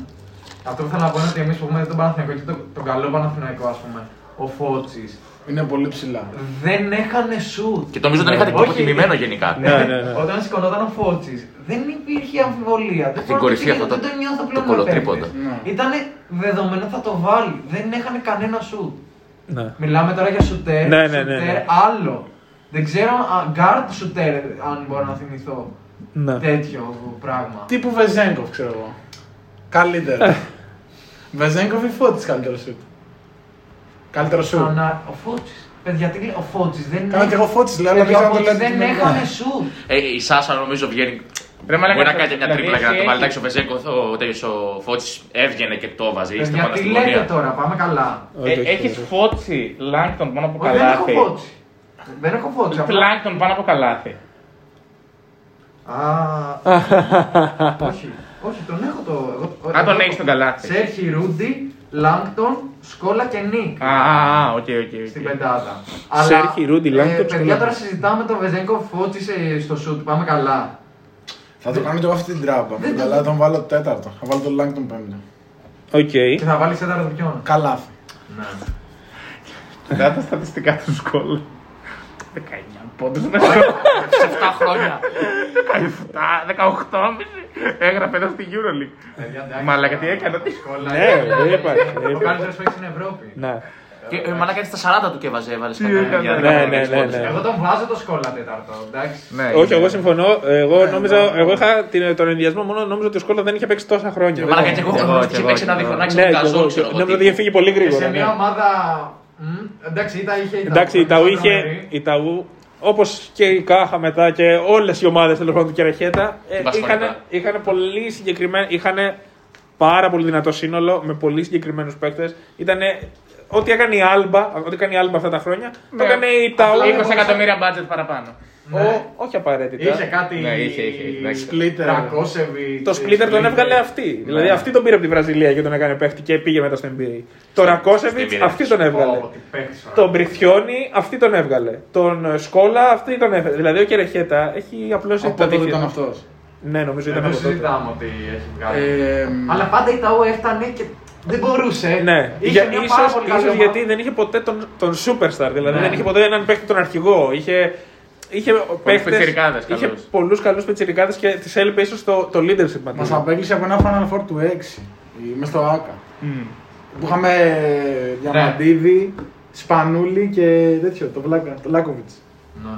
[SPEAKER 5] Αυτό που θέλω να πω είναι ότι εμείς που έχουμε δει τον Παναθηναϊκό και τον, τον καλό Παναθηναϊκό, ας πούμε, ο Φώτσης,
[SPEAKER 3] Είναι πολύ ψηλά.
[SPEAKER 5] δεν έχανε σουτ.
[SPEAKER 7] Και νομίζω ότι τον είχατε
[SPEAKER 5] Όχι.
[SPEAKER 7] υποτιμημένο γενικά.
[SPEAKER 2] Ναι, ναι, ναι.
[SPEAKER 5] Όταν σηκωνόταν ο Φώτση, δεν υπήρχε αμφιβολία. Δεν
[SPEAKER 7] Στην κορυφή αυτό το-
[SPEAKER 5] δεν τον νιώθω
[SPEAKER 7] το
[SPEAKER 5] πλέον
[SPEAKER 7] κολοτρίποντο.
[SPEAKER 3] Ναι.
[SPEAKER 5] Ήταν δεδομένο θα το βάλει. Δεν έχανε κανένα σουτ.
[SPEAKER 2] Ναι.
[SPEAKER 5] Μιλάμε τώρα για σουτέρ,
[SPEAKER 2] Ναι, ναι, ναι,
[SPEAKER 5] σουτέρ
[SPEAKER 2] ναι.
[SPEAKER 5] άλλο. Δεν ξέρω αν γκάρτ σουτέρ, αν μπορώ να θυμηθώ
[SPEAKER 2] Ναι.
[SPEAKER 5] τέτοιο πράγμα.
[SPEAKER 3] Τύπου Βεζέγκοφ, ξέρω εγώ. Καλύτερο. Βεζέγκοφ ή Φώτης καλύτερο σουτ. Καλύτερο σουτ.
[SPEAKER 5] Ανα... Ο Φώτσης. Παιδιά, τι λέει, ο Φώτσης δεν
[SPEAKER 3] Καλά και εγώ Φώτης λέω, αλλά
[SPEAKER 5] Παιδιά,
[SPEAKER 3] δεν ξέρω
[SPEAKER 5] ο
[SPEAKER 3] αν το
[SPEAKER 5] Φώτσης
[SPEAKER 3] λέω.
[SPEAKER 5] δεν έχανε σου.
[SPEAKER 7] Ε, η Σάσα νομίζω βγαίνει.
[SPEAKER 4] Ρε, μαλάκα,
[SPEAKER 7] Μπορεί να κάνει
[SPEAKER 4] δηλαδή,
[SPEAKER 7] και μια τρίπλα για να το
[SPEAKER 4] εσύ
[SPEAKER 7] βάλει.
[SPEAKER 4] έχεις-
[SPEAKER 7] Εντάξει, ο Βεζέγκο, ο, τέτοιος, ο Φώτης έβγαινε και το βάζει. Είστε
[SPEAKER 5] Παιδιά,
[SPEAKER 7] πάνω
[SPEAKER 5] τι
[SPEAKER 7] στην
[SPEAKER 5] λέτε
[SPEAKER 7] γωνία.
[SPEAKER 5] τώρα, πάμε καλά.
[SPEAKER 2] Όχι, όχι,
[SPEAKER 4] Έχει
[SPEAKER 2] όχι.
[SPEAKER 4] φότσι Λάκτον πάνω από
[SPEAKER 5] Όχι, δεν έχω
[SPEAKER 4] καλάθι.
[SPEAKER 5] Φώτση. Δεν έχω Φώτση. απλά-
[SPEAKER 4] Λάκτον πάνω από καλάθι.
[SPEAKER 5] Α, όχι. Όχι, τον έχω το... εγώ-
[SPEAKER 4] Α, τον
[SPEAKER 5] έχω.
[SPEAKER 4] έχεις τον καλάθι.
[SPEAKER 5] Σέρχι, Ρούντι, Λάγκτον, Σκόλα και Νίκ.
[SPEAKER 4] Α, α, α, οκ, οκ, οκ.
[SPEAKER 5] Στην πεντάδα.
[SPEAKER 2] Σέρχι, Ρούντι, Λάγκτον,
[SPEAKER 5] ε, Παιδιά,
[SPEAKER 2] Σκόλα.
[SPEAKER 5] τώρα συζητάμε το Βεζέγκο Φώτση ε, στο σουτ. Πάμε καλά.
[SPEAKER 3] Θα το κάνω και εγώ αυτή την τράπα. Καλά, θα τον βάλω τέταρτο. Θα βάλω τον Λάγκ τον πέμπτο.
[SPEAKER 2] Οκ.
[SPEAKER 3] Ε,
[SPEAKER 5] Και θα βάλεις τέταρτο ποιον.
[SPEAKER 3] Καλάθι.
[SPEAKER 5] Ναι.
[SPEAKER 4] Κοιτά τα στατιστικά του σκόλου. 19 πόντου μέσα.
[SPEAKER 7] Σε 7 χρόνια.
[SPEAKER 4] 17, 18,5 έγραφε εδώ στη Euroleague. Μαλάκα, τι έκανε, τι
[SPEAKER 5] Σκόλα.
[SPEAKER 2] Ναι, δεν υπάρχει. δεν
[SPEAKER 5] Ο
[SPEAKER 2] υπάρχει.
[SPEAKER 5] καλύτερο παίκτη στην Ευρώπη.
[SPEAKER 2] Ναι.
[SPEAKER 7] και ε, μαλάκα έτσι στα 40 του και βάζε, έβαλε σε
[SPEAKER 4] έκανε.
[SPEAKER 7] κανένα.
[SPEAKER 2] Ναι, ναι, ναι, ναι.
[SPEAKER 5] Εγώ τον βάζω το σκόλα τέταρτο, εντάξει.
[SPEAKER 4] Ναι,
[SPEAKER 2] Όχι,
[SPEAKER 4] είναι.
[SPEAKER 2] εγώ συμφωνώ. Εγώ, νόμιζα,
[SPEAKER 3] ναι.
[SPEAKER 2] εγώ είχα την- τον ενδιασμό μόνο νόμιζα ότι ο Σκόλα δεν είχε παίξει τόσα χρόνια.
[SPEAKER 7] Μαλάκα και εγώ
[SPEAKER 4] Εγώ,
[SPEAKER 7] έχω
[SPEAKER 4] και εγώ,
[SPEAKER 7] είχε παίξει
[SPEAKER 4] και
[SPEAKER 7] ένα
[SPEAKER 4] εγώ.
[SPEAKER 7] διχρονάκι
[SPEAKER 2] Ναι,
[SPEAKER 7] στον
[SPEAKER 2] και εγώ
[SPEAKER 7] Καζόν, ξέρω
[SPEAKER 2] νόμιζα ότι
[SPEAKER 7] εγώ.
[SPEAKER 2] είχε
[SPEAKER 7] τι.
[SPEAKER 2] φύγει πολύ
[SPEAKER 5] Και σε
[SPEAKER 2] γρήγορα.
[SPEAKER 5] μια
[SPEAKER 2] ναι.
[SPEAKER 5] ομάδα. μ, Εντάξει, η ΤΑΟ είχε.
[SPEAKER 2] Εντάξει, η Ταού είχε. Η Ταού, όπως και η Κάχα μετά και όλες οι ομάδες τέλος πάντων του Κεραχέτα,
[SPEAKER 7] Την Πασχολικά.
[SPEAKER 2] είχαν πολύ συγκεκριμένα. Είχαν πάρα πολύ δυνατό σύνολο με πολύ συγκεκριμένους παίκτες. Ήταν
[SPEAKER 4] Ναι.
[SPEAKER 2] ό,τι έκανε η Άλμπα, ό,τι έκανε η Άλμπα αυτά τα χρόνια, το έκανε η Ταού.
[SPEAKER 4] 20 εκατομμύρια budget παραπάνω.
[SPEAKER 5] Ναι.
[SPEAKER 2] Ο- όχι απαραίτητα.
[SPEAKER 5] Είχε κάτι.
[SPEAKER 4] Ναι, είχε, είχε, εντάξει.
[SPEAKER 3] Splitter.
[SPEAKER 5] Ρακόσεβι. ε,
[SPEAKER 2] Το Splitter
[SPEAKER 3] Ναι.
[SPEAKER 2] τον έβγαλε αυτή. Δηλαδή αυτή τον πήρε από τη Βραζιλία και τον έκανε παίχτη και πήγε μετά στο NBA. Το Ρακόσεβιτ
[SPEAKER 7] NBA.
[SPEAKER 2] αυτή τον έβγαλε.
[SPEAKER 5] Ω, τι παίχτης, ωραία.
[SPEAKER 2] Τον Μπριθιόνι αυτή τον έβγαλε. Τον ε, Σκόλα αυτή τον έβγαλε. Δηλαδή ο Κερεχέτα έχει απλώ
[SPEAKER 3] Από τότε ήταν αυτός.
[SPEAKER 2] Ναι, νομίζω ήταν
[SPEAKER 5] Ε, Δεν
[SPEAKER 2] από τότε.
[SPEAKER 5] συζητάμε ότι έχει βγάλει.
[SPEAKER 3] Ε,
[SPEAKER 5] Αλλά πάντα η Ταό έφτανε και δεν μπορούσε.
[SPEAKER 2] Ναι,
[SPEAKER 5] Είχε
[SPEAKER 2] για,
[SPEAKER 5] μια
[SPEAKER 2] ίσως,
[SPEAKER 5] πάρα πολύ καλή
[SPEAKER 2] ίσως
[SPEAKER 5] ομάδα.
[SPEAKER 2] γιατί δεν είχε ποτέ τον, τον superstar, δηλαδή
[SPEAKER 5] Ναι.
[SPEAKER 2] δεν είχε ποτέ έναν παίχτη τον αρχηγό. Είχε, είχε παίχτες-
[SPEAKER 4] πιτσιρικάδες
[SPEAKER 2] είχε
[SPEAKER 4] καλούς.
[SPEAKER 2] πολλούς καλούς πιτσιρικάδες και της έλειπε ίσως το, το leadership
[SPEAKER 3] Μας
[SPEAKER 2] material.
[SPEAKER 3] απέκλεισε από ένα Final Four του 6. Είμαι στο ΑΚΑ. Που είχαμε ε, Διαμαντίδη, Σπανούλη και τέτοιο, το Βλάκα, το Λάκοβιτ.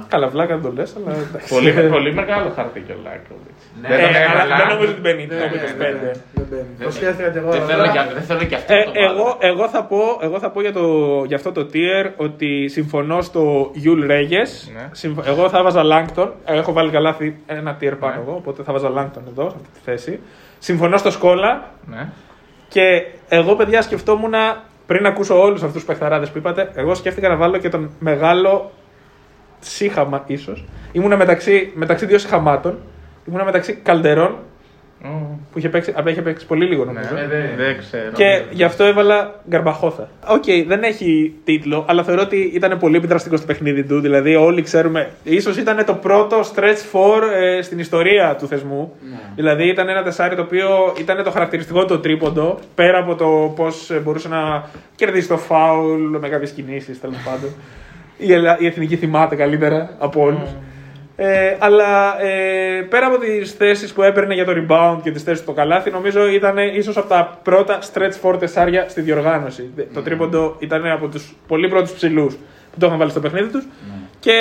[SPEAKER 2] Καλά, βλάκα δεν το λες, αλλά εντάξει.
[SPEAKER 4] Πολύ, πολύ μεγάλο χαρτί και ο Λάκοβιτ.
[SPEAKER 5] Ναι,
[SPEAKER 4] Δεν τον
[SPEAKER 2] Ε, αλλά
[SPEAKER 4] έβαλα.
[SPEAKER 2] δεν νομίζω ότι μπαίνει το
[SPEAKER 3] Ναι, ναι,
[SPEAKER 2] 25.
[SPEAKER 3] Δεν μπαίνει.
[SPEAKER 4] Ε,
[SPEAKER 3] Το σκέφτηκα και εγώ.
[SPEAKER 7] Δεν
[SPEAKER 3] αλλά
[SPEAKER 7] θέλω και,
[SPEAKER 3] τώρα-
[SPEAKER 7] δεν θέλω και αυτό
[SPEAKER 2] Ε,
[SPEAKER 7] το βάλω.
[SPEAKER 2] εγώ, εγώ, θα πω, εγώ θα πω για, το, για αυτό το tier ότι συμφωνώ στο Γιουλ Ρέγε.
[SPEAKER 4] Ναι.
[SPEAKER 2] Εγώ θα βάζα Λάγκτον. Έχω βάλει καλά θη- ένα tier
[SPEAKER 4] Ναι.
[SPEAKER 2] πάνω εγώ, οπότε θα βάζα Λάγκτον εδώ, σε αυτή τη θέση. Συμφωνώ στο Σκόλα.
[SPEAKER 4] Ναι.
[SPEAKER 2] Και εγώ, παιδιά, σκεφτόμουν πριν ακούσω όλους αυτούς τους παιχταράδε που είπατε, εγώ σκέφτηκα να βάλω και τον μεγάλο σύχαμα, ίσως. Ήμουνα μεταξύ, μεταξύ δύο σύχαμάτων. Ήμουνα μεταξύ Καλντερών,
[SPEAKER 4] Ω,
[SPEAKER 2] που είχε παίξει, απλά είχε παίξει πολύ λίγο νομίζω.
[SPEAKER 4] ναι.
[SPEAKER 5] Ε, δεν-
[SPEAKER 4] Δεν ξέρω.
[SPEAKER 2] Και γι' αυτό έβαλα Γκαρμπαχώθα. Οκ, δεν έχει τίτλο, αλλά θεωρώ ότι ήταν πολύ επιδραστικό στο παιχνίδι του. Δηλαδή, όλοι ξέρουμε. σω ήταν το πρώτο stretch for ε, στην ιστορία του θεσμού. Δηλαδή, ήταν ένα τεσάρι το οποίο ήταν το χαρακτηριστικό το τρίποντο. Πέρα από το πώς μπορούσε να κερδίσει το φάουλ με κάποιες κινήσεις, τέλος πάντων. η, Ελλά- η εθνική θυμάται καλύτερα από όλους. Ε, αλλά ε, πέρα από τις θέσεις που έπαιρνε για το rebound και τις θέσεις του το καλάθι, νομίζω ήταν ίσως από τα πρώτα stretch for τεσσάρια στη διοργάνωση. Το τρίποντο ήταν από τους πολύ πρώτους ψηλούς που το είχαν βάλει στο παιχνίδι τους. Και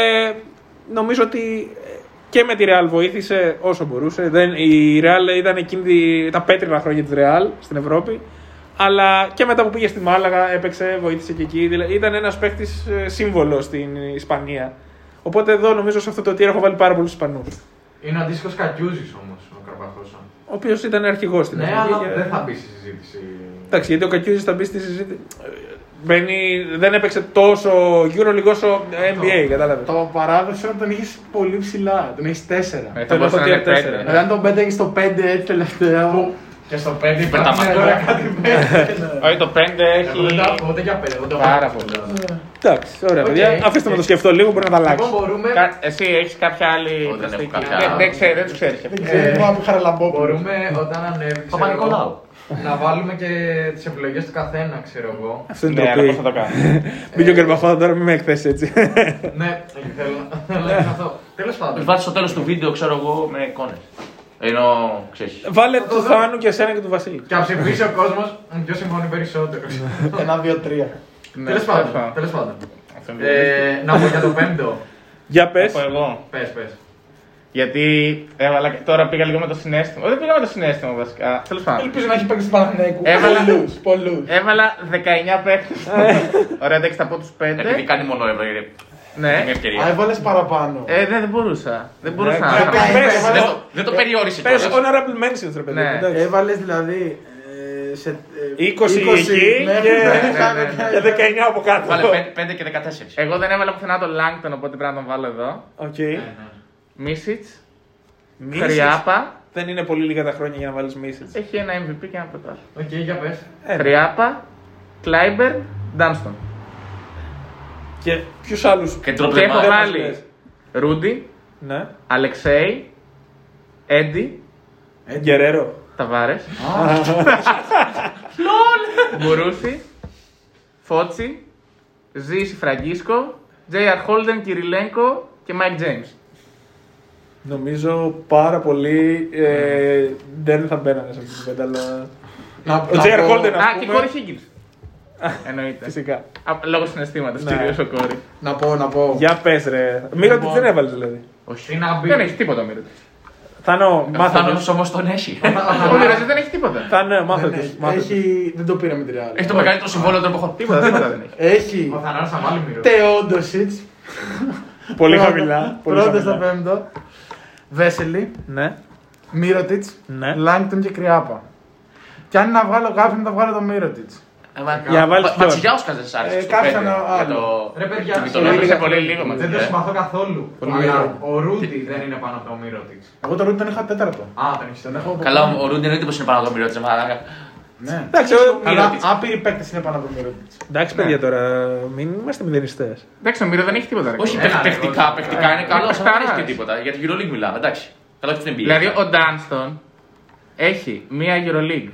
[SPEAKER 2] νομίζω ότι ε, και με τη Real βοήθησε όσο μπορούσε. Δεν, η Real ήταν εκείνη τη- τα πέτρινα χρόνια της Real στην Ευρώπη. Αλλά και μετά που πήγε στη Μάλαγα, έπαιξε, βοήθησε και εκεί. Δηλα- Ήταν ένας παίκτης σύμβολος στην Ισπανία. Οπότε εδώ νομίζω σε αυτό το tier έχω βάλει πάρα πολλούς Ισπανούς.
[SPEAKER 5] Είναι αντίστοιχος Κακιούζης όμως ο Καρπαχώσα.
[SPEAKER 2] Ο οποίος ήταν αρχηγός στην
[SPEAKER 5] Ναι,
[SPEAKER 2] Εθνική
[SPEAKER 5] αλλά
[SPEAKER 2] και-
[SPEAKER 5] δεν θα μπει στη συζήτηση.
[SPEAKER 2] Εντάξει, γιατί ο Κακιούζης θα μπει στη συζήτηση. Μπαίνει, δεν έπαιξε τόσο Euroleague όσο NBA, κατάλαβες.
[SPEAKER 3] Το παράδοση όταν είχε πολύ ψηλά. Τον έχεις 4.
[SPEAKER 2] το
[SPEAKER 4] Ε, Θα μπορούσε να
[SPEAKER 2] λέω
[SPEAKER 4] είναι
[SPEAKER 2] το tier τέσσερα.
[SPEAKER 4] πέντε.
[SPEAKER 3] Μετά αν τον 5 έχει το 5
[SPEAKER 2] ε,
[SPEAKER 3] έτσι τελευταίο.
[SPEAKER 5] Και στο 5
[SPEAKER 7] Πετάμε.
[SPEAKER 5] υπάρχει τώρα κάτι πέντε.
[SPEAKER 4] Ε, Όχι, το 5
[SPEAKER 5] Εγώ δεν
[SPEAKER 4] έχει.
[SPEAKER 5] τα έχω ούτε για πέντε. εγώ το
[SPEAKER 4] Πάρα
[SPEAKER 5] έχω.
[SPEAKER 4] πολύ.
[SPEAKER 2] Εντάξει, ωραία, παιδιά. Αφήστε με το σκεφτώ λίγο, μπορεί να τα
[SPEAKER 5] Ε, Λοιπόν,
[SPEAKER 2] αλλάξει.
[SPEAKER 5] μπορούμε.
[SPEAKER 4] Κα- Εσύ έχεις κάποια άλλη.
[SPEAKER 7] Εγώ δεν έχω
[SPEAKER 4] προσθήκη? Ναι,
[SPEAKER 7] κάποια.
[SPEAKER 4] Δεν- Δεν ξέρω, δεν τους ξέρεις.
[SPEAKER 3] Δεν ξέρω, εγώ από χαραλαμπόπουλο.
[SPEAKER 5] Μπορούμε όταν ανέβει. ξέρω
[SPEAKER 7] Παπα-Νικολάου.
[SPEAKER 5] εγώ, Να βάλουμε και τι επιλογέ του καθένα, ξέρω εγώ.
[SPEAKER 2] Αυτό είναι
[SPEAKER 4] Ναι, αλλά πώ θα
[SPEAKER 2] το
[SPEAKER 4] το
[SPEAKER 2] πει.
[SPEAKER 4] κάνω.
[SPEAKER 2] Μπήκε ο Κερμαχώδα τώρα, μην με εκθέσει έτσι.
[SPEAKER 5] ναι, θέλω θέλω να αυτό. Τέλο
[SPEAKER 7] Τους
[SPEAKER 5] πάντων.
[SPEAKER 7] βάζεις Ε, στο τέλος του βίντεο, ξέρω εγώ, με εικόνες. Ενώ, ξέρεις.
[SPEAKER 2] Βάλε του Θάνου και εσένα και του Βασίλη.
[SPEAKER 5] Και να ψηφίσει ο κόσμος ποιος συμφωνεί περισσότερο.
[SPEAKER 3] 1-2-3.
[SPEAKER 5] Τέλο
[SPEAKER 4] Ναι,
[SPEAKER 5] πάντων. Ναι, Τέλος πάντων. Ε, Να πω για το πέμπτο.
[SPEAKER 2] Για πες.
[SPEAKER 4] Έχω εγώ.
[SPEAKER 5] Πες, πες.
[SPEAKER 4] Γιατί έβαλα. και- Τώρα πήγα λίγο με το συνέστημα. Δεν πήγα με το συνέστημα βασικά. Τέλος πάντων.
[SPEAKER 3] Ελπίζω να έχει παίξει Παναθηναϊκού.
[SPEAKER 4] Έβαλα-
[SPEAKER 3] Πολλούς, πολλούς.
[SPEAKER 4] Έβαλα 19 παίχτε. Ωραία, εντάξει, θα πω τους 5.
[SPEAKER 7] Ε, Επειδή Ε, κάνει μόνο ευρώ, είναι
[SPEAKER 4] Ναι.
[SPEAKER 7] μια
[SPEAKER 3] Α,
[SPEAKER 7] ευκαιρία.
[SPEAKER 3] έβαλες παραπάνω.
[SPEAKER 4] Ε, ναι, δεν μπορούσα. Δεν μπορούσα
[SPEAKER 2] Ναι,
[SPEAKER 4] να.
[SPEAKER 2] πες, πες,
[SPEAKER 7] Δεν
[SPEAKER 4] ε,
[SPEAKER 7] το- Δεν το περιόρισε
[SPEAKER 2] Πες
[SPEAKER 7] κιόλας.
[SPEAKER 2] honorable mentions, ρε παιδί.
[SPEAKER 4] Ναι.
[SPEAKER 2] εντάξει.
[SPEAKER 3] Ε, Έβαλες δηλαδή ε, σε, ε,
[SPEAKER 2] 20 εκεί
[SPEAKER 3] μέχρι-
[SPEAKER 2] και-
[SPEAKER 4] ναι,
[SPEAKER 3] Ε,
[SPEAKER 4] ναι,
[SPEAKER 2] Και 19 από κάτω.
[SPEAKER 7] Βάλε 5 και 14.
[SPEAKER 4] Εγώ δεν έβαλα πουθενά τον Λάγκτον, οπότε πρέπει να τον βάλω εδώ.
[SPEAKER 2] Οκ.
[SPEAKER 4] Μίσιτ,
[SPEAKER 2] Μίσιτς.
[SPEAKER 4] Χρυάπα.
[SPEAKER 2] Δεν είναι πολύ λίγα τα χρόνια για να βάλεις μίσιτ.
[SPEAKER 4] Έχει ένα MVP και ένα πρωτάθλημα.
[SPEAKER 5] Οκ, για πες.
[SPEAKER 4] Χρυάπα, Κλάιμπερ, Ντάμστον.
[SPEAKER 2] Και ποιους άλλους.
[SPEAKER 7] Και
[SPEAKER 4] Και
[SPEAKER 7] τρόπλε
[SPEAKER 4] έχω
[SPEAKER 2] μας
[SPEAKER 4] βάλει
[SPEAKER 2] λες.
[SPEAKER 4] Ρούντι,
[SPEAKER 2] Ναι.
[SPEAKER 4] Αλεξέη, Έντι,
[SPEAKER 2] Γκερέρο.
[SPEAKER 4] Ταβάρε. Λολ! Μπουρούση, Φότσι, Ζήση Φραγκίσκο, J.R. Χόλντεν, Κυριλέγκο και Μάικ James.
[SPEAKER 2] Νομίζω πάρα πολύ ε, δεν θα μπαίνανε σε αυτή την κουβέντα, αλλά.
[SPEAKER 3] Να-
[SPEAKER 2] Ο
[SPEAKER 3] να
[SPEAKER 2] Τζέιρ
[SPEAKER 3] πω-
[SPEAKER 2] Χόλτερ,
[SPEAKER 4] Ας,
[SPEAKER 2] α
[SPEAKER 4] και
[SPEAKER 2] πούμε.
[SPEAKER 4] Κόρι Χίγκιν. Εννοείται.
[SPEAKER 2] Φυσικά.
[SPEAKER 4] Α, Λόγω συναισθήματος
[SPEAKER 2] Ναι.
[SPEAKER 4] κυρίως ο Κόρι.
[SPEAKER 3] Να πω, να πω.
[SPEAKER 2] Για πες, ρε. Μύρο τι δεν έβαλες δηλαδή.
[SPEAKER 5] Όχι. Να μπει.
[SPEAKER 4] Δεν έχει τίποτα ο Μύρωτης.
[SPEAKER 2] Θανό,
[SPEAKER 7] Θα
[SPEAKER 2] μάθατε.
[SPEAKER 7] νόμιζα όμως τον Ναι, έχει.
[SPEAKER 4] Ο Μύρωτης δεν έχει τίποτα.
[SPEAKER 2] Θανό,
[SPEAKER 3] Δεν
[SPEAKER 2] μάθατε.
[SPEAKER 3] Ναι, έχει- έχει- Δεν το πήραμε τη Real.
[SPEAKER 7] Έχει το μεγαλύτερο συμβόλαιο των εποχών.
[SPEAKER 4] Τίποτα, τίποτα δεν έχει.
[SPEAKER 5] Ο
[SPEAKER 3] Έχει
[SPEAKER 5] Θανάρας θα βάλει μύρο.
[SPEAKER 3] Τεόντοσιτς.
[SPEAKER 2] Πολύ
[SPEAKER 3] πρώτα-
[SPEAKER 2] χαμηλά. πολύ
[SPEAKER 3] Πρώτα
[SPEAKER 2] χαμηλά.
[SPEAKER 3] στο πέμπτο. Βέσελη,
[SPEAKER 2] Ναι.
[SPEAKER 3] Μύρωτιτς,
[SPEAKER 2] Ναι.
[SPEAKER 3] Λάγκτον και Κριάπα. Και αν είναι να βγάλω κάποιον, θα βγάλω τον Μύρωτιτς.
[SPEAKER 2] Για βάλεις ποιον.
[SPEAKER 7] Ματσιλιά ο Καζέ
[SPEAKER 3] Ε,
[SPEAKER 7] άρεσε. στο
[SPEAKER 3] κάποιον
[SPEAKER 7] πέντε,
[SPEAKER 3] άλλο.
[SPEAKER 7] για το-
[SPEAKER 5] Ρε παιδιά,
[SPEAKER 7] για το
[SPEAKER 5] πολύ
[SPEAKER 7] να έπαιξε
[SPEAKER 2] λίγα-
[SPEAKER 7] πολύ λίγο ε.
[SPEAKER 5] Δεν το
[SPEAKER 7] ματσιλιά.
[SPEAKER 5] συμπαθώ καθόλου. Αλλά ο Ρούτι δεν είναι πάνω από το Μύρωτη.
[SPEAKER 3] Εγώ το Ρούτ τον είχα τέταρτο.
[SPEAKER 5] Α, τον έχεις τον έχω.
[SPEAKER 7] Καλά, ο- ο Ρούντι εννοείται πω είναι πάνω από τον Μυριώτη.
[SPEAKER 3] Ναι.
[SPEAKER 2] Εντάξει,
[SPEAKER 3] Αλλά
[SPEAKER 7] Μύρωτης.
[SPEAKER 3] άπειροι παίκτες είναι πάνω από τον Μύρωτης.
[SPEAKER 2] Εντάξει, παιδιά τώρα, μην είμαστε μηδενιστές.
[SPEAKER 4] Εντάξει, ο Μύρο δεν έχει τίποτα. ρε.
[SPEAKER 7] Όχι
[SPEAKER 5] Ένα, ρε,
[SPEAKER 7] παιχτικά,
[SPEAKER 5] εγώ-
[SPEAKER 7] παιχτικά είναι καλό, αλλά δεν
[SPEAKER 4] παιχταράς.
[SPEAKER 7] έχει και τίποτα. Για την Euroleague μιλάμε, εντάξει. Καλά, και την NBA.
[SPEAKER 4] Δηλαδή ο Ντάνστον έχει μία EuroLeague.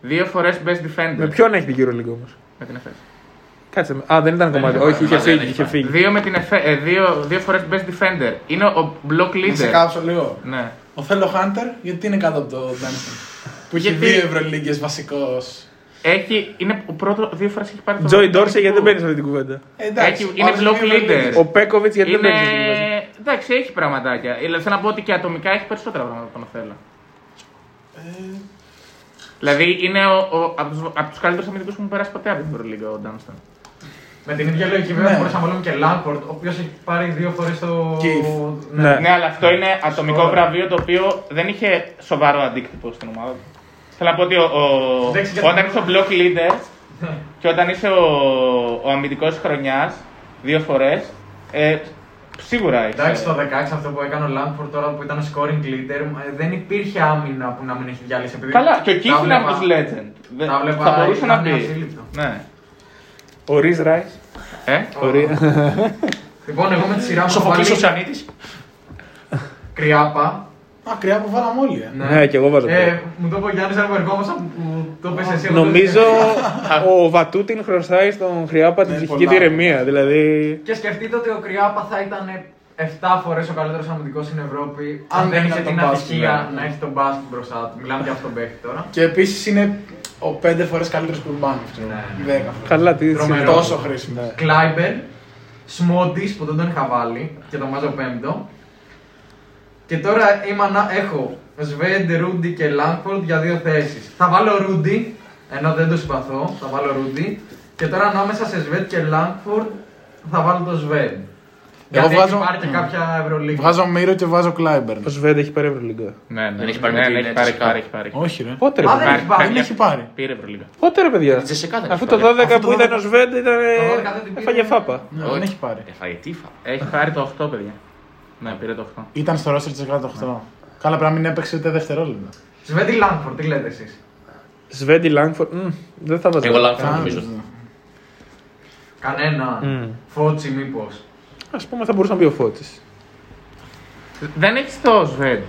[SPEAKER 4] Δύο φορές best defender.
[SPEAKER 2] Με ποιον έχει την κύριο λίγο όμως.
[SPEAKER 4] Με την ΕΦΕΣ.
[SPEAKER 2] Κάτσε. με. Α, δεν ήταν κομμάτι.
[SPEAKER 7] ήταν
[SPEAKER 2] Όχι, είχε
[SPEAKER 7] κομμάτι,
[SPEAKER 2] φύγει.
[SPEAKER 7] δεν
[SPEAKER 2] Είχε
[SPEAKER 7] ήταν.
[SPEAKER 2] φύγει.
[SPEAKER 4] Δύο, με την Εφέ- ε, δύο, δύο φορές best defender. Είναι ο block
[SPEAKER 3] Να σε
[SPEAKER 4] leader.
[SPEAKER 3] κάψω λίγο.
[SPEAKER 4] Ναι.
[SPEAKER 3] Ο Θέλω Χάντερ, γιατί είναι κάτω από τον Ντάνσον. Που έχει
[SPEAKER 4] Γιατί-
[SPEAKER 3] δύο Ευρωλίγκες βασικός.
[SPEAKER 4] Έχει, είναι ο πρώτο, δύο φορές έχει πάρει το.
[SPEAKER 2] Τζόι Ντόρσε, γιατί δεν παίρνεις αυτή την κουβέντα.
[SPEAKER 3] Ε, Εντάξει.
[SPEAKER 4] Έχει- είναι
[SPEAKER 3] ο άλλος
[SPEAKER 4] block
[SPEAKER 3] δύο Ευρωλίγκες.
[SPEAKER 4] leader.
[SPEAKER 2] Ο Πέκοβιτ, γιατί δεν
[SPEAKER 4] Είναι...
[SPEAKER 2] παίρνεις αυτή την κουβέντα.
[SPEAKER 4] Εντάξει, έχει πραγματάκια. Δηλαδή, θέλω να πω ότι και ατομικά έχει περισσότερα πράγματα από τον Οθέλα.
[SPEAKER 3] Ε.
[SPEAKER 4] Δηλαδή, είναι ο, ο, από τους καλύτερους αμυντικούς που μου περάσει ποτέ από την Ευρωλίγκα ο Ντάνστον.
[SPEAKER 5] Με την ίδια λογική
[SPEAKER 3] Ναι.
[SPEAKER 5] βέβαια μπορούσαμε να βάλουμε και Λάνφορντ, ο οποίος έχει πάρει δύο φορές το.
[SPEAKER 3] Keith.
[SPEAKER 5] Ναι.
[SPEAKER 2] Ναι.
[SPEAKER 4] Ναι, αλλά αυτό είναι ατομικό
[SPEAKER 5] Σοβαρά.
[SPEAKER 4] βραβείο το οποίο δεν είχε σοβαρό αντίκτυπο στην ομάδα του. Θέλω να πω ότι ο, ο-
[SPEAKER 5] Εντάξει, γιατί-
[SPEAKER 4] όταν είσαι ο block leader και όταν είσαι ο, ο αμυντικός χρονιάς δύο φορές, ε, σίγουρα έχει.
[SPEAKER 5] Εντάξει, το 16 αυτό που έκανε ο Λάνφορντ τώρα που ήταν scoring leader, ε, δεν υπήρχε άμυνα που να μην έχει διαλύσει. επειδή
[SPEAKER 4] Καλά, και ο
[SPEAKER 5] τα
[SPEAKER 4] Keith είναι
[SPEAKER 5] βλέπα-
[SPEAKER 4] από του legend. Δεν-
[SPEAKER 5] τα βλέπα,
[SPEAKER 4] θα μπορούσε να
[SPEAKER 5] ήταν
[SPEAKER 4] μπει.
[SPEAKER 5] ασύλληπτο.
[SPEAKER 4] Ναι.
[SPEAKER 2] Ο Ρις Ράις.
[SPEAKER 4] Ε?
[SPEAKER 5] Λοιπόν, εγώ με τη σειρά μου έχω
[SPEAKER 7] Σοφοκλή ο
[SPEAKER 5] βάλει
[SPEAKER 7] Σιανίτη.
[SPEAKER 5] κρυάπα.
[SPEAKER 3] Μακριά που βάλαμε όλοι. ε.
[SPEAKER 2] Ναι, και εγώ βάζω.
[SPEAKER 5] Ε, μου το είπε ο Γιάννης, αλλά ερχόμασταν που το πες εσύ. εγώ το
[SPEAKER 2] Νομίζω
[SPEAKER 5] σκέφτηκα.
[SPEAKER 2] ο Βατούτιν χρωστάει στον Χρυάπα την
[SPEAKER 3] Ναι,
[SPEAKER 2] ψυχική του
[SPEAKER 3] πολλά.
[SPEAKER 2] ηρεμία. Δηλαδή.
[SPEAKER 5] Και σκεφτείτε ότι ο Κρυάπα θα ήταν 7 φορές ο καλύτερος αμυντικός στην Ευρώπη,
[SPEAKER 3] Αν
[SPEAKER 5] αν δεν
[SPEAKER 3] δεν
[SPEAKER 5] είχε
[SPEAKER 3] ήταν
[SPEAKER 5] την
[SPEAKER 3] τον μπάσκετ,
[SPEAKER 5] ατυχία
[SPEAKER 3] ναι.
[SPEAKER 5] να έχει τον μπάσκετ μπροστά του. Μιλάμε για αυτόν τον παίχτη τώρα.
[SPEAKER 3] Και επίσης είναι ο πέντε φορές καλύτερος Κουρμπάνοφ.
[SPEAKER 5] Ναι, ναι.
[SPEAKER 3] Δέκα φορές.
[SPEAKER 2] Καλά, τι.
[SPEAKER 5] Τρομερό.
[SPEAKER 3] Τόσο χρήσιμο.
[SPEAKER 5] Κλάιμπερ, Σμόντις που δεν τον είχα βάλει και τον βάζω πέμπτο. Και τώρα είμαι ανα- έχω Σβέντ, Ρούντι και Λάνφορντ για δύο θέσεις. Θα βάλω Ρούντι, ενώ δεν το συμπαθώ, θα βάλω Ρούντι. Και τώρα ανάμεσα σε Σβέντ και Λάνφορντ θα βάλω το Σβέντ. Γιατί έχει
[SPEAKER 3] βάζω-
[SPEAKER 5] πάρει και κάποια Ευρωλίγκα.
[SPEAKER 3] Βγάζω Μύρο και βάζω Κλάιμπερν.
[SPEAKER 2] Ο Σβέντ έχει πάρει Ευρωλίγκα.
[SPEAKER 4] Ναι, ναι.
[SPEAKER 7] Δεν έχει πάρει
[SPEAKER 4] ναι,
[SPEAKER 7] με
[SPEAKER 4] ναι,
[SPEAKER 7] την
[SPEAKER 4] έχει πάρει,
[SPEAKER 7] Τσεχικά.
[SPEAKER 4] πάρει, έχει πάρει.
[SPEAKER 3] Όχι, ρε.
[SPEAKER 2] Πότε ρε,
[SPEAKER 5] Α, δεν
[SPEAKER 2] παιδιά.
[SPEAKER 5] έχει πάρει.
[SPEAKER 3] Δεν έχει πάρει. Ναι,
[SPEAKER 4] Πήρε Ευρωλίγκα.
[SPEAKER 2] Πότε ρε, παιδιά.
[SPEAKER 7] Τζεσικά δεν
[SPEAKER 2] Αφού
[SPEAKER 7] έχει
[SPEAKER 2] το 12
[SPEAKER 3] Αυτό
[SPEAKER 2] που
[SPEAKER 3] το
[SPEAKER 2] ήταν
[SPEAKER 3] 12
[SPEAKER 2] ο Σβέντ ήταν. ε,
[SPEAKER 5] Το 12 δεν πήρε.
[SPEAKER 2] Έφαγε φάπα.
[SPEAKER 3] Ναι, Δεν έχει
[SPEAKER 4] Ε,
[SPEAKER 3] πάρει.
[SPEAKER 7] Εφαγητήφα.
[SPEAKER 4] Έχει πάρει το 8, παιδιά. Ναι, πήρε το 8.
[SPEAKER 3] Ήταν στο ρόστερ τη 108. Καλά, πρέπει να μην έπαιξε ούτε δευτερόλεπτο.
[SPEAKER 5] Σβέντ ή Λάνφορντ, τι λέτε εσείς.
[SPEAKER 2] Σβέντι Λάγκφορντ. μμ, Δεν θα βάζω.
[SPEAKER 7] Εγώ λάθο
[SPEAKER 3] Α,
[SPEAKER 7] Ναι, νομίζω.
[SPEAKER 5] Κανένα.
[SPEAKER 3] Mm.
[SPEAKER 2] Μμμ.
[SPEAKER 5] Φώτσι, μήπως.
[SPEAKER 2] Ας πούμε, θα μπορούσε να πει ο Φώτης.
[SPEAKER 4] Δεν έχεις το Σβέντ.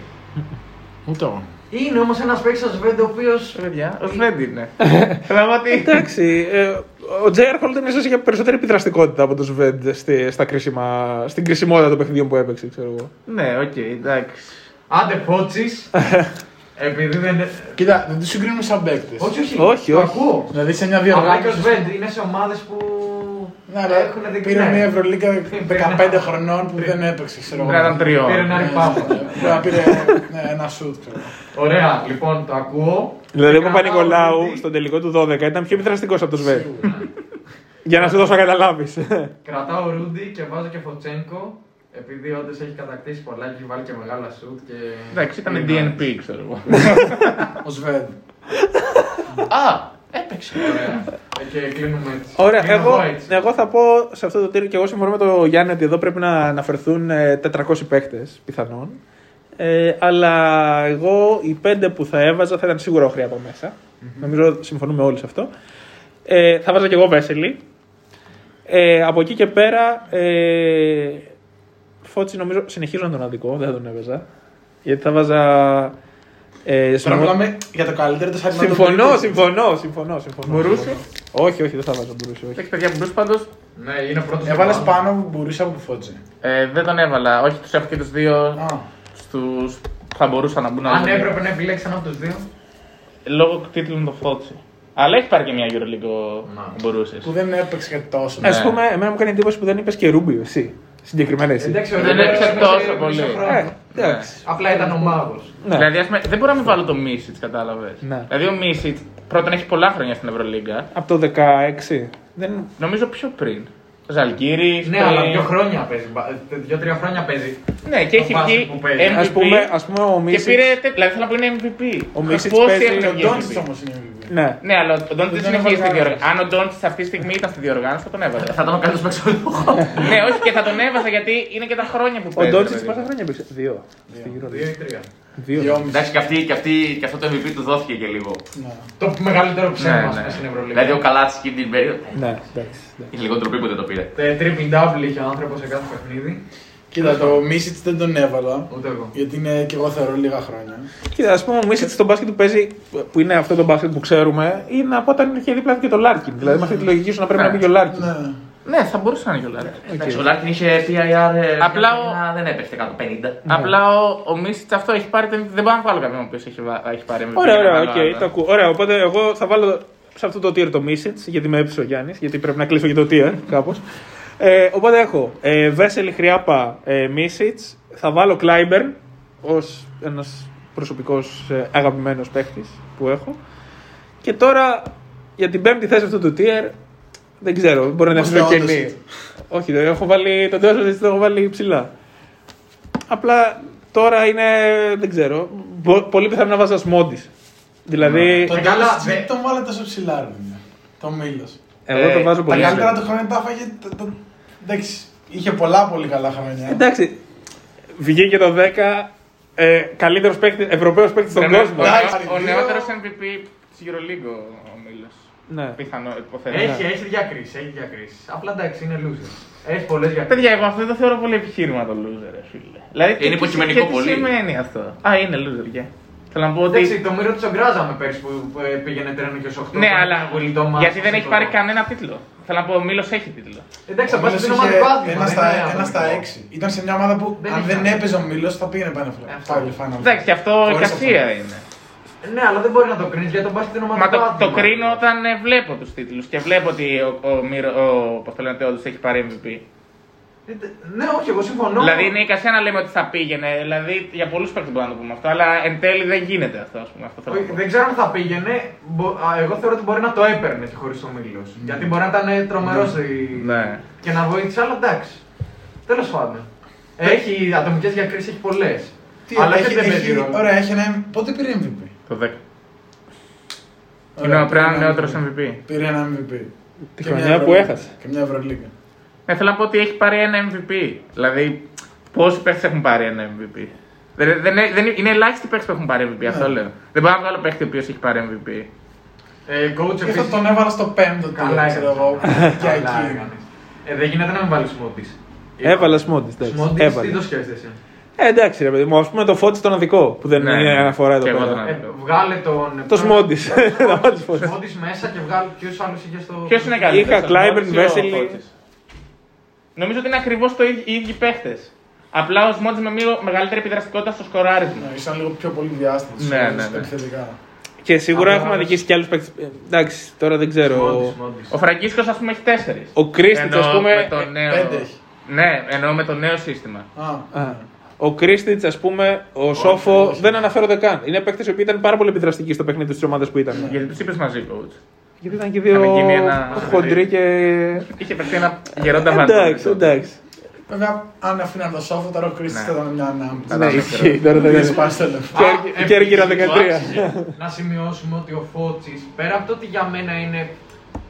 [SPEAKER 3] Ούτε εγώ.
[SPEAKER 5] Είναι όμως ένας παίκτης ο Σβέντ ο οποίος.
[SPEAKER 4] Παιδιά, ο Σβέντ Ε, είναι. Θέλω να πω ότι.
[SPEAKER 2] Εντάξει. ε, Ο Τζέιρ Χόλτεν ίσως είχε περισσότερη επιδραστικότητα από τον Σβέντ στη- στα κρίσιμα- στην κρισιμότητα των παιχνιδιών που έπαιξε, ξέρω εγώ.
[SPEAKER 4] Ναι, οκ, εντάξει.
[SPEAKER 5] Άντε, Φώτσι. Επειδή δεν.
[SPEAKER 3] Κοίτα, δεν τους συγκρίνουμε σαν παίκτες.
[SPEAKER 5] Όχι, όχι.
[SPEAKER 2] Όχι,
[SPEAKER 5] το
[SPEAKER 2] όχι.
[SPEAKER 5] Ακούω.
[SPEAKER 3] Δηλαδή σε μια
[SPEAKER 5] Απλά και ο
[SPEAKER 3] διοργάνωση.
[SPEAKER 5] Σβέντ είναι σε ομάδες που.
[SPEAKER 3] Ναι, ρε,
[SPEAKER 5] Έχουν δει-
[SPEAKER 3] πήρε
[SPEAKER 5] ναι.
[SPEAKER 3] μια Ευρωλίγκα
[SPEAKER 5] Πήρε ένα-
[SPEAKER 3] 15 χρονών που δεν έπαιξε, ξέρω εγώ.
[SPEAKER 4] Πρέπει να ήταν τριών.
[SPEAKER 5] Πήρε ένα
[SPEAKER 3] Ναι,
[SPEAKER 5] ρηπάπα.
[SPEAKER 3] Πρέπει να πήρε ναι, ένα σουτ, ξέρω εγώ.
[SPEAKER 5] Ωραία, λοιπόν, το ακούω.
[SPEAKER 2] Δηλαδή, ο
[SPEAKER 5] Κρατάω
[SPEAKER 2] Παπα-Νικολάου
[SPEAKER 5] Ρούντι.
[SPEAKER 2] στον τελικό του 12 ήταν πιο επιδραστικός από τον Σβέντ. Για να σου δώσω να καταλάβεις.
[SPEAKER 5] Κρατάω Ρούντι και βάζω και Φωτσέγκο. Επειδή όντω έχει κατακτήσει πολλά και έχει βάλει και μεγάλα σουτ. Και...
[SPEAKER 4] Εντάξει, ήταν DNP, ξέρω εγώ.
[SPEAKER 3] Ο Σβέντ.
[SPEAKER 7] Α, έπαιξε.
[SPEAKER 5] Ωραία. Ε, Και κλείνουμε έτσι.
[SPEAKER 2] Ωραία,
[SPEAKER 5] Κλείνω
[SPEAKER 2] εγώ, Ναι.
[SPEAKER 5] έτσι.
[SPEAKER 2] εγώ θα πω σε αυτό το τύριο και εγώ συμφωνώ με τον Γιάννη ότι εδώ πρέπει να αναφερθούν ε, 400 παίχτες πιθανόν. Ε, αλλά εγώ οι πέντε που θα έβαζα θα ήταν σίγουρα ο Χρία από μέσα. Νομίζω συμφωνούμε όλοι σε αυτό. Ε, θα βάζα και εγώ Βέσελη. Ε, από εκεί και πέρα, ε, Φώτση νομίζω συνεχίζω να τον αδικό, δεν θα τον έβαζα. Γιατί θα βάζα. Ε,
[SPEAKER 3] Τώρα
[SPEAKER 2] συμφω-
[SPEAKER 3] μιλάμε για το καλύτερο το σάρι
[SPEAKER 2] Συμφωνώ, συμφωνώ, συμφωνώ, συμφωνώ. Μπορούσε. Όχι, όχι, δεν θα βάζω μπορούσε. Όχι.
[SPEAKER 4] Εντάξει, παιδιά, Μπρούς πάντως
[SPEAKER 5] Ναι, είναι ο πρώτος.
[SPEAKER 3] Έβαλες πάνω που μπορούσε από φώτζε.
[SPEAKER 4] ε, δεν τον έβαλα. Όχι, τους έχω και τους δύο
[SPEAKER 3] Α,
[SPEAKER 4] στους... Θα μπορούσαν να μπουν άλλοι.
[SPEAKER 5] Αν έπρεπε να επιλέξει ένα από τους δύο.
[SPEAKER 4] Λόγω τίτλου με το Φώτσι. Αλλά έχει πάρει και μια Euroleague
[SPEAKER 5] Να.
[SPEAKER 4] που μπορούσες.
[SPEAKER 3] που δεν έπαιξε και τόσο. ναι.
[SPEAKER 2] Α πούμε, εμένα μου κάνει εντύπωση που δεν είπες και Ρούμπιο, εσύ. Συγκεκριμένα εσύ.
[SPEAKER 5] Εντάξει, ο
[SPEAKER 4] Δεν
[SPEAKER 5] Ρούντι
[SPEAKER 4] έπαιξε
[SPEAKER 5] έπαιξε
[SPEAKER 4] τόσο
[SPEAKER 5] μισό
[SPEAKER 4] πολύ.
[SPEAKER 5] χρόνο.
[SPEAKER 2] Ε, εντάξει.
[SPEAKER 5] Απλά ήταν ο μάγος.
[SPEAKER 2] Ναι.
[SPEAKER 4] Δηλαδή, ας πούμε, δεν μπορώ να μην βάλω το Μίσιτ, κατάλαβες.
[SPEAKER 2] Ναι.
[SPEAKER 4] Δηλαδή, ο Μίσιτ πρώτον έχει πολλά χρόνια στην Ευρωλίγκα.
[SPEAKER 2] Από το 16. Δεν...
[SPEAKER 4] Νομίζω πιο πριν. Ζαλγκύρη.
[SPEAKER 5] Ναι,
[SPEAKER 4] Σπρέιν.
[SPEAKER 5] αλλά πιο χρόνια παίζει. μπα- ε, Δύο-τρία χρόνια παίζει.
[SPEAKER 4] Ναι, και
[SPEAKER 5] Ο
[SPEAKER 4] έχει
[SPEAKER 5] Βάσης
[SPEAKER 4] βγει
[SPEAKER 5] που παίζει.
[SPEAKER 4] MVP.
[SPEAKER 2] Ας πούμε, ας πούμε ο
[SPEAKER 4] Και
[SPEAKER 2] Μίσιτς...
[SPEAKER 4] πήρε. τε- Δηλαδή θέλω να πω είναι MVP.
[SPEAKER 2] Ο
[SPEAKER 4] Ας
[SPEAKER 2] Μίσιτς
[SPEAKER 4] πόσοι
[SPEAKER 2] παίζει-
[SPEAKER 4] έχουν
[SPEAKER 2] ο
[SPEAKER 4] βγει MVP.
[SPEAKER 3] Ντόντζη όμως είναι MVP.
[SPEAKER 2] Ναι.
[SPEAKER 4] Ναι, αλλά ο Ντόντζιτ
[SPEAKER 3] Δεν
[SPEAKER 4] δεν
[SPEAKER 3] έχει
[SPEAKER 4] έχει στη
[SPEAKER 3] οργάνωση.
[SPEAKER 4] διοργάνωση. Αν ο Ντόντζιτ αυτή τη στιγμή ήταν στη διοργάνωση, θα τον έβαζα.
[SPEAKER 7] Ε, Θα τον κάνω παίξω εγώ.
[SPEAKER 4] ναι, όχι και θα τον έβαζα γιατί είναι και τα χρόνια που
[SPEAKER 2] Ο
[SPEAKER 4] παίζει. δηλαδή. ρε
[SPEAKER 2] Ντότσιτ
[SPEAKER 4] παιδί.
[SPEAKER 2] πόσα χρόνια πήρε. Δύο. Στη Euro
[SPEAKER 5] Δύο
[SPEAKER 2] League.
[SPEAKER 5] ή τρία.
[SPEAKER 2] Δύο.
[SPEAKER 3] Δυόμιση.
[SPEAKER 7] Εντάξει, και, αυτή, και, αυτή, και αυτό το MVP του δόθηκε και λίγο.
[SPEAKER 3] Ναι.
[SPEAKER 5] Το μεγαλύτερο
[SPEAKER 4] Ναι,
[SPEAKER 5] ψέμα ας πούμε, στην Ευρωλίγα.
[SPEAKER 7] Δηλαδή ο Καλάτσι την περίοδο.
[SPEAKER 2] Ναι, εντάξει. εντάξει.
[SPEAKER 7] Είχε λίγο ντροπή που δεν το πήρε.
[SPEAKER 5] Triple double είχε ο άνθρωπο σε κάθε παιχνίδι.
[SPEAKER 3] Κοίτα, το Μίσιτ δεν τον έβαλα.
[SPEAKER 5] Ούτε εγώ.
[SPEAKER 3] Γιατί είναι και εγώ θεωρώ λίγα χρόνια.
[SPEAKER 2] Κοίτα, ας πούμε, ο Μίσιτ στο μπάσκετ που παίζει, που είναι αυτό το μπάσκετ που ξέρουμε, είναι από όταν είχε δίπλα του και το Λάρκιν. Δηλαδή με αυτή τη λογική σου να πρέπει να μπει και ο Λάρκιν.
[SPEAKER 3] Ναι.
[SPEAKER 4] Ναι, θα μπορούσε να είναι κιόλα.
[SPEAKER 7] Εντάξει, ο Λάρκιν είχε PIR. ε,
[SPEAKER 4] Απλά ο- Ναι.
[SPEAKER 7] μια- Δεν έπαιξε κάτω 50.
[SPEAKER 4] Απλά ο, ο Μίσιτ αυτό έχει πάρει. Δεν δεν πάω να βάλω κάποιον ο οποίος έχει, βα- έχει πάρει. MVP,
[SPEAKER 2] Ωραία,
[SPEAKER 4] να
[SPEAKER 2] ωραία,
[SPEAKER 4] βάλω
[SPEAKER 2] οκ,
[SPEAKER 4] άλλα.
[SPEAKER 2] το ακούω. Ωραία, οπότε εγώ θα βάλω σε αυτό το tier το Μίσιτ, γιατί με έψησε ο Γιάννης, γιατί πρέπει να κλείσω και το tier κάπως. Ε, οπότε έχω ε, Βέσελη Χριάπα ε, Μίσιτ, θα βάλω Κλάιμπερν ως ένας προσωπικός ε, αγαπημένος παίχτη που έχω. Και τώρα για την πέμπτη θέση αυτού του tier δεν ξέρω, μπορεί να
[SPEAKER 3] Πώς
[SPEAKER 2] είναι
[SPEAKER 3] τα
[SPEAKER 2] κενή.
[SPEAKER 3] όντως.
[SPEAKER 2] Όχι, το έχω βάλει, τον Τέος το έχω βάλει ψηλά. Απλά τώρα είναι, δεν ξέρω, μπο- πολύ πιθανό να βάζω ως Μόντις.
[SPEAKER 4] Ναι,
[SPEAKER 2] Δηλαδή,
[SPEAKER 3] Τον
[SPEAKER 5] καλά,
[SPEAKER 3] Dallas
[SPEAKER 5] δε-
[SPEAKER 3] Jeep τον βάλετε στο ψηλά, ρε παιδιά. Το Μίλο.
[SPEAKER 2] εγώ το
[SPEAKER 7] ε,
[SPEAKER 2] βάζω
[SPEAKER 7] τα
[SPEAKER 2] πολύ
[SPEAKER 3] Τα καλύτερα
[SPEAKER 2] ψηλά.
[SPEAKER 3] του χρόνια τα έφαγε. το- το- Εντάξει, είχε πολλά πολύ καλά χρόνια.
[SPEAKER 2] Εντάξει, βγήκε το 10, ε, καλύτερος παίκτης, ευρωπαίος παίκτης στον
[SPEAKER 4] Ναι,
[SPEAKER 2] κόσμο.
[SPEAKER 4] ο-
[SPEAKER 3] Εντάξει,
[SPEAKER 4] Ο
[SPEAKER 3] δύο.
[SPEAKER 4] νεότερος MVP της Euroleague ο- ο Μίλο.
[SPEAKER 2] Ναι.
[SPEAKER 4] Πιθανό, υποθέτω.
[SPEAKER 5] Έχει, έχει διακρίσεις, έχει διακρίσεις. Απλά εντάξει, είναι loser. Έχεις πολλές διακρίσεις.
[SPEAKER 4] Ε, Παιδιά, εγώ αυτό δεν το θεωρώ πολύ επιχείρημα το loser, ρε φίλε. Δηλαδή, τι- τι-
[SPEAKER 7] υποκειμενικό
[SPEAKER 4] και τι
[SPEAKER 7] πολύ.
[SPEAKER 4] σημαίνει αυτό. Α, είναι loser, γεια. Θέλω να πω ότι.
[SPEAKER 5] Εντάξει, το μύρο του Σογκράζαμε πέρσι που ε, πήγαινε τρένο και ω 8.
[SPEAKER 4] Ναι, αλλά γιατί δεν έχει πάρει κανένα τίτλο. Θέλω να πω, ο Μίλος έχει τίτλο.
[SPEAKER 5] Εντάξει, θα
[SPEAKER 3] Ο
[SPEAKER 5] πα
[SPEAKER 3] Μίλος
[SPEAKER 5] στην
[SPEAKER 3] είχε
[SPEAKER 5] ομάδα πάθη.
[SPEAKER 3] Ένα στα, ένα στα έξι. Ήταν σε μια ομάδα που
[SPEAKER 5] ναι, Δεν
[SPEAKER 3] αν
[SPEAKER 5] είχε
[SPEAKER 3] δεν
[SPEAKER 5] άλλο.
[SPEAKER 3] έπαιζε ο Μίλος θα πήγαινε πάνω
[SPEAKER 5] Αυτό.
[SPEAKER 3] Πάλι final.
[SPEAKER 4] Εντάξει, και αυτό η
[SPEAKER 3] Χωρίς
[SPEAKER 4] κασία
[SPEAKER 3] αυτό.
[SPEAKER 4] είναι.
[SPEAKER 5] Ναι, αλλά δεν μπορεί να το κρίνεις γιατί τον πας στην ομάδα
[SPEAKER 4] Μα το,
[SPEAKER 5] πάθη.
[SPEAKER 4] το κρίνω όταν ε, βλέπω τους τίτλους και βλέπω ότι ο, ο, Μύρο- ο, πώς το λένε, όντως έχει πάρει MVP.
[SPEAKER 5] Ε, τε- Ναι, όχι, εγώ συμφωνώ.
[SPEAKER 4] Δηλαδή είναι η κασία να λέμε ότι θα πήγαινε. Δηλαδή για πολλούς παίκτες μπορούμε να το πούμε αυτό, αλλά εν τέλει δεν γίνεται αυτό, ας πούμε. Αυτό θέλω να
[SPEAKER 5] Όχι,
[SPEAKER 4] πω.
[SPEAKER 5] Δεν ξέρω αν θα πήγαινε. Μπο- α, Εγώ θεωρώ ότι μπορεί να το έπαιρνε και χωρί ο Μίλο.
[SPEAKER 3] Ναι.
[SPEAKER 5] Γιατί μπορεί να ήταν τρομερό
[SPEAKER 4] Ναι.
[SPEAKER 5] και να βοήθησε, αλλά εντάξει. Τέλος πάντων. Έχει ατομικές διακρίσεις, έχει πολλές.
[SPEAKER 3] Τι,
[SPEAKER 5] Αλλά
[SPEAKER 3] έχει,
[SPEAKER 5] έχει δεν παίζει
[SPEAKER 3] έχει,
[SPEAKER 5] ρόλο.
[SPEAKER 3] ωραία, έχει ένα. Πότε πήρε MVP.
[SPEAKER 4] Το 10.
[SPEAKER 3] Ωραία,
[SPEAKER 4] Είναι ο πλέον
[SPEAKER 3] πήρε
[SPEAKER 4] νεότερο
[SPEAKER 3] ένα
[SPEAKER 4] MVP.
[SPEAKER 3] Πήρε ένα MVP.
[SPEAKER 2] Τη
[SPEAKER 3] Και μια
[SPEAKER 2] χρονιά που
[SPEAKER 3] Ευρωλίγα.
[SPEAKER 2] έχασε.
[SPEAKER 3] Και μια Ευρωλίγα.
[SPEAKER 4] Ναι, θέλω να πω ότι έχει πάρει ένα MVP. Δηλαδή, πόσοι παίχτε έχουν πάρει ένα MVP. Δεν, δεν, δεν, είναι ελάχιστοι παίχτε που έχουν πάρει MVP,
[SPEAKER 2] Ναι.
[SPEAKER 4] αυτό λέω. Δεν πάω να βγάλω παίχτη ο οποίος έχει πάρει MVP.
[SPEAKER 5] Ε, coach
[SPEAKER 3] Και θα
[SPEAKER 5] επίσης.
[SPEAKER 3] τον έβαλα στο πέμπτο
[SPEAKER 5] Καλά
[SPEAKER 3] τέλο,
[SPEAKER 5] έκανε.
[SPEAKER 3] ξέρω εγώ. Και
[SPEAKER 5] Καλά
[SPEAKER 3] εκεί.
[SPEAKER 5] έκανες. Ε, δεν γίνεται να μην βάλεις μόντι.
[SPEAKER 2] Έβαλα Μόντις, εντάξει.
[SPEAKER 5] Μόντι, τι το
[SPEAKER 2] Έβαλα.
[SPEAKER 5] σκέφτεσαι. εσύ?
[SPEAKER 2] Ε, εντάξει ρε παιδί μου, ας πούμε το Φώτης τον αδικό, που δεν
[SPEAKER 4] Ναι,
[SPEAKER 2] είναι
[SPEAKER 4] ναι.
[SPEAKER 2] αναφορά εδώ
[SPEAKER 4] Και εγώ
[SPEAKER 2] πέρα.
[SPEAKER 4] τον Ναι.
[SPEAKER 5] Ε, βγάλε τον.
[SPEAKER 2] Το Σμόντις. Να βάλεις Φώτης.
[SPEAKER 5] Σμόντις μέσα και βγάλε ποιου άλλου είχε στο.
[SPEAKER 4] Ποιος είναι καλύτερος.
[SPEAKER 2] Είχα Κλάιμπερν, Βέσελη.
[SPEAKER 4] Νομίζω ότι είναι ακριβώς το ίδιο- οι ίδιοι παίχτες. Απλά ο Σμότζ με μίγο- μεγαλύτερη επιδραστικότητα στο σκοράρισμα.
[SPEAKER 3] Ναι, Ήσαν λίγο πιο πολύ διάστατος.
[SPEAKER 4] Ναι, ναι, ναι.
[SPEAKER 3] Επιθετικά.
[SPEAKER 2] Και σίγουρα
[SPEAKER 5] Απλά
[SPEAKER 2] έχουμε
[SPEAKER 5] βάζεις-
[SPEAKER 2] αδικήσει κι άλλους παίκτες. Ε, Εντάξει, τώρα δεν ξέρω.
[SPEAKER 5] Σμόντις, Σμόντις.
[SPEAKER 4] Ο Φραγκίσκος, ας πούμε, έχει τέσσερις.
[SPEAKER 2] Ο Κρίστιτς, ας πούμε, ε,
[SPEAKER 4] Με το νέο...
[SPEAKER 3] πέντε έχει.
[SPEAKER 4] Ναι, εννοώ με το νέο σύστημα.
[SPEAKER 3] Α,
[SPEAKER 2] Α, Ο Κρίστιτ, ας πούμε, ο Σόφο δεν αναφέρονται καν. Είναι παίκτες οι οποίοι ήταν πάρα πολύ επιδραστικοί στο παιχνίδι της ομάδας που ήταν.
[SPEAKER 4] Γιατί τους είπες μαζί, coach.
[SPEAKER 2] Γιατί ήταν και
[SPEAKER 4] Είχαν
[SPEAKER 2] δύο
[SPEAKER 4] Ναι. γίνει ένα-
[SPEAKER 2] χοντροί και.
[SPEAKER 4] Είχε παιχτεί ένα γερόντα βαλτό.
[SPEAKER 2] Ε, Εντάξει, εντάξει.
[SPEAKER 3] Βέβαια, αν αφήναν το σόφο, τώρα ο Κρίστη
[SPEAKER 4] Ναι.
[SPEAKER 3] θα ήταν μια ανάμειξη.
[SPEAKER 2] Ναι,
[SPEAKER 4] δεν
[SPEAKER 2] ισχύει. Τώρα δεν
[SPEAKER 3] Κρίστη
[SPEAKER 2] είναι.
[SPEAKER 3] πάει στο λεφτό.
[SPEAKER 5] Α,
[SPEAKER 2] Κέρ- Κέρκυρα
[SPEAKER 5] επίσης,
[SPEAKER 2] 13.
[SPEAKER 5] Να σημειώσουμε ότι ο Φώτσης, πέρα από το ότι για μένα είναι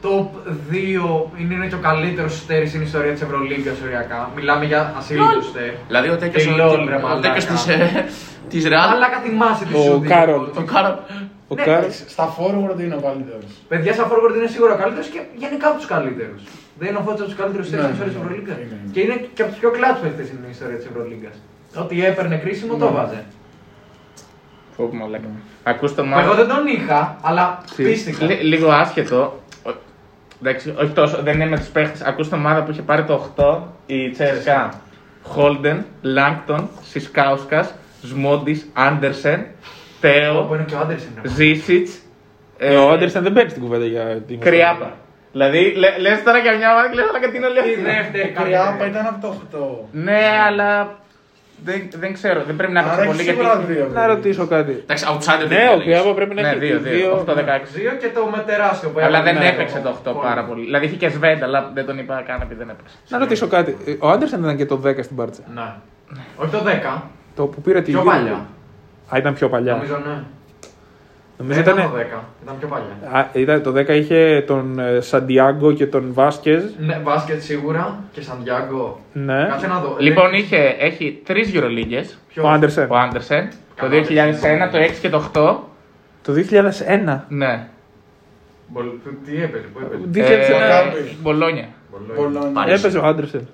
[SPEAKER 5] top 2, είναι, είναι και ο καλύτερος στέρι στην ιστορία της Ευρωλίγκας οριακά. Μιλάμε για ασύλληπτο στέρ.
[SPEAKER 7] Δηλαδή ο Τέκιος
[SPEAKER 5] Τι λόλ, ρε,
[SPEAKER 7] ο Τέκιος
[SPEAKER 5] μαλάκα.
[SPEAKER 7] της, ε, της Ρεάλ.
[SPEAKER 5] Αλλά κάτι μάση τη
[SPEAKER 2] Ο
[SPEAKER 5] σου δίνει.
[SPEAKER 2] Κάρολ.
[SPEAKER 7] Τον Κάρο.
[SPEAKER 2] Ο
[SPEAKER 5] Ναι,
[SPEAKER 2] Κάρο.
[SPEAKER 3] Εντάξει, Στα forward είναι ο καλύτερος.
[SPEAKER 5] Παιδιά, σαν forward είναι σίγουρα ο καλύτερος και γενικά από τους καλύτερους. Δεν είναι ο Φώτσης από τους καλύτερους στέρι
[SPEAKER 3] Ναι,
[SPEAKER 5] στην ιστορία της
[SPEAKER 3] ναι, ναι.
[SPEAKER 5] Ευρωλίγκας.
[SPEAKER 3] Είναι, είναι.
[SPEAKER 5] Και είναι και από τους πιο κλάτ παίχτε στην ιστορία της Ευρωλίγκας. Ό,τι έπαιρνε κρίσιμο το
[SPEAKER 3] Ναι.
[SPEAKER 5] βάζε.
[SPEAKER 4] Πω, μαλάκα. Ακούς το
[SPEAKER 5] Εγώ
[SPEAKER 4] μάλλον.
[SPEAKER 5] δεν τον είχα, αλλά πίστηκα.
[SPEAKER 4] Λίγο άσχετο. Ο- Εντάξει, όχι τόσο, δεν είναι με τους παίχτες. Ακούς την ομάδα που είχε πάρει το 8, η Τσέσκα. Χόλντεν, Λάμπτον, Σισκάουσκας, Σμόντις, Άντερσεν,
[SPEAKER 5] Όπου
[SPEAKER 4] Τέο,
[SPEAKER 5] είναι και ο Άντερσεν. ρε.
[SPEAKER 4] Ζήσιτ.
[SPEAKER 2] Ε, Ο Άντερσεν δεν παίρνει την κουβέντα για την.
[SPEAKER 4] Κρυάπα. Δηλαδή, λε λες τώρα για μια ομάδα και λες αλλά κάτι είναι όλοι
[SPEAKER 5] Η
[SPEAKER 4] αυτοί.
[SPEAKER 5] δεύτερη
[SPEAKER 3] Η Άπα
[SPEAKER 5] καλύτερη.
[SPEAKER 3] ήταν από το 8.
[SPEAKER 4] Ναι, αλλά Δεν, δεν ξέρω, δεν πρέπει να
[SPEAKER 3] Άρα
[SPEAKER 4] παίξει πολύ
[SPEAKER 3] έχει
[SPEAKER 4] γιατί.
[SPEAKER 3] σίγουρα δύο.
[SPEAKER 2] Να ρωτήσω κάτι.
[SPEAKER 7] Εντάξει, outsider δεν
[SPEAKER 2] Ναι, ο
[SPEAKER 7] είναι.
[SPEAKER 2] Κουιάβα πρέπει να
[SPEAKER 4] Ναι,
[SPEAKER 2] έχει
[SPEAKER 4] δύο, δύο. 8-16.
[SPEAKER 5] Δύο και το με τεράστιο που
[SPEAKER 4] Αλλά
[SPEAKER 5] έκανε
[SPEAKER 4] δεν
[SPEAKER 5] ναι,
[SPEAKER 4] έπαιξε το 8 πάρα πολύ. Δηλαδή είχε και σβέντα, αλλά δεν τον είπα καν επειδή δεν έπαιξε.
[SPEAKER 2] Να ρωτήσω κάτι. Ε, Ο Άντερσον ήταν και το 10 στην Πάρτσα.
[SPEAKER 5] Ναι. Όχι το 10.
[SPEAKER 2] Το που πήρε τη
[SPEAKER 5] Πιο
[SPEAKER 2] Euro.
[SPEAKER 5] παλιά.
[SPEAKER 2] Α, ήταν πιο παλιά.
[SPEAKER 5] Νομίζω ναι.
[SPEAKER 2] Νομίζω
[SPEAKER 5] Δεν ήταν το
[SPEAKER 2] ήταν.
[SPEAKER 5] 10. Ήταν πιο παλιά.
[SPEAKER 2] Α, ήταν το 10 είχε τον ε, Σαντιάγκο και τον Βάσκε.
[SPEAKER 5] Ναι, μπάσκετ σίγουρα και Σαντιάγκο.
[SPEAKER 2] Ναι.
[SPEAKER 5] Κάτσε να δω.
[SPEAKER 4] Λοιπόν, είχε, έχει τρεις Euroligas.
[SPEAKER 5] Ποιο?
[SPEAKER 2] Ο Άντερσεν.
[SPEAKER 4] Ο Άντερσεν. Το
[SPEAKER 5] Καλά,
[SPEAKER 4] 2001, το 6 και το 8.
[SPEAKER 2] Το 2001.
[SPEAKER 4] Ναι. Ε,
[SPEAKER 5] Μπολ- τι- Τι έπαιζε, πού έπαιζε.
[SPEAKER 2] Τι έτσι να
[SPEAKER 3] κάνει.
[SPEAKER 4] Μπολόνια.
[SPEAKER 5] Μπολόνια.
[SPEAKER 3] Μπολόνια.
[SPEAKER 7] Πάρε.
[SPEAKER 2] Έπαιζε ο Άντερσεν.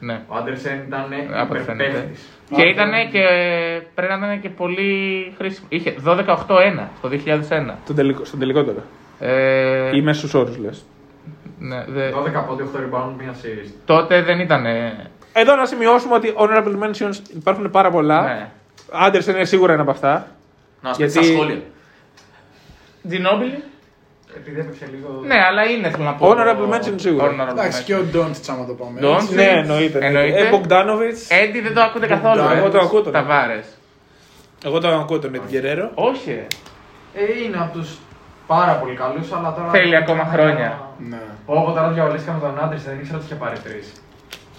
[SPEAKER 4] Ναι.
[SPEAKER 5] Ο Άντερσεν ήταν
[SPEAKER 4] Από ό,τι φαίνεται.
[SPEAKER 5] υπερπέφτης.
[SPEAKER 4] Και ήταν και. Πρέπει να ήταν και πολύ χρήσιμο. Είχε 12-8-1 το 2001.
[SPEAKER 2] Τον τελικό, στον τελικό τώρα.
[SPEAKER 4] Ε,
[SPEAKER 2] Ή μέσα στους όρους λες.
[SPEAKER 4] ναι, δε-
[SPEAKER 5] 12 πόντι, 8 rebound, μία series.
[SPEAKER 4] τότε δεν ήταν. ε,
[SPEAKER 2] Εδώ να σημειώσουμε ότι honorable mentions υπάρχουν πάρα πολλά.
[SPEAKER 4] Ναι.
[SPEAKER 2] Άντερσεν είναι σίγουρα ένα από αυτά.
[SPEAKER 7] Να μα πει
[SPEAKER 2] Γιατί-
[SPEAKER 7] τα σχόλια.
[SPEAKER 4] Τζινόμπιλι.
[SPEAKER 5] Επειδή έπαιξε λίγο...
[SPEAKER 4] Ναι, αλλά είναι θέλω να πω.
[SPEAKER 2] Honorable mention σίγουρα.
[SPEAKER 4] Honorable
[SPEAKER 3] Εντάξει, και
[SPEAKER 4] mention.
[SPEAKER 3] ο Ντόντ, άμα το πάμε.
[SPEAKER 4] Doncic.
[SPEAKER 3] έτσι.
[SPEAKER 2] Ναι, εννοείται.
[SPEAKER 4] Εννοείται.
[SPEAKER 2] Ε, Μπογκδάνοβιτ.
[SPEAKER 4] Έντι δεν το ακούτε καθόλου. ε.
[SPEAKER 2] Εγώ το ακούω τώρα.
[SPEAKER 4] Τα βάρε.
[SPEAKER 2] Εγώ τον ακούω τον Ed Guerrero.
[SPEAKER 4] Όχι. ε.
[SPEAKER 5] Ε, είναι από τους πάρα πολύ καλούς, αλλά τώρα...
[SPEAKER 4] Θέλει ακόμα χρόνια.
[SPEAKER 3] Ναι.
[SPEAKER 5] Πω, πω, τώρα διαβολήθηκα με τον Άντερσεν, δεν ήξερα ότι είχε πάρει τρεις.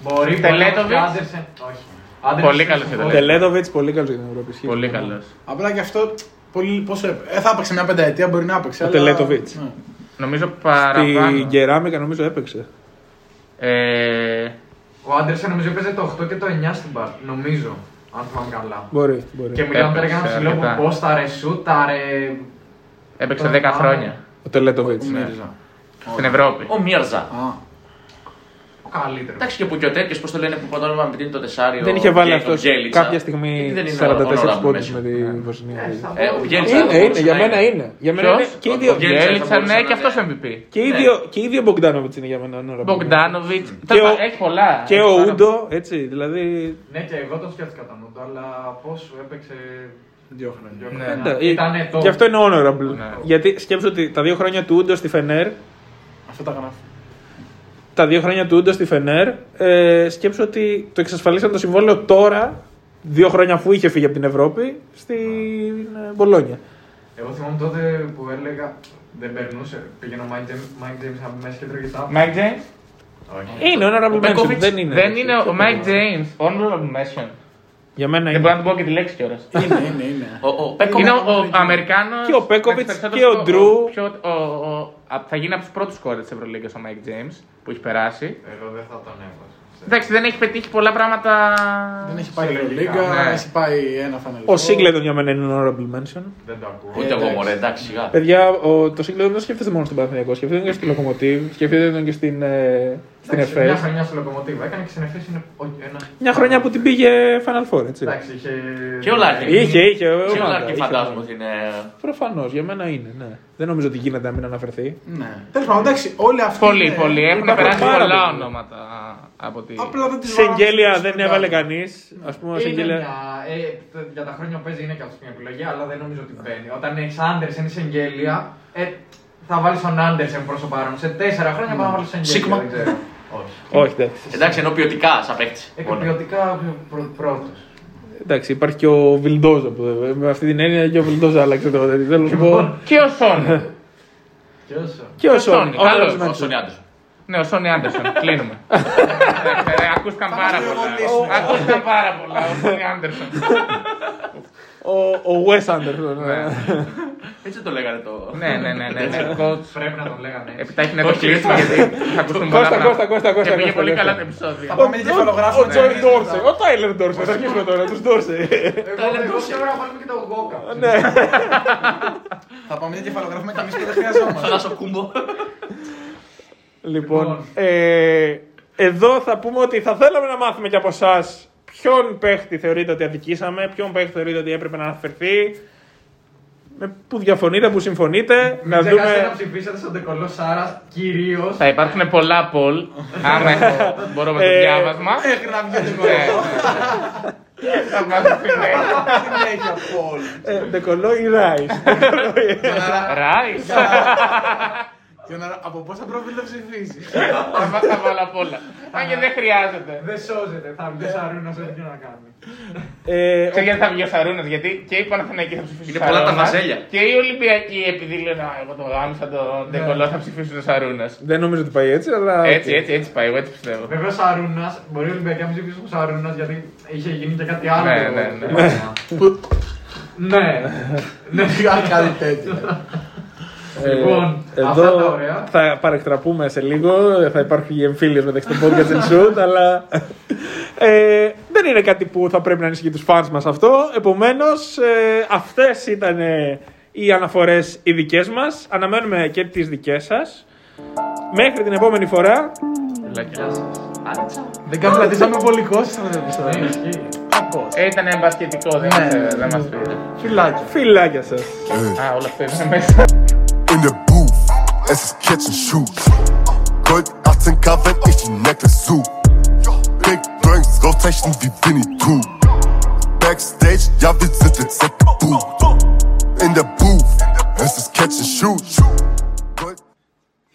[SPEAKER 5] Μπορεί,
[SPEAKER 4] Τελέτοβιτς.
[SPEAKER 5] μπορεί, Άντερσεν... Όχι. Άντερσεν
[SPEAKER 4] Πολύ καλός
[SPEAKER 5] είναι
[SPEAKER 4] ήταν.
[SPEAKER 5] πολύ-
[SPEAKER 2] Τελέδοβιτ, πολύ καλός για την Ευρώπη. ισχύει.
[SPEAKER 4] Πολύ καλός.
[SPEAKER 3] Απλά και αυτό. Πολύ, πόσο έπαι- ε, θα έπαιξε μια πενταετία, μπορεί να έπαιξε.
[SPEAKER 2] Ο
[SPEAKER 3] αλλά-
[SPEAKER 2] Τελέτοβιτς.
[SPEAKER 3] Ναι.
[SPEAKER 4] Νομίζω
[SPEAKER 2] Στη
[SPEAKER 4] παραπάνω.
[SPEAKER 2] Γκεράμικα νομίζω έπαιξε.
[SPEAKER 4] Ε,
[SPEAKER 5] Ο Άντερσεν νομίζω παίζει το 8 και το 9 στην Μπαρ, νομίζω, αν θυμάμαι καλά.
[SPEAKER 2] Μπορεί, μπορεί.
[SPEAKER 5] Και μιλάμε τώρα για ένα
[SPEAKER 4] Έπαιξε
[SPEAKER 5] ψηλό που
[SPEAKER 4] αρκετά.
[SPEAKER 5] πόσταρε, σούταρε...
[SPEAKER 4] έπαιξε 10 χρόνια
[SPEAKER 2] Ο Τελέτοβιτς.
[SPEAKER 4] Ναι.
[SPEAKER 3] Μύριζα.
[SPEAKER 4] στην Ευρώπη.
[SPEAKER 7] Ο Μίρζα.
[SPEAKER 3] Α,
[SPEAKER 5] Ο καλύτερος.
[SPEAKER 7] Εντάξει και που και ο τέτοιο, πώς το λένε που παντώνε με την το τεσάριο.
[SPEAKER 2] Δεν είχε βάλει
[SPEAKER 7] ο
[SPEAKER 2] αυτό
[SPEAKER 7] Γκέλιτσα.
[SPEAKER 2] κάποια
[SPEAKER 7] Γιατί
[SPEAKER 2] στιγμή
[SPEAKER 7] δεν είναι
[SPEAKER 2] 44
[SPEAKER 7] honorable
[SPEAKER 2] πόντου
[SPEAKER 7] mention.
[SPEAKER 2] με τη Βοσνία.
[SPEAKER 5] Ε, στα
[SPEAKER 7] Ε, ο
[SPEAKER 5] πόδια.
[SPEAKER 7] Γκέλιτσα.
[SPEAKER 2] Είναι,
[SPEAKER 7] θα
[SPEAKER 2] είναι,
[SPEAKER 7] μπορούσε
[SPEAKER 2] για
[SPEAKER 7] να
[SPEAKER 2] μένα
[SPEAKER 7] είναι.
[SPEAKER 2] είναι. Για μένα είναι
[SPEAKER 4] Ποιος?
[SPEAKER 2] και οι
[SPEAKER 7] Ο
[SPEAKER 2] δύο.
[SPEAKER 7] Γκέλιτσα θα
[SPEAKER 4] Γέλιτσα,
[SPEAKER 7] μπορούσε
[SPEAKER 4] ναι,
[SPEAKER 7] να
[SPEAKER 4] και αυτός
[SPEAKER 7] είναι.
[SPEAKER 4] MVP.
[SPEAKER 2] Και οι
[SPEAKER 7] Ναι.
[SPEAKER 2] δύο, και οι δύο Μπογκδάνοβιτς είναι για μένα honorable.
[SPEAKER 4] Μπογκδάνοβιτ.
[SPEAKER 2] ο-
[SPEAKER 4] Έχει πολλά.
[SPEAKER 2] Και
[SPEAKER 4] Έχει
[SPEAKER 2] ο
[SPEAKER 4] πάρα
[SPEAKER 2] Ούντο, έτσι, δηλαδή.
[SPEAKER 5] Ναι, και εγώ το σκέφτηκα τον Ούντο, αλλά πώς σου έπαιξε.
[SPEAKER 3] δύο χρόνια.
[SPEAKER 4] Ναι.
[SPEAKER 2] εντάξει,
[SPEAKER 5] Ήτανε το.
[SPEAKER 2] ε, Γι' αυτό είναι honorable.
[SPEAKER 4] Ναι.
[SPEAKER 2] Γιατί σκέψω ότι τα δύο χρόνια του Ούντο στη Φενέρ,
[SPEAKER 3] Αυτό τα γράφει.
[SPEAKER 2] τα δύο χρόνια του Ούντος στη Φενέρ, ε, σκέψω ότι το εξασφαλίσαν το συμβόλαιο τώρα, δύο χρόνια αφού είχε φύγει από την Ευρώπη, στην ε, Μπολόνια.
[SPEAKER 5] Εγώ θυμάμαι τότε που έλεγα. Δεν περνούσε. Πήγαινε ο Mike James, Mike James από μέσα και τρώγε τα.
[SPEAKER 4] Mike James.
[SPEAKER 5] Όχι.
[SPEAKER 2] Είναι honorable mention,
[SPEAKER 7] Μπέκοβιτς
[SPEAKER 2] δεν είναι.
[SPEAKER 4] Δεν είναι ο Mike James. Honorable mention.
[SPEAKER 2] Για μένα
[SPEAKER 4] Δεν
[SPEAKER 2] είναι.
[SPEAKER 4] μπορώ να του πω και τη λέξη κιόλας.
[SPEAKER 3] Είναι, είναι, είναι.
[SPEAKER 7] Ο- ο Πέκο
[SPEAKER 4] Είναι
[SPEAKER 7] Μάνο-
[SPEAKER 4] ο Αμερικάνος.
[SPEAKER 2] Και ο Πέκοβιτς και ο Ντρου.
[SPEAKER 4] Θα γίνει από τους πρώτους κόρες της Ευρωλίγα ο Mike James που έχει περάσει.
[SPEAKER 5] Εγώ δεν θα τον έβαζα.
[SPEAKER 4] Εντάξει, δεν έχει πετύχει πολλά πράγματα.
[SPEAKER 3] Δεν έχει πάει η
[SPEAKER 5] Συλλογικά,
[SPEAKER 3] Λίγκα,
[SPEAKER 4] ναι.
[SPEAKER 3] έχει πάει ένα φανελικό.
[SPEAKER 2] Ο Σίγκλετον για μένα είναι honorable mention.
[SPEAKER 5] Δεν το ακούω.
[SPEAKER 7] Ούτε εγώ
[SPEAKER 3] εντάξει.
[SPEAKER 7] μωρέ, εντάξει σιγά.
[SPEAKER 2] Παιδιά, ο, το Σίγκλετον δεν σκέφτεται μόνο στον Παναθηναϊκό, σκέφτεται και στη Λοκομοτήβ, σκέφτεται τον και στην, ε, στην
[SPEAKER 5] Εντάξει, Μια
[SPEAKER 2] ΕΦΕΣ.
[SPEAKER 5] χρονιά στο Λοκομοτίβα έκανε και στην Εφές είναι ο- ένα.
[SPEAKER 2] Μια χρονιά που την πήγε Final Four, έτσι.
[SPEAKER 5] Εντάξει, είχε.
[SPEAKER 7] Και ο Λάρκιν.
[SPEAKER 2] Είχε, είχε.
[SPEAKER 7] Και ο
[SPEAKER 2] ομάδα,
[SPEAKER 7] Λάρκιν
[SPEAKER 2] είχε
[SPEAKER 7] φαντάζομαι
[SPEAKER 2] ομάδα.
[SPEAKER 7] ότι είναι.
[SPEAKER 2] Προφανώς, για μένα είναι, ναι. Δεν νομίζω ότι γίνεται να μην αναφερθεί.
[SPEAKER 3] Ναι. Τέλος πάντων, εντάξει, όλοι αυτοί.
[SPEAKER 4] Πολύ,
[SPEAKER 3] είναι-
[SPEAKER 4] πολύ. Έχουν
[SPEAKER 2] Υπάρχουν
[SPEAKER 4] περάσει
[SPEAKER 2] πάρα
[SPEAKER 4] πολλά
[SPEAKER 2] πολύ.
[SPEAKER 4] ονόματα από τη.
[SPEAKER 3] Απλά δεν τις
[SPEAKER 2] Σε
[SPEAKER 3] βάλαμε
[SPEAKER 2] εγγέλια
[SPEAKER 3] στο
[SPEAKER 2] δεν
[SPEAKER 3] σκοτάδι.
[SPEAKER 2] έβαλε κανείς. Ας πούμε, σε
[SPEAKER 5] Είναι
[SPEAKER 2] εγγέλια.
[SPEAKER 5] μια, ε, τ- για τα χρόνια που παίζει είναι και αυτή μια επιλογή, αλλά δεν νομίζω ότι μπαίνει. Όταν έχεις Άντερσεν ή Σεγγέλια, ε, θα βάλεις τον Άντερσεν προς το παρόν. Σε τέσσερα χρόνια θα βάλει Σεγγέλια.
[SPEAKER 7] Σίγμα.
[SPEAKER 5] Δεν ξέρω. Όχι.
[SPEAKER 2] Όχι, εντάξει.
[SPEAKER 7] Εντάξει, ενώ ποιοτικά σαν παίχτη.
[SPEAKER 5] Ε, και ποιοτικά πρώτος.
[SPEAKER 2] Εντάξει, υπάρχει και ο Βιλντόζα που ε, με αυτή την έννοια και ο Βιλντόζα άλλαξε το παιδί. Θέλω να πω.
[SPEAKER 4] Και ο Σόνι.
[SPEAKER 5] Και όσο.
[SPEAKER 2] Και ο
[SPEAKER 4] Ο
[SPEAKER 2] Σόνι.
[SPEAKER 4] Σόνι, καλός,
[SPEAKER 7] Ο Σονιάντο.
[SPEAKER 4] Ναι, ο Σόνι Άντερσον. Κλείνουμε. Ε, ε, Ακούστηκαν πάρα πολλά.
[SPEAKER 3] λογολύσουμε.
[SPEAKER 4] Ακούστηκαν πάρα πολλά. Ο Σόνι Άντερσον.
[SPEAKER 2] Ο Wes Anderson. ναι.
[SPEAKER 7] Έτσι το λέγανε το.
[SPEAKER 4] Ναι, ναι, ναι. ναι, ναι. Το-
[SPEAKER 5] Πρέπει να τον λέγανε. έτσι.
[SPEAKER 4] Επιτάχει να το κλείσουμε γιατί θα ακούσουν πολλά
[SPEAKER 2] Κώστα,
[SPEAKER 4] πράγματα.
[SPEAKER 2] Κώστα, Κώστα,
[SPEAKER 4] Και
[SPEAKER 2] Κώστα,
[SPEAKER 4] πήγε
[SPEAKER 2] Κώστα,
[SPEAKER 4] πολύ
[SPEAKER 2] Κώστα.
[SPEAKER 4] καλά το επεισόδιο.
[SPEAKER 3] Θα πάμε και
[SPEAKER 2] Ο
[SPEAKER 3] κεφαλογράφο.
[SPEAKER 2] Τζον Ντόρσε. Ο Τάιλερ Ντόρσε. Θα αρχίσουμε τώρα, τους Ντόρσε.
[SPEAKER 5] Εγώ εγώ σήμερα να βάλουμε και τον Γόκα.
[SPEAKER 2] Ναι,
[SPEAKER 3] Θα πάμε και κεφαλογράφο και εμείς και δεν χρειαζόμαστε.
[SPEAKER 7] Σαν ο κούμπο.
[SPEAKER 2] Λοιπόν, ε, εδώ θα πούμε ότι θα θέλαμε να μάθουμε και από εσάς ποιον παίχτη θεωρείτε ότι αδικήσαμε, ποιον παίχτη θεωρείτε ότι έπρεπε να αναφερθεί. Με που διαφωνείτε, που συμφωνείτε. να
[SPEAKER 5] Να ξεχάσετε να
[SPEAKER 2] δούμε.
[SPEAKER 5] ψηφίσετε στον Τεκολό Σάρα κυρίως.
[SPEAKER 4] Θα υπάρχουν πολλά poll. Άμα έχω, μπορώ με το
[SPEAKER 2] Ε,
[SPEAKER 4] διάβασμα.
[SPEAKER 3] Μέχρι να βγει το
[SPEAKER 4] Ναι. Θα βγάλω την αίμα.
[SPEAKER 3] Συνέχεια, Πολ.
[SPEAKER 2] Ε, Ντεκολό ή Ράις.
[SPEAKER 4] Ράις.
[SPEAKER 3] Και Ποιον αρα- από πόσα προφίλ θα ψηφίσει.
[SPEAKER 4] Θα βά- θα βάλω απ' όλα. Αν και δεν χρειάζεται.
[SPEAKER 5] Δεν σώζεται. Θα βγει ο Σαρούνας ό,τι και να κάνει.
[SPEAKER 2] Ε,
[SPEAKER 4] Ξέρετε γιατί θα βγει ο Σαρούνας, γιατί και οι Παναθηναϊκοί θα ψηφίσουν.
[SPEAKER 7] Είναι
[SPEAKER 4] Σαρούνα,
[SPEAKER 7] πολλά τα βαζέλια.
[SPEAKER 4] Και οι Ολυμπιακοί, επειδή λένε Α, εγώ το γάμισα τον Ντεκολό, θα ψηφίσουν ο Σαρούνας.
[SPEAKER 2] δεν νομίζω ότι πάει έτσι, αλλά.
[SPEAKER 4] Έτσι,
[SPEAKER 2] οκ.
[SPEAKER 4] έτσι, έτσι πάει, εγώ έτσι πιστεύω.
[SPEAKER 5] Βέβαια, ο Σαρούνας μπορεί οι Ολυμπιακοί να ψηφίσουν Σαρούνας γιατί είχε γίνει και κάτι άλλο.
[SPEAKER 4] Ναι, ναι, ναι.
[SPEAKER 5] Ναι. Ναι,
[SPEAKER 3] Κάτι τέτοιο.
[SPEAKER 2] Ε,
[SPEAKER 5] Λοιπόν, αυτά τα ωραία.
[SPEAKER 2] θα παρεκτραπούμε σε λίγο. ε, Θα υπάρχουν οι εμφύλειε μεταξύ των podcast and shoot, αλλά. Ε, δεν είναι κάτι που θα πρέπει να ανησυχεί τους fans μας αυτό. Επομένως, ε, αυτές ήταν ε, οι αναφορές οι δικές μας. Αναμένουμε και τις δικές σας. Μέχρι την επόμενη φορά.
[SPEAKER 3] Δεν καπλατήσαμε πολύ κόσμο το επεισόδιο.
[SPEAKER 4] Ε, Ήταν μπασκετικό, δεν
[SPEAKER 3] Ναι,
[SPEAKER 4] μας- δεν
[SPEAKER 3] ναι,
[SPEAKER 4] μας πήρε.
[SPEAKER 3] Φιλάκια.
[SPEAKER 2] Φιλάκια σας.
[SPEAKER 4] Α, όλα αυτά ήταν μέσα.
[SPEAKER 1] in the booth as it's catch and shoot. Gold aus den Covern, ich die Necklace zu. Big Brains rauszeichnen wie Winnie Pooh. Backstage, ja, wir sind jetzt set gebucht. In der Booth, es ist catch and shoot.